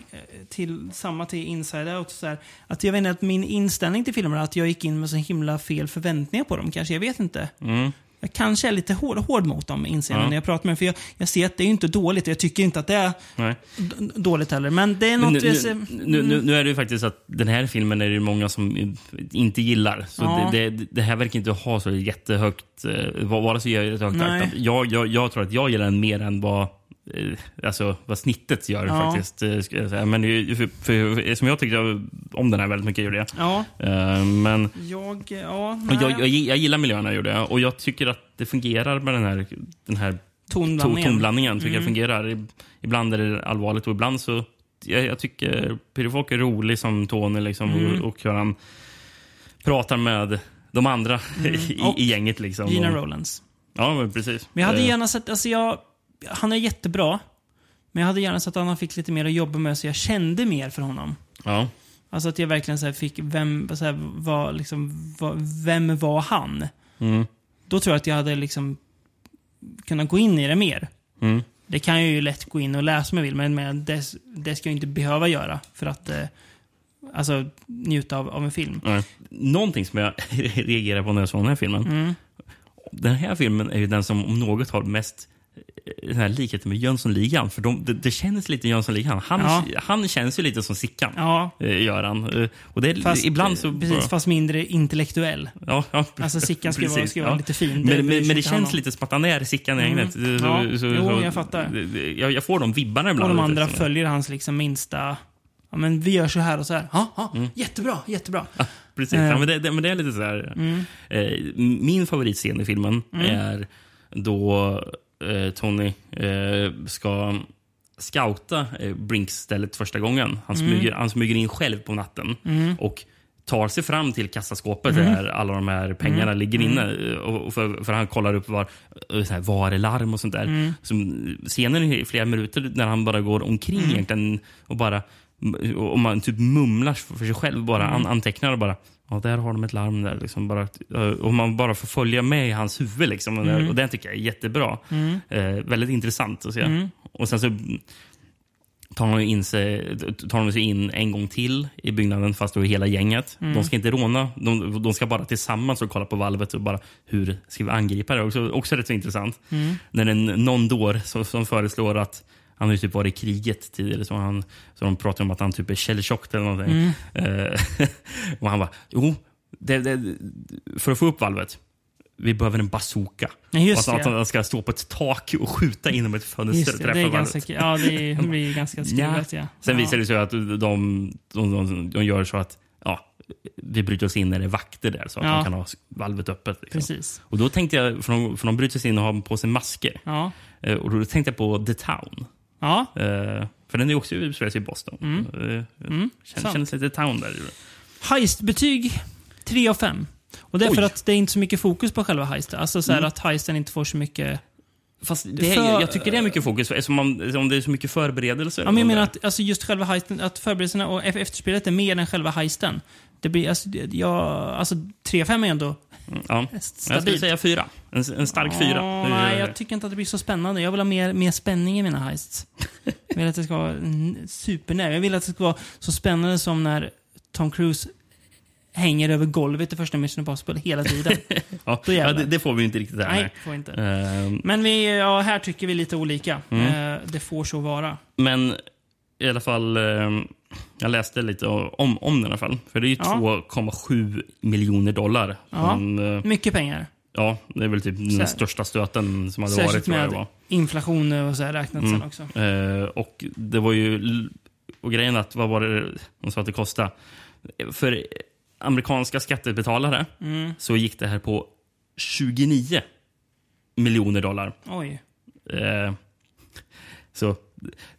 [SPEAKER 3] till, samma till Inside Out. Så här, att jag vet inte, att min inställning till filmerna, att jag gick in med så himla fel förväntningar på dem kanske, jag vet inte.
[SPEAKER 2] Mm.
[SPEAKER 3] Jag kanske är lite hård, hård mot dem, inser jag
[SPEAKER 2] Ja.
[SPEAKER 3] när jag pratar med dem. För jag, jag ser att det är ju inte dåligt, jag tycker inte att det är
[SPEAKER 2] Nej.
[SPEAKER 3] d- dåligt heller. Men det är
[SPEAKER 2] Men
[SPEAKER 3] något...
[SPEAKER 2] nu,
[SPEAKER 3] jag ser- Mm.
[SPEAKER 2] nu, nu, nu, nu är det ju faktiskt att den här filmen är det ju många som inte gillar. Så
[SPEAKER 3] Ja.
[SPEAKER 2] det, det, det här verkar inte ha så jättehögt, eh, va- vare sig jag är ett högt
[SPEAKER 3] Nej.
[SPEAKER 2] aktat. jag, jag, jag tror att jag gillar den mer än vad, eh, alltså, vad snittet gör
[SPEAKER 3] Ja.
[SPEAKER 2] faktiskt. eh, ska jag säga. Men det är ju- för, för, för, som jag tyckte om den här väldigt mycket, gjorde jag.
[SPEAKER 3] Ja.
[SPEAKER 2] Eh, men
[SPEAKER 3] Jag, ja,
[SPEAKER 2] och
[SPEAKER 3] nej.
[SPEAKER 2] jag, jag, jag gillar miljöerna, gjorde jag. Och jag tycker att det fungerar med den här, den här
[SPEAKER 3] Tonblandningen.
[SPEAKER 2] to- tonblandningen tycker jag
[SPEAKER 3] Mm.
[SPEAKER 2] fungerar. I- Ibland är det allvarligt och ibland så... Jag, jag tycker Peter Falk är rolig som Tony liksom,
[SPEAKER 3] Mm.
[SPEAKER 2] och, och hur han pratar med de andra i,
[SPEAKER 3] Mm. Och
[SPEAKER 2] i gänget. Liksom.
[SPEAKER 3] Gina
[SPEAKER 2] Och-
[SPEAKER 3] Rowlands.
[SPEAKER 2] Ja, men precis.
[SPEAKER 3] Men jag hade
[SPEAKER 2] Eh,
[SPEAKER 3] gärna sett, alltså jag, han är jättebra. Men jag hade gärna sett att han fick lite mer att jobba med så jag kände mer för honom.
[SPEAKER 2] Ja.
[SPEAKER 3] Alltså att jag verkligen så här fick, vem, så här, var, liksom, var, vem var han?
[SPEAKER 2] Mm.
[SPEAKER 3] Då tror jag att jag hade liksom kunnat gå in i det mer.
[SPEAKER 2] Mm.
[SPEAKER 3] Det kan jag ju lätt gå in och läsa om jag vill, men- men det, det ska jag inte behöva göra för att eh, alltså, njuta av, av en film.
[SPEAKER 2] Nej. Någonting som jag reagerar på när jag såg den här filmen.
[SPEAKER 3] Mm.
[SPEAKER 2] Den här filmen är ju den som om något har mest eh, den här likheten med Jönssonligan. För de, det, det känns lite Jönssonligan. Han,
[SPEAKER 3] Ja.
[SPEAKER 2] han känns ju lite som Sickan,
[SPEAKER 3] Ja.
[SPEAKER 2] eh, gör han. Eh, Och det är,
[SPEAKER 3] Fast,
[SPEAKER 2] ibland så...
[SPEAKER 3] Precis, fast mindre intellektuell.
[SPEAKER 2] Ja, ja,
[SPEAKER 3] Alltså, Sickan ska ju vara-
[SPEAKER 2] precis,
[SPEAKER 3] ska ju vara lite fin. Det
[SPEAKER 2] Men det,
[SPEAKER 3] bryr sig
[SPEAKER 2] men, men det
[SPEAKER 3] inte
[SPEAKER 2] känns
[SPEAKER 3] honom.
[SPEAKER 2] lite som att han är Sickan i
[SPEAKER 3] Mm.
[SPEAKER 2] ägnet.
[SPEAKER 3] Ja. Jo, jag fattar.
[SPEAKER 2] Jag, jag får de vibbarna
[SPEAKER 3] Och
[SPEAKER 2] ibland.
[SPEAKER 3] de
[SPEAKER 2] lite
[SPEAKER 3] andra
[SPEAKER 2] som-
[SPEAKER 3] följer hans liksom minsta Ja, men vi gör så här och så här. Ja, ja, Jättebra, jättebra.
[SPEAKER 2] Precis,
[SPEAKER 3] Eh.
[SPEAKER 2] Mm. ja, men, det, det, men det är lite sådär.
[SPEAKER 3] Mm.
[SPEAKER 2] Eh, min favoritscen i filmen
[SPEAKER 3] Mm.
[SPEAKER 2] är då eh, Tony eh, ska scouta eh, Brinks-stället första gången. Han,
[SPEAKER 16] Mm.
[SPEAKER 2] smyger, han smyger in själv på natten
[SPEAKER 16] Mm.
[SPEAKER 2] och tar sig fram till kassaskåpet
[SPEAKER 16] Mm.
[SPEAKER 2] där alla de här pengarna
[SPEAKER 16] Mm.
[SPEAKER 2] ligger
[SPEAKER 16] Mm.
[SPEAKER 2] inne. eh, Och, och för, för han kollar upp var, eh, så här, var är larm och sånt där.
[SPEAKER 16] Mm.
[SPEAKER 2] Som scenen i flera minuter när han bara går omkring
[SPEAKER 16] Mm.
[SPEAKER 2] egentligen och bara och och man typ mumlar för sig själv bara,
[SPEAKER 16] Mm.
[SPEAKER 2] an, antecknar och bara Ja, där har de ett larm där. Liksom bara, eh, och man bara får följa med i hans huvud. Liksom, och,
[SPEAKER 16] Mm.
[SPEAKER 2] och den tycker jag är jättebra.
[SPEAKER 16] Mm.
[SPEAKER 2] Eh, väldigt intressant att se.
[SPEAKER 16] Mm.
[SPEAKER 2] Och sen så tar de, in sig, tar de sig in en gång till i byggnaden fast då är hela gänget.
[SPEAKER 16] Mm.
[SPEAKER 2] De ska inte råna, de, de ska bara tillsammans och kolla på valvet och bara hur ska vi angripa det? Också, också rätt så intressant.
[SPEAKER 16] Mm.
[SPEAKER 2] När en, någon dår som, som föreslår att han har ju typ varit i kriget tidigare, så, han, så de pratar om att han typ är källtjockt eller någonting.
[SPEAKER 3] Mm.
[SPEAKER 2] Eh, och han bara, jo, det, det, för att få upp valvet, vi behöver en bazooka.
[SPEAKER 3] Ja, just
[SPEAKER 2] och att, han-
[SPEAKER 3] det.
[SPEAKER 2] att han ska stå på ett tak och skjuta inom ett fönster
[SPEAKER 3] Just
[SPEAKER 2] och
[SPEAKER 3] det,
[SPEAKER 2] träffa
[SPEAKER 3] det är
[SPEAKER 2] valvet.
[SPEAKER 3] ganska, ja, det är- blir ganska skruvat. Ja.
[SPEAKER 2] Sen
[SPEAKER 3] ja.
[SPEAKER 2] visar det sig att de, de, de, de gör så att ja, vi bryter oss in när det är vakter där så att
[SPEAKER 3] Ja.
[SPEAKER 2] de kan ha valvet öppet. Liksom.
[SPEAKER 3] Precis.
[SPEAKER 2] Och då tänkte jag, för de, för de bryter sig in och har på sig masker.
[SPEAKER 3] Ja.
[SPEAKER 2] Eh, Och då tänkte jag på The Town.
[SPEAKER 3] Ja.
[SPEAKER 2] Eh, för den är ju också utspelas i Boston.
[SPEAKER 3] Mm.
[SPEAKER 2] Eh,
[SPEAKER 3] Mm,
[SPEAKER 2] Känns,
[SPEAKER 3] sant.
[SPEAKER 2] känns lite Town där.
[SPEAKER 3] Heistbetyg 3 av 5. Och det är för
[SPEAKER 2] Oj.
[SPEAKER 3] att det är inte så mycket fokus på själva heisten. Alltså så här
[SPEAKER 2] Mm.
[SPEAKER 3] att heisten inte får så mycket...
[SPEAKER 2] Fast Det, jag, jag tycker det är mycket fokus, eftersom man, om det är så mycket förberedelser.
[SPEAKER 3] Ja, men jag menar att alltså just själva heisten, att förberedelserna och eff- efterspelet är mer än själva heisten. Det blir, alltså, det, jag, alltså 3 av 5 är ändå
[SPEAKER 2] ja. Jag skulle
[SPEAKER 3] stabilt.
[SPEAKER 2] säga fyra. En, en stark fyra.
[SPEAKER 3] Åh, nej, jag tycker inte att det blir så spännande. Jag vill ha mer, mer spänning i mina heists. Jag vill att det ska vara n- supernära. Jag vill att det ska vara så spännande som när Tom Cruise hänger över golvet i första Mission Impossible hela tiden.
[SPEAKER 2] ja,
[SPEAKER 3] Då jävlar.
[SPEAKER 2] ja, det, det får vi ju inte riktigt här.
[SPEAKER 3] Nej, får inte.
[SPEAKER 2] Ehm,
[SPEAKER 3] Men vi, ja, här tycker vi lite olika.
[SPEAKER 2] Mm.
[SPEAKER 3] Eh, Det får så vara.
[SPEAKER 2] Men i alla fall, eh, jag läste lite om, om den i alla fall. För det är ju
[SPEAKER 3] Ja.
[SPEAKER 2] 2,7 miljoner dollar.
[SPEAKER 3] Ja.
[SPEAKER 2] som, eh,
[SPEAKER 3] Mycket pengar.
[SPEAKER 2] ja, det är väl typ den
[SPEAKER 3] Sär-
[SPEAKER 2] största stöten som hade varit.
[SPEAKER 3] Särskilt
[SPEAKER 2] tror jag det
[SPEAKER 3] med
[SPEAKER 2] var.
[SPEAKER 3] inflation och så här räknat sen också.
[SPEAKER 2] Eh, och det var ju... l- Och grejen att, vad var det de sa att det kostade? För amerikanska skattebetalare
[SPEAKER 3] Mm.
[SPEAKER 2] så gick det här på 29 miljoner dollar.
[SPEAKER 3] Oj.
[SPEAKER 2] Eh, så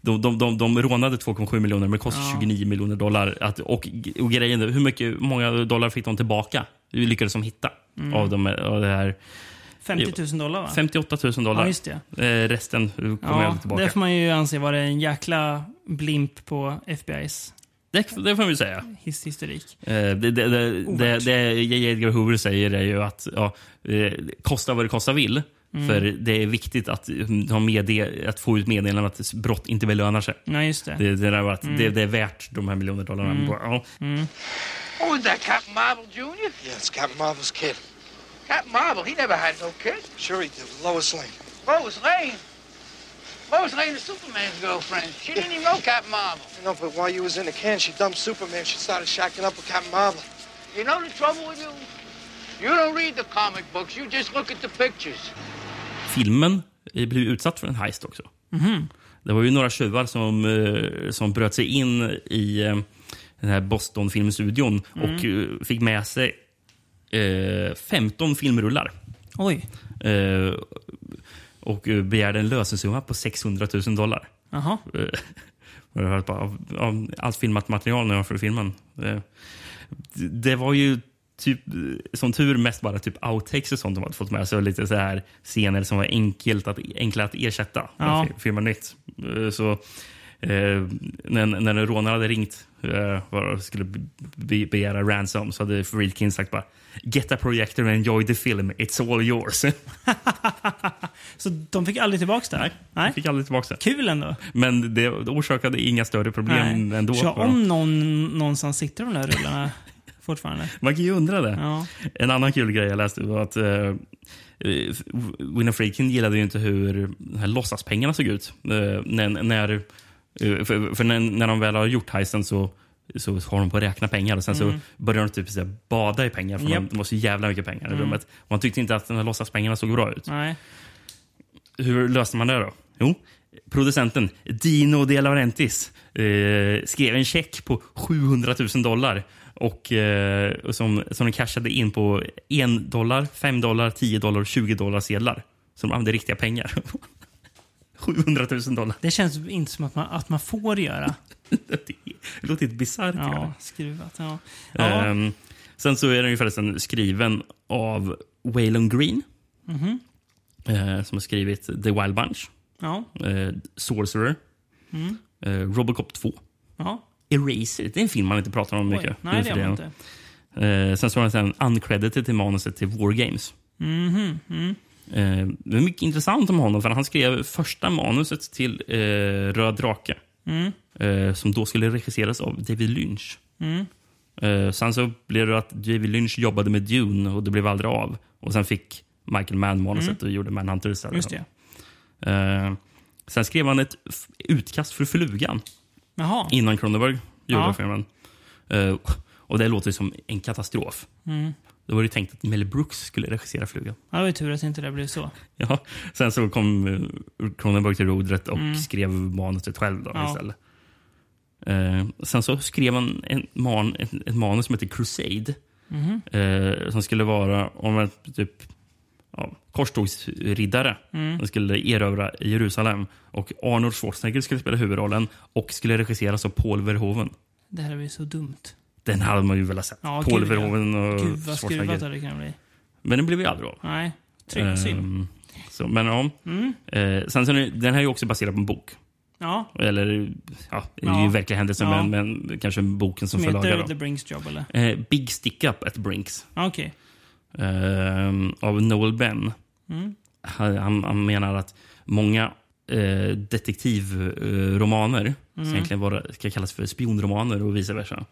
[SPEAKER 2] de, de, de, de rånade 2,7 miljoner, men det kostade
[SPEAKER 16] Ja.
[SPEAKER 2] 29 miljoner dollar. Att, och, och grejen är, hur mycket, hur många dollar fick de tillbaka? Vi lyckades de hitta
[SPEAKER 3] Mm.
[SPEAKER 2] av, de, av det här?
[SPEAKER 3] 50 000 dollar, va?
[SPEAKER 2] 58 000 dollar.
[SPEAKER 3] Ja, just det.
[SPEAKER 2] Eh, resten kommer
[SPEAKER 3] Ja,
[SPEAKER 2] aldrig tillbaka.
[SPEAKER 3] det får man ju anse vara en jäkla blimp på FBI's
[SPEAKER 2] Det, det får man ju säga.
[SPEAKER 3] his historik.
[SPEAKER 2] Eh, Det, det, det, det,
[SPEAKER 3] Ovärt.
[SPEAKER 2] det J. Edgar Hoover säger är ju att ja, eh, kosta vad det kosta vill.
[SPEAKER 3] Mm.
[SPEAKER 2] För det är viktigt att, mm, ha medde- att få ut meddelandet att brott inte belönar sig.
[SPEAKER 3] Nej, just det.
[SPEAKER 2] Det, det, där var att
[SPEAKER 3] Mm.
[SPEAKER 2] det, det är värt de här miljoner dollarna.
[SPEAKER 3] Mm.
[SPEAKER 2] Ja.
[SPEAKER 3] Mm.
[SPEAKER 17] Who is that, Captain Marvel Jr.?
[SPEAKER 13] Yeah, it's Captain Marvel's kid.
[SPEAKER 17] Captain Marvel, he never had no kid.
[SPEAKER 13] Sure he did. Lois Lane.
[SPEAKER 17] Lois Lane. Lois Lane is Superman's girlfriend. She didn't even know Captain Marvel.
[SPEAKER 13] You know, but while you was in the can, she dumped Superman. She started shacking up with Captain Marvel.
[SPEAKER 17] You know the trouble with you? You don't read the comic books, you just look at the pictures.
[SPEAKER 2] Filmen eh, blev utsatt för en heist också.
[SPEAKER 17] Mhm.
[SPEAKER 2] Det var ju några tjuvar som, eh, som bröt sig in i eh, den här Boston-filmstudion
[SPEAKER 16] Mm.
[SPEAKER 2] och eh, fick med sig eh, 15 filmrullar.
[SPEAKER 3] Oj.
[SPEAKER 2] Eh, och eh, begärde en lösensumma på 600 000 dollar.
[SPEAKER 3] Jaha.
[SPEAKER 2] Eh, och jag hörde bara, av- av allt filmat material när jag för filmen. Eh, d- Det var ju typ, eh, som tur mest bara typ outtakes och sånt de hade fått med sig. Och lite så här scener som var enkelt att, enkla att ersätta.
[SPEAKER 16] Ja.
[SPEAKER 2] Fi- Filma nytt. Eh, Så, eh, när, när rånaren hade ringt eh, var- skulle be- be, begära ransom så hade Friedkin sagt bara “Get a projector and enjoy the film, it's all yours”.
[SPEAKER 3] Så de fick aldrig tillbaka det? Nej,
[SPEAKER 2] de fick aldrig tillbaka det.
[SPEAKER 3] Kul ändå.
[SPEAKER 2] Men det orsakade inga större problem
[SPEAKER 3] Nej.
[SPEAKER 2] ändå.
[SPEAKER 3] Så om någon någonstans sitter de där rullarna fortfarande.
[SPEAKER 2] Man kan ju undra det. En annan kul grej jag läste var att uh, Winner Friedkin gillade ju inte hur de här låtsaspengarna såg ut. Eh, när, när, eh, för för när, när de väl har gjort heisten så så har de på att räkna pengar och sen
[SPEAKER 16] Mm.
[SPEAKER 2] så börjar de typ så här bada i pengar för
[SPEAKER 16] Japp.
[SPEAKER 2] de, de har så jävla mycket pengar i
[SPEAKER 16] Mm.
[SPEAKER 2] rummet. Och man tyckte inte att de här låtsaspengarna såg bra ut.
[SPEAKER 3] Nej.
[SPEAKER 2] Hur löste man det då? Jo, producenten Dino De Laurentiis eh, skrev en check på 700 000 dollar och, eh, och som, som de cashade in på 1 dollar, 5 dollar, 10 dollar och 20 dollar sedlar. Så de använde riktiga pengar. 700 000 dollar.
[SPEAKER 3] Det känns inte som att man, att man får göra.
[SPEAKER 2] Det låter lite bisarrt.
[SPEAKER 3] Ja,
[SPEAKER 2] gör
[SPEAKER 3] skruvat. Ja.
[SPEAKER 2] det.
[SPEAKER 3] Ja.
[SPEAKER 2] Ehm, sen så är den ju förresten skriven av Waylon Green
[SPEAKER 3] Mhm.
[SPEAKER 2] eh, som har skrivit The Wild Bunch,
[SPEAKER 3] Ja.
[SPEAKER 2] eh, Sorcerer,
[SPEAKER 3] Mm.
[SPEAKER 2] eh, Robocop 2,
[SPEAKER 3] Ja.
[SPEAKER 2] Eraser. Det är en film man inte pratar om
[SPEAKER 3] Oj,
[SPEAKER 2] mycket.
[SPEAKER 3] nej,
[SPEAKER 2] nu
[SPEAKER 3] det
[SPEAKER 2] för
[SPEAKER 3] gör man
[SPEAKER 2] tiden. Eh, sen så har han sen uncredited till manuset till War Games.
[SPEAKER 3] Mhm, mm.
[SPEAKER 2] Eh, det är mycket intressant om honom, för han skrev första manuset till eh, Röd drake.
[SPEAKER 3] Mm.
[SPEAKER 2] Eh, som då skulle regisseras av David Lynch.
[SPEAKER 3] Mm.
[SPEAKER 2] Eh, sen så blev det att David Lynch jobbade med Dune och det blev aldrig av. Och sen fick Michael Mann manuset och gjorde Manhunter istället.
[SPEAKER 3] Mm. Just det.
[SPEAKER 2] Eh, sen skrev han ett f- utkast för Flugan
[SPEAKER 3] Jaha.
[SPEAKER 2] innan Cronenberg gjorde
[SPEAKER 3] Ja.
[SPEAKER 2] filmen. Eh, och det låter ju som en katastrof.
[SPEAKER 3] Mm.
[SPEAKER 2] Då var det ju tänkt att Mel Brooks skulle regissera Flugan.
[SPEAKER 3] Ja, det var ju tur att inte det blev så.
[SPEAKER 2] Ja. Sen så kom eh, Cronenberg till rodret och
[SPEAKER 3] Mm.
[SPEAKER 2] skrev manuset själv då,
[SPEAKER 3] Ja.
[SPEAKER 2] istället. Eh, sen så skrev han en man, ett, ett manus som heter Crusade.
[SPEAKER 3] Mhm.
[SPEAKER 2] Eh, som skulle vara om en typ, ja, korstågsriddare.
[SPEAKER 3] Mm.
[SPEAKER 2] som skulle erövra Jerusalem. Och Arnold Schwarzenegger skulle spela huvudrollen och skulle regisseras av Paul Verhoeven.
[SPEAKER 3] Det här blir så dumt.
[SPEAKER 2] Den hade man ju velat sett.
[SPEAKER 3] Ja,
[SPEAKER 2] Paul
[SPEAKER 3] gud, ja.
[SPEAKER 2] Verhoeven och
[SPEAKER 3] Gud vad skruvat
[SPEAKER 2] Schwarzenegger.
[SPEAKER 3] det kan bli.
[SPEAKER 2] Men den blev ju aldrig av.
[SPEAKER 3] Nej, tr- synd.
[SPEAKER 2] Ehm, så, men ja.
[SPEAKER 3] Mm.
[SPEAKER 2] Eh, sen så är det- den här är ju också baserad på en bok.
[SPEAKER 3] Ja.
[SPEAKER 2] Eller, ja, det är ju
[SPEAKER 3] Ja.
[SPEAKER 2] verkliga händelser,
[SPEAKER 3] Ja.
[SPEAKER 2] men, men kanske boken som,
[SPEAKER 3] Som
[SPEAKER 2] som
[SPEAKER 3] heter
[SPEAKER 2] förlagar.
[SPEAKER 3] The Brinks Job, eller?
[SPEAKER 2] Eh, Big Stick Up at Brinks.
[SPEAKER 3] Ja, Okej.
[SPEAKER 2] Ehm, av Noel Benn.
[SPEAKER 3] Mm.
[SPEAKER 2] Han, han- han menar att många eh, detektivromaner eh,
[SPEAKER 3] Mm.
[SPEAKER 2] som egentligen vara, ska kallas för spionromaner och vice versa.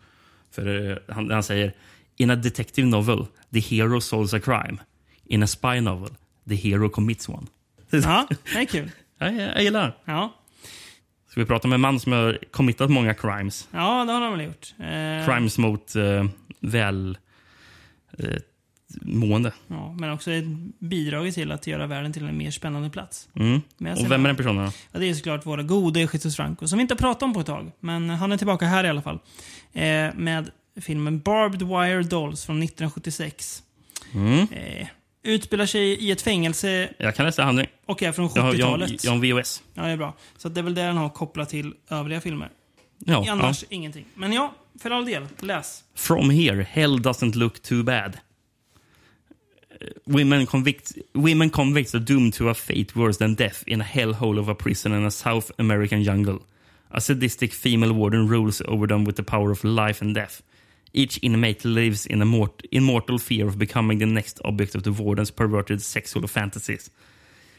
[SPEAKER 2] För eh, han, han säger In a detective novel, the hero solves a crime. In a spy novel, the hero commits one.
[SPEAKER 3] Ja, det är kul.
[SPEAKER 2] Jag, jag gillar
[SPEAKER 3] Ja.
[SPEAKER 2] Ska vi prata om en man som har committat många crimes?
[SPEAKER 3] ja, det har de väl gjort. Eh,
[SPEAKER 2] Crimes mot eh, väl... Eh, mående.
[SPEAKER 3] Ja, men också ett- bidragit till att göra världen till en mer spännande plats.
[SPEAKER 2] Mm.
[SPEAKER 3] Men jag ser
[SPEAKER 2] Och vem är den
[SPEAKER 3] fram-
[SPEAKER 2] personen? då?
[SPEAKER 3] Ja, det är såklart våra gode Jesus Franco, som vi inte har pratat om på ett tag. Men han är tillbaka här i alla fall. Eh, med filmen Barbed Wire Dolls från 1976.
[SPEAKER 2] Mm.
[SPEAKER 3] Eh, utspelar sig i ett fängelse
[SPEAKER 2] Jag kan läsa handling.
[SPEAKER 3] och är från
[SPEAKER 2] Jag har- jag har-
[SPEAKER 3] 70-talet.
[SPEAKER 2] Jag har en VHS.
[SPEAKER 3] Ja, det är bra. Så att det är väl det han har kopplat till övriga filmer.
[SPEAKER 2] Ja,
[SPEAKER 3] Annars
[SPEAKER 2] ja.
[SPEAKER 3] ingenting. Men ja, för all del. Läs.
[SPEAKER 2] From here, hell doesn't look too bad. Eh, Women, convict, women convicts are doomed to a fate worse than death in a hellhole of a prison in a South American jungle. A sadistic female warden rules over them with the power of life and death. Each inmate lives in a mort- immortal fear of becoming the next object of the warden's perverted sexual fantasies.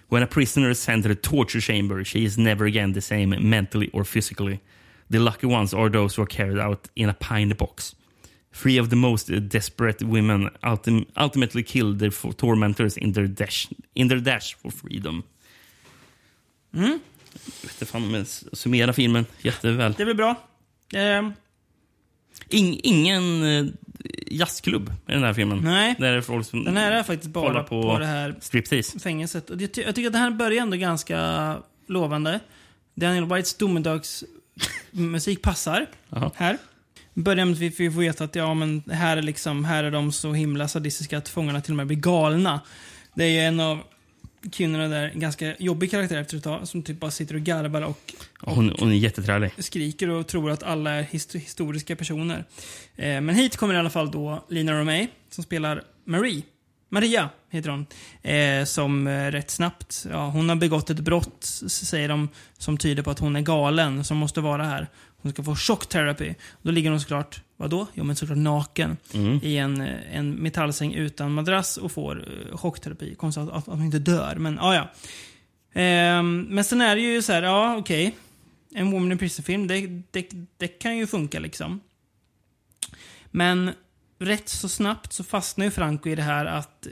[SPEAKER 2] When a prisoner is sent to the torture chamber, she is never again the same mentally or physically. The lucky ones are those who are carried out in a pine box. Three of the most uh, desperate women ultim- ultimately kill their f- tormentors in their, dash, in their dash for freedom.
[SPEAKER 3] Mm.
[SPEAKER 2] Jag vet inte fan om jag s- summerar filmen jätteväl.
[SPEAKER 3] Det blir bra. Ehm,
[SPEAKER 2] In, ingen eh, jazzklubb i den här filmen.
[SPEAKER 3] Nej.
[SPEAKER 2] Där är folk som
[SPEAKER 3] Den här är faktiskt bara
[SPEAKER 2] kollar
[SPEAKER 3] på det här-
[SPEAKER 2] striptease.
[SPEAKER 3] fängelset. Och det, jag tycker att det här börjar ändå ganska lovande. Daniel Whites domedagsmusik passar
[SPEAKER 2] Jaha.
[SPEAKER 3] här. Börjar med att vi vi får veta att ja, men här, är liksom, här är de så himla sadistiska att fångarna till och med blir galna. Det är ju en av kvinnorna där, en ganska jobbig karaktär efter ett tag, som typ bara sitter och garvar och
[SPEAKER 2] Hon, hon är jätteträlig.
[SPEAKER 3] skriker och tror att alla är hist- historiska personer. Eh, men hit kommer i alla fall då Lina Romay som spelar Marie. Maria heter hon. Eh, som eh, rätt snabbt, ja, hon har begått ett brott s- säger de som tyder på att hon är galen som måste vara här. Hon ska få chockterapi. Då ligger hon såklart, vadå? Jo men såklart naken
[SPEAKER 2] Mm.
[SPEAKER 3] i en, eh, en metallsäng utan madrass och får eh, chockterapi. Konstigt att, att, att hon inte dör, men ah, ja. Ehm, men sen är det ju så här, ja okej. En Woman in Prison-film, det, det, det kan ju funka liksom. Men rätt så snabbt så fastnar ju Franco i det här att eh,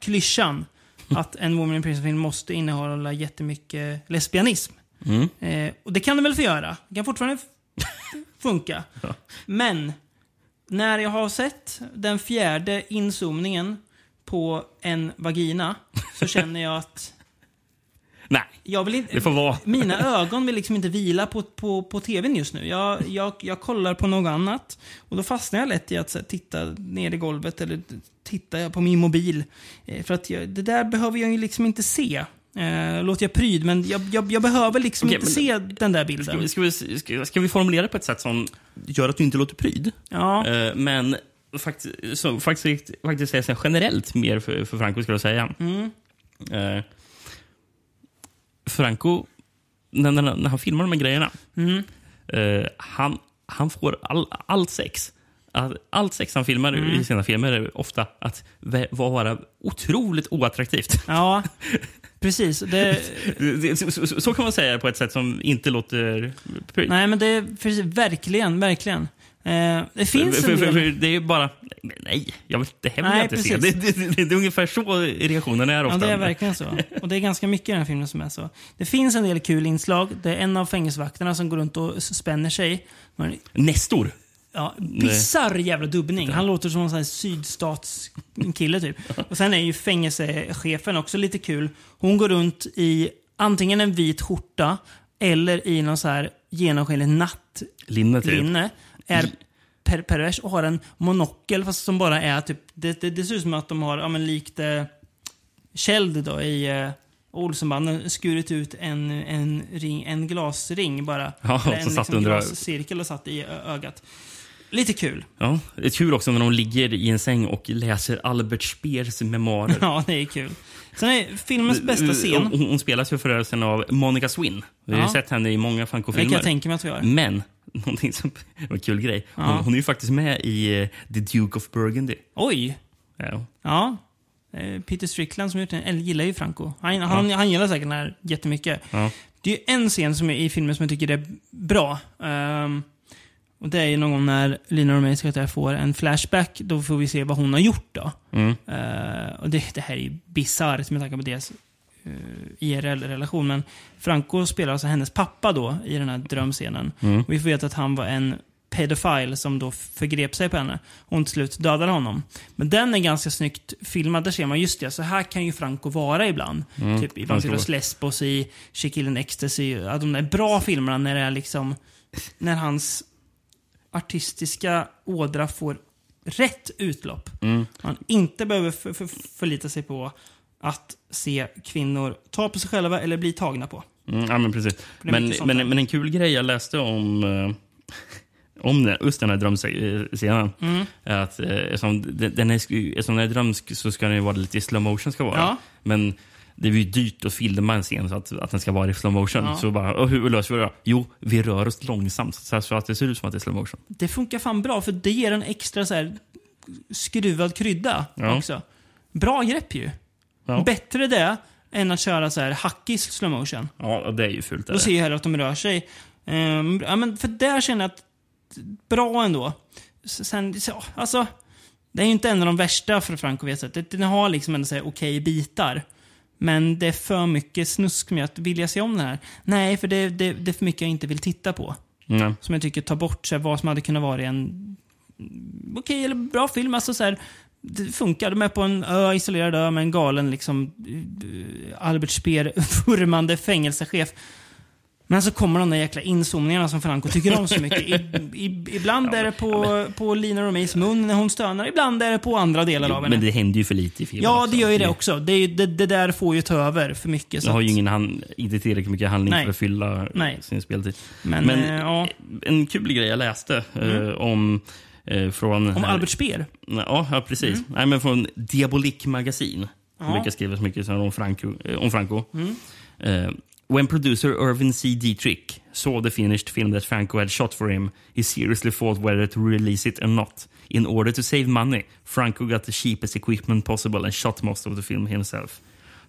[SPEAKER 3] klyschan att en Woman in Prison-film måste innehålla jättemycket lesbianism.
[SPEAKER 2] Mm.
[SPEAKER 3] Eh, och det kan det väl få göra. Det kan fortfarande f- funka. Men när jag har sett den fjärde inzoomningen på en vagina så känner jag att
[SPEAKER 2] Nej,
[SPEAKER 3] jag vill inte,
[SPEAKER 2] det får vara.
[SPEAKER 3] Mina ögon vill liksom inte vila på, på, på tvn just nu. Jag, jag, jag kollar på något annat. Och då fastnar jag lätt i att så här, titta ner i golvet eller t- titta på min mobil. Eh, För att jag, det där behöver jag ju liksom inte se. Eh, låter jag pryd, men jag, jag, jag behöver liksom
[SPEAKER 2] Okej,
[SPEAKER 3] inte
[SPEAKER 2] men-
[SPEAKER 3] se den där bilden.
[SPEAKER 2] Ska vi, ska, vi, ska, ska vi formulera det på ett sätt som gör att du inte låter pryd?
[SPEAKER 3] Ja.
[SPEAKER 2] Eh, men faktiskt, som faktiskt, faktiskt är så här generellt mer för, för Franco, skulle jag säga.
[SPEAKER 3] Mm.
[SPEAKER 2] Eh, Franco, när, när, när han filmar de här grejerna,
[SPEAKER 3] Mm.
[SPEAKER 2] eh, han, han får all, allt sex. All- Allt sex han filmar
[SPEAKER 3] Mm.
[SPEAKER 2] i sina filmer är ofta att vä- vara otroligt oattraktivt.
[SPEAKER 3] Ja, precis. Det,
[SPEAKER 2] Det- så, så, så kan man säga det på ett sätt som inte låter pryd.
[SPEAKER 3] nej, men det är precis, verkligen, verkligen. Eh, det finns
[SPEAKER 2] för,
[SPEAKER 3] en
[SPEAKER 2] för,
[SPEAKER 3] del.
[SPEAKER 2] för, Det är ju bara, nej, jag vill, det här vill
[SPEAKER 3] Nej,
[SPEAKER 2] jag inte se. Det,
[SPEAKER 3] precis.
[SPEAKER 2] det, det, det är ungefär så reaktionen är ofta.
[SPEAKER 3] Ja, det är verkligen så. Och det är ganska mycket i den här filmen som är så. Det finns en del kul inslag. Det är en av fängelsevakterna som går runt och spänner sig. Men,
[SPEAKER 2] Nestor.
[SPEAKER 3] ja, bisarr jävla dubbning. Han låter som en sån här sydstatskille typ. Och sen är ju fängelsechefen också lite kul. Hon går runt i antingen en vit skjorta eller i någon så här genomskinlig
[SPEAKER 2] Linne, typ.
[SPEAKER 3] nattlinne. Är per pervers och har en monokel fast som bara är typ... Det, det, det ser ut som att de har, ja men likt... Eh, Kjeld då i eh, Olsenbanden skurit ut en, en, ring, en glasring bara.
[SPEAKER 2] Ja,
[SPEAKER 3] Eller
[SPEAKER 2] som
[SPEAKER 3] en liksom,
[SPEAKER 2] satt under ögat.
[SPEAKER 3] glascirkel och satt i ö- ögat. Lite kul.
[SPEAKER 2] Ja, det är kul också när de ligger i en säng och läser Albert Speers memoarer.
[SPEAKER 3] Ja, det är kul. Sen är filmens bästa
[SPEAKER 2] Hon,
[SPEAKER 3] scen.
[SPEAKER 2] hon hon spelas ju för övrigt av Monica Swin. Vi har ju
[SPEAKER 3] Ja.
[SPEAKER 2] sett henne i många
[SPEAKER 3] Det kan
[SPEAKER 2] Franco-filmer.
[SPEAKER 3] jag tänka mig att vi har.
[SPEAKER 2] Men, någonting som var en kul grej. Hon,
[SPEAKER 3] Ja.
[SPEAKER 2] hon är ju faktiskt med i eh, The Duke of Burgundy.
[SPEAKER 3] Oj!
[SPEAKER 2] Ja.
[SPEAKER 3] Ja. Eh, Peter Strickland som gjort den, eller gillar ju Franco. Han, han, han gillar säkert den här jättemycket.
[SPEAKER 2] Ja.
[SPEAKER 3] Det är ju en scen som är i filmen som jag tycker är bra. Ehm, och det är ju någon gång när Lina Romains karaktär får en flashback. Då får vi se vad hon har gjort då.
[SPEAKER 2] Mm.
[SPEAKER 3] Eh, och det, det här är ju bisarrt med tanke på deras eh, IRL-relation. Men Franco spelar alltså hennes pappa då i den här drömscenen.
[SPEAKER 2] Mm.
[SPEAKER 3] Och vi får veta att han var en pedofil som då förgrep sig på henne. Hon till slut dödade honom. Men den är ganska snyggt filmad. Där ser man just det, så här kan ju Franco vara ibland.
[SPEAKER 2] Mm,
[SPEAKER 3] Typ i
[SPEAKER 2] ganska bra.
[SPEAKER 3] Vampiros Lesbos, i She Killed an Ecstasy. Ja, de där bra filmerna när det är liksom... När hans artistiska ådra får rätt utlopp.
[SPEAKER 2] Mm.
[SPEAKER 3] Man inte behöver för, för, förlita sig på att se kvinnor ta på sig själva eller bli tagna på.
[SPEAKER 2] Mm, ja, men precis.
[SPEAKER 3] det är
[SPEAKER 2] Men,
[SPEAKER 3] mycket sånt där.
[SPEAKER 2] men, men en kul grej jag läste om, eh, om den- just den här drömscenen.
[SPEAKER 3] Mm.
[SPEAKER 2] är Att, eh, eftersom den den är, sku- eftersom den är drömsk så ska den ju vara lite i slow motion ska vara.
[SPEAKER 3] Ja.
[SPEAKER 2] Men det är ju dyrt att filma en scen så att, att den ska vara i slow motion.
[SPEAKER 3] Ja.
[SPEAKER 2] Så bara, "Åh, hur löser vi det? Jo, vi rör oss långsamt så, här, så att det ser ut som att det är slow motion.
[SPEAKER 3] Det funkar fan bra för det ger en extra så här skruvad krydda
[SPEAKER 2] Ja.
[SPEAKER 3] också. Bra grepp ju.
[SPEAKER 2] Ja.
[SPEAKER 3] Bättre det än att köra så här hackig slow motion.
[SPEAKER 2] Ja, och det är ju fult. det
[SPEAKER 3] Då
[SPEAKER 2] där.
[SPEAKER 3] ser jag hellre att de rör sig. Ehm, ja, men för där känner jag att... Bra ändå. S- Sen, så, alltså... Det är ju inte en av de värsta för Franco vi har sett. Det- Den har liksom ändå så här okej bitar. Men det är för mycket snusk med att vilja se om den här. Nej, för det, det, det är för mycket jag inte vill titta på.
[SPEAKER 2] Nej.
[SPEAKER 3] Som jag tycker tar bort så här, vad som hade kunnat vara en mm, okej eller bra film. Alltså så här, det funkar. De är på en ö, isolerad ö med en galen liksom eh, Albert Speer vurmande fängelsechef. Men så kommer de där jäkla inzoomningarna som Franco tycker om så mycket. I, i, ibland är det på, på Lina Romays mun när hon stönar, ibland är det på andra delar av henne.
[SPEAKER 2] Men det händer ju för lite i filmen.
[SPEAKER 3] ja,
[SPEAKER 2] också.
[SPEAKER 3] det gör ju det också. Det, är ju- det, det där får ju ta över för mycket.
[SPEAKER 2] Det
[SPEAKER 3] Så
[SPEAKER 2] har ju
[SPEAKER 3] att-
[SPEAKER 2] ingen hand, inte tillräckligt mycket handling
[SPEAKER 3] Nej.
[SPEAKER 2] för att fylla eh,
[SPEAKER 3] Nej.
[SPEAKER 2] sin speltid.
[SPEAKER 3] Men, eh, ja. Mm.
[SPEAKER 2] en kul grej jag läste eh, om eh, från...
[SPEAKER 3] Om Albert Speer?
[SPEAKER 2] Ja, ja precis. Nej, men från Diabolik magasin.
[SPEAKER 3] Ja.
[SPEAKER 2] De brukar skriva så mycket som om Franco. eh, Om Franco.
[SPEAKER 3] Mm.
[SPEAKER 2] Eh, when producer Irvin C. Dietrich saw the finished film that Franco had shot for him, he seriously thought whether to release it or not. In order to save money, Franco got the cheapest equipment possible and shot most of the film himself.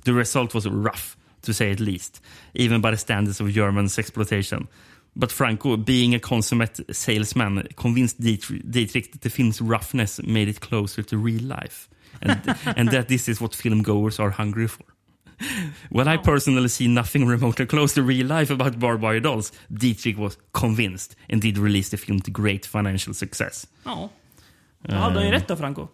[SPEAKER 2] The result was rough, to say at least, even by the standards of German exploitation. But Franco, being a consummate salesman, convinced Dietr- Dietrich that the film's roughness made it closer to real life. And, and that this is what filmgoers are hungry for. When I personally see nothing remotely close to real life about barbed wire dolls, Dietrich was convinced and did release the film to great financial success.
[SPEAKER 3] Ja. Då hade han ju
[SPEAKER 2] Eh,
[SPEAKER 3] rätt då, Franco.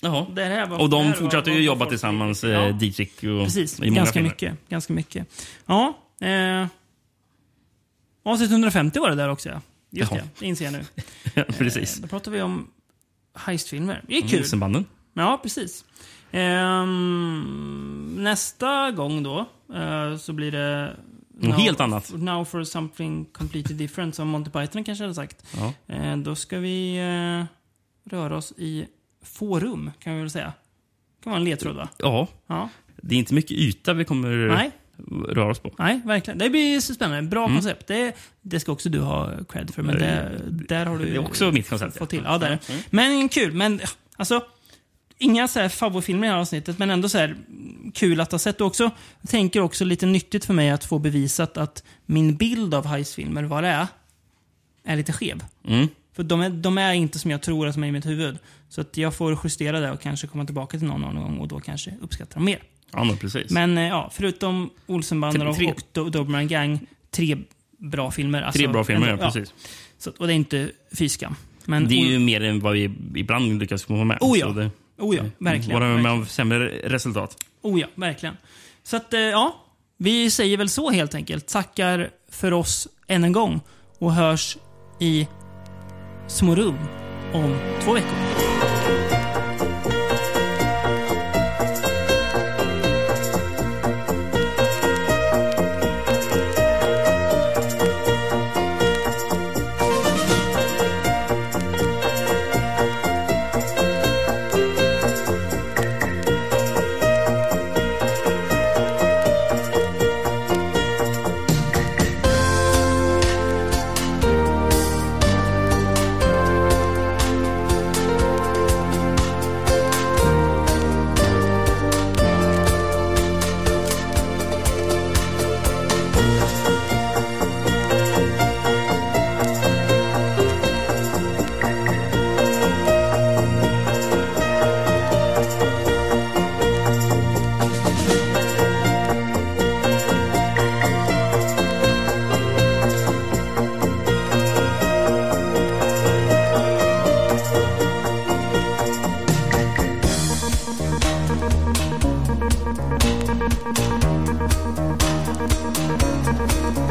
[SPEAKER 3] Ja. Det här var,
[SPEAKER 2] Och
[SPEAKER 3] det
[SPEAKER 2] de
[SPEAKER 3] här
[SPEAKER 2] fortsatte
[SPEAKER 3] var-
[SPEAKER 2] ju jobba tillsammans,
[SPEAKER 3] Ja.
[SPEAKER 2] eh, Dietrich och
[SPEAKER 3] Precis,
[SPEAKER 2] i många
[SPEAKER 3] ganska
[SPEAKER 2] filmer.
[SPEAKER 3] mycket. Ganska mycket. Ja. Eh, avsnitt 150 var det där också, ja. Just
[SPEAKER 2] Jaha.
[SPEAKER 3] det, det inser jag nu. Eh,
[SPEAKER 2] Ja, Precis.
[SPEAKER 3] Då pratar vi om heistfilmer. Det är
[SPEAKER 2] Mm,
[SPEAKER 3] kul.
[SPEAKER 2] Olsenbanden.
[SPEAKER 3] Ja, precis. Ehm, nästa gång då eh, så blir det...
[SPEAKER 2] Något helt annat.
[SPEAKER 3] Now for something completely different, som Monty Python kanske hade sagt.
[SPEAKER 2] Ja.
[SPEAKER 3] Eh, då ska vi eh, röra oss i forum, kan vi väl säga. Det kan vara en ledtråd, va?
[SPEAKER 2] Ja.
[SPEAKER 3] Ja.
[SPEAKER 2] Det är inte mycket yta vi kommer
[SPEAKER 3] Nej.
[SPEAKER 2] röra oss på.
[SPEAKER 3] Nej, verkligen. Det blir så spännande. Bra
[SPEAKER 2] Mm.
[SPEAKER 3] koncept. Det, det ska också du ha cred för. Men det, där har du
[SPEAKER 2] Det är också mitt koncept,
[SPEAKER 3] Fått
[SPEAKER 2] ja.
[SPEAKER 3] till. Ja, där.
[SPEAKER 2] Mm.
[SPEAKER 3] Men kul. Men alltså, inga så här favoritfilmer i det här avsnittet, men ändå så här kul att ha sett Och också. Jag tänker också lite nyttigt för mig att få bevisat att min bild av heistfilmer, vad det är, är lite skev.
[SPEAKER 2] Mm.
[SPEAKER 3] För de är, de är inte som jag tror att de är i mitt huvud. Så att jag får justera det och kanske komma tillbaka till någon någon gång och då kanske uppskatta dem mer.
[SPEAKER 2] Ja, men precis.
[SPEAKER 3] Men eh, ja, förutom Olsenbanden och,
[SPEAKER 2] Tre-
[SPEAKER 3] och Do- Doberman Gang, tre bra filmer. Alltså,
[SPEAKER 2] Tre bra filmer,
[SPEAKER 3] ändå,
[SPEAKER 2] ja, precis.
[SPEAKER 3] Så, att- och det är inte fy skam. Men
[SPEAKER 2] det är ju mer än vad vi ibland lyckas komma med.
[SPEAKER 3] Oh ja.
[SPEAKER 2] Så det-
[SPEAKER 3] Oh ja,
[SPEAKER 2] Mm.
[SPEAKER 3] verkligen,
[SPEAKER 2] Våra med
[SPEAKER 3] verkligen.
[SPEAKER 2] av sämre resultat.
[SPEAKER 3] Oh ja, verkligen. Så att, eh, ja. Vi säger väl så helt enkelt. Tackar för oss än en gång och hörs i små rum om två veckor.
[SPEAKER 8] Thank you.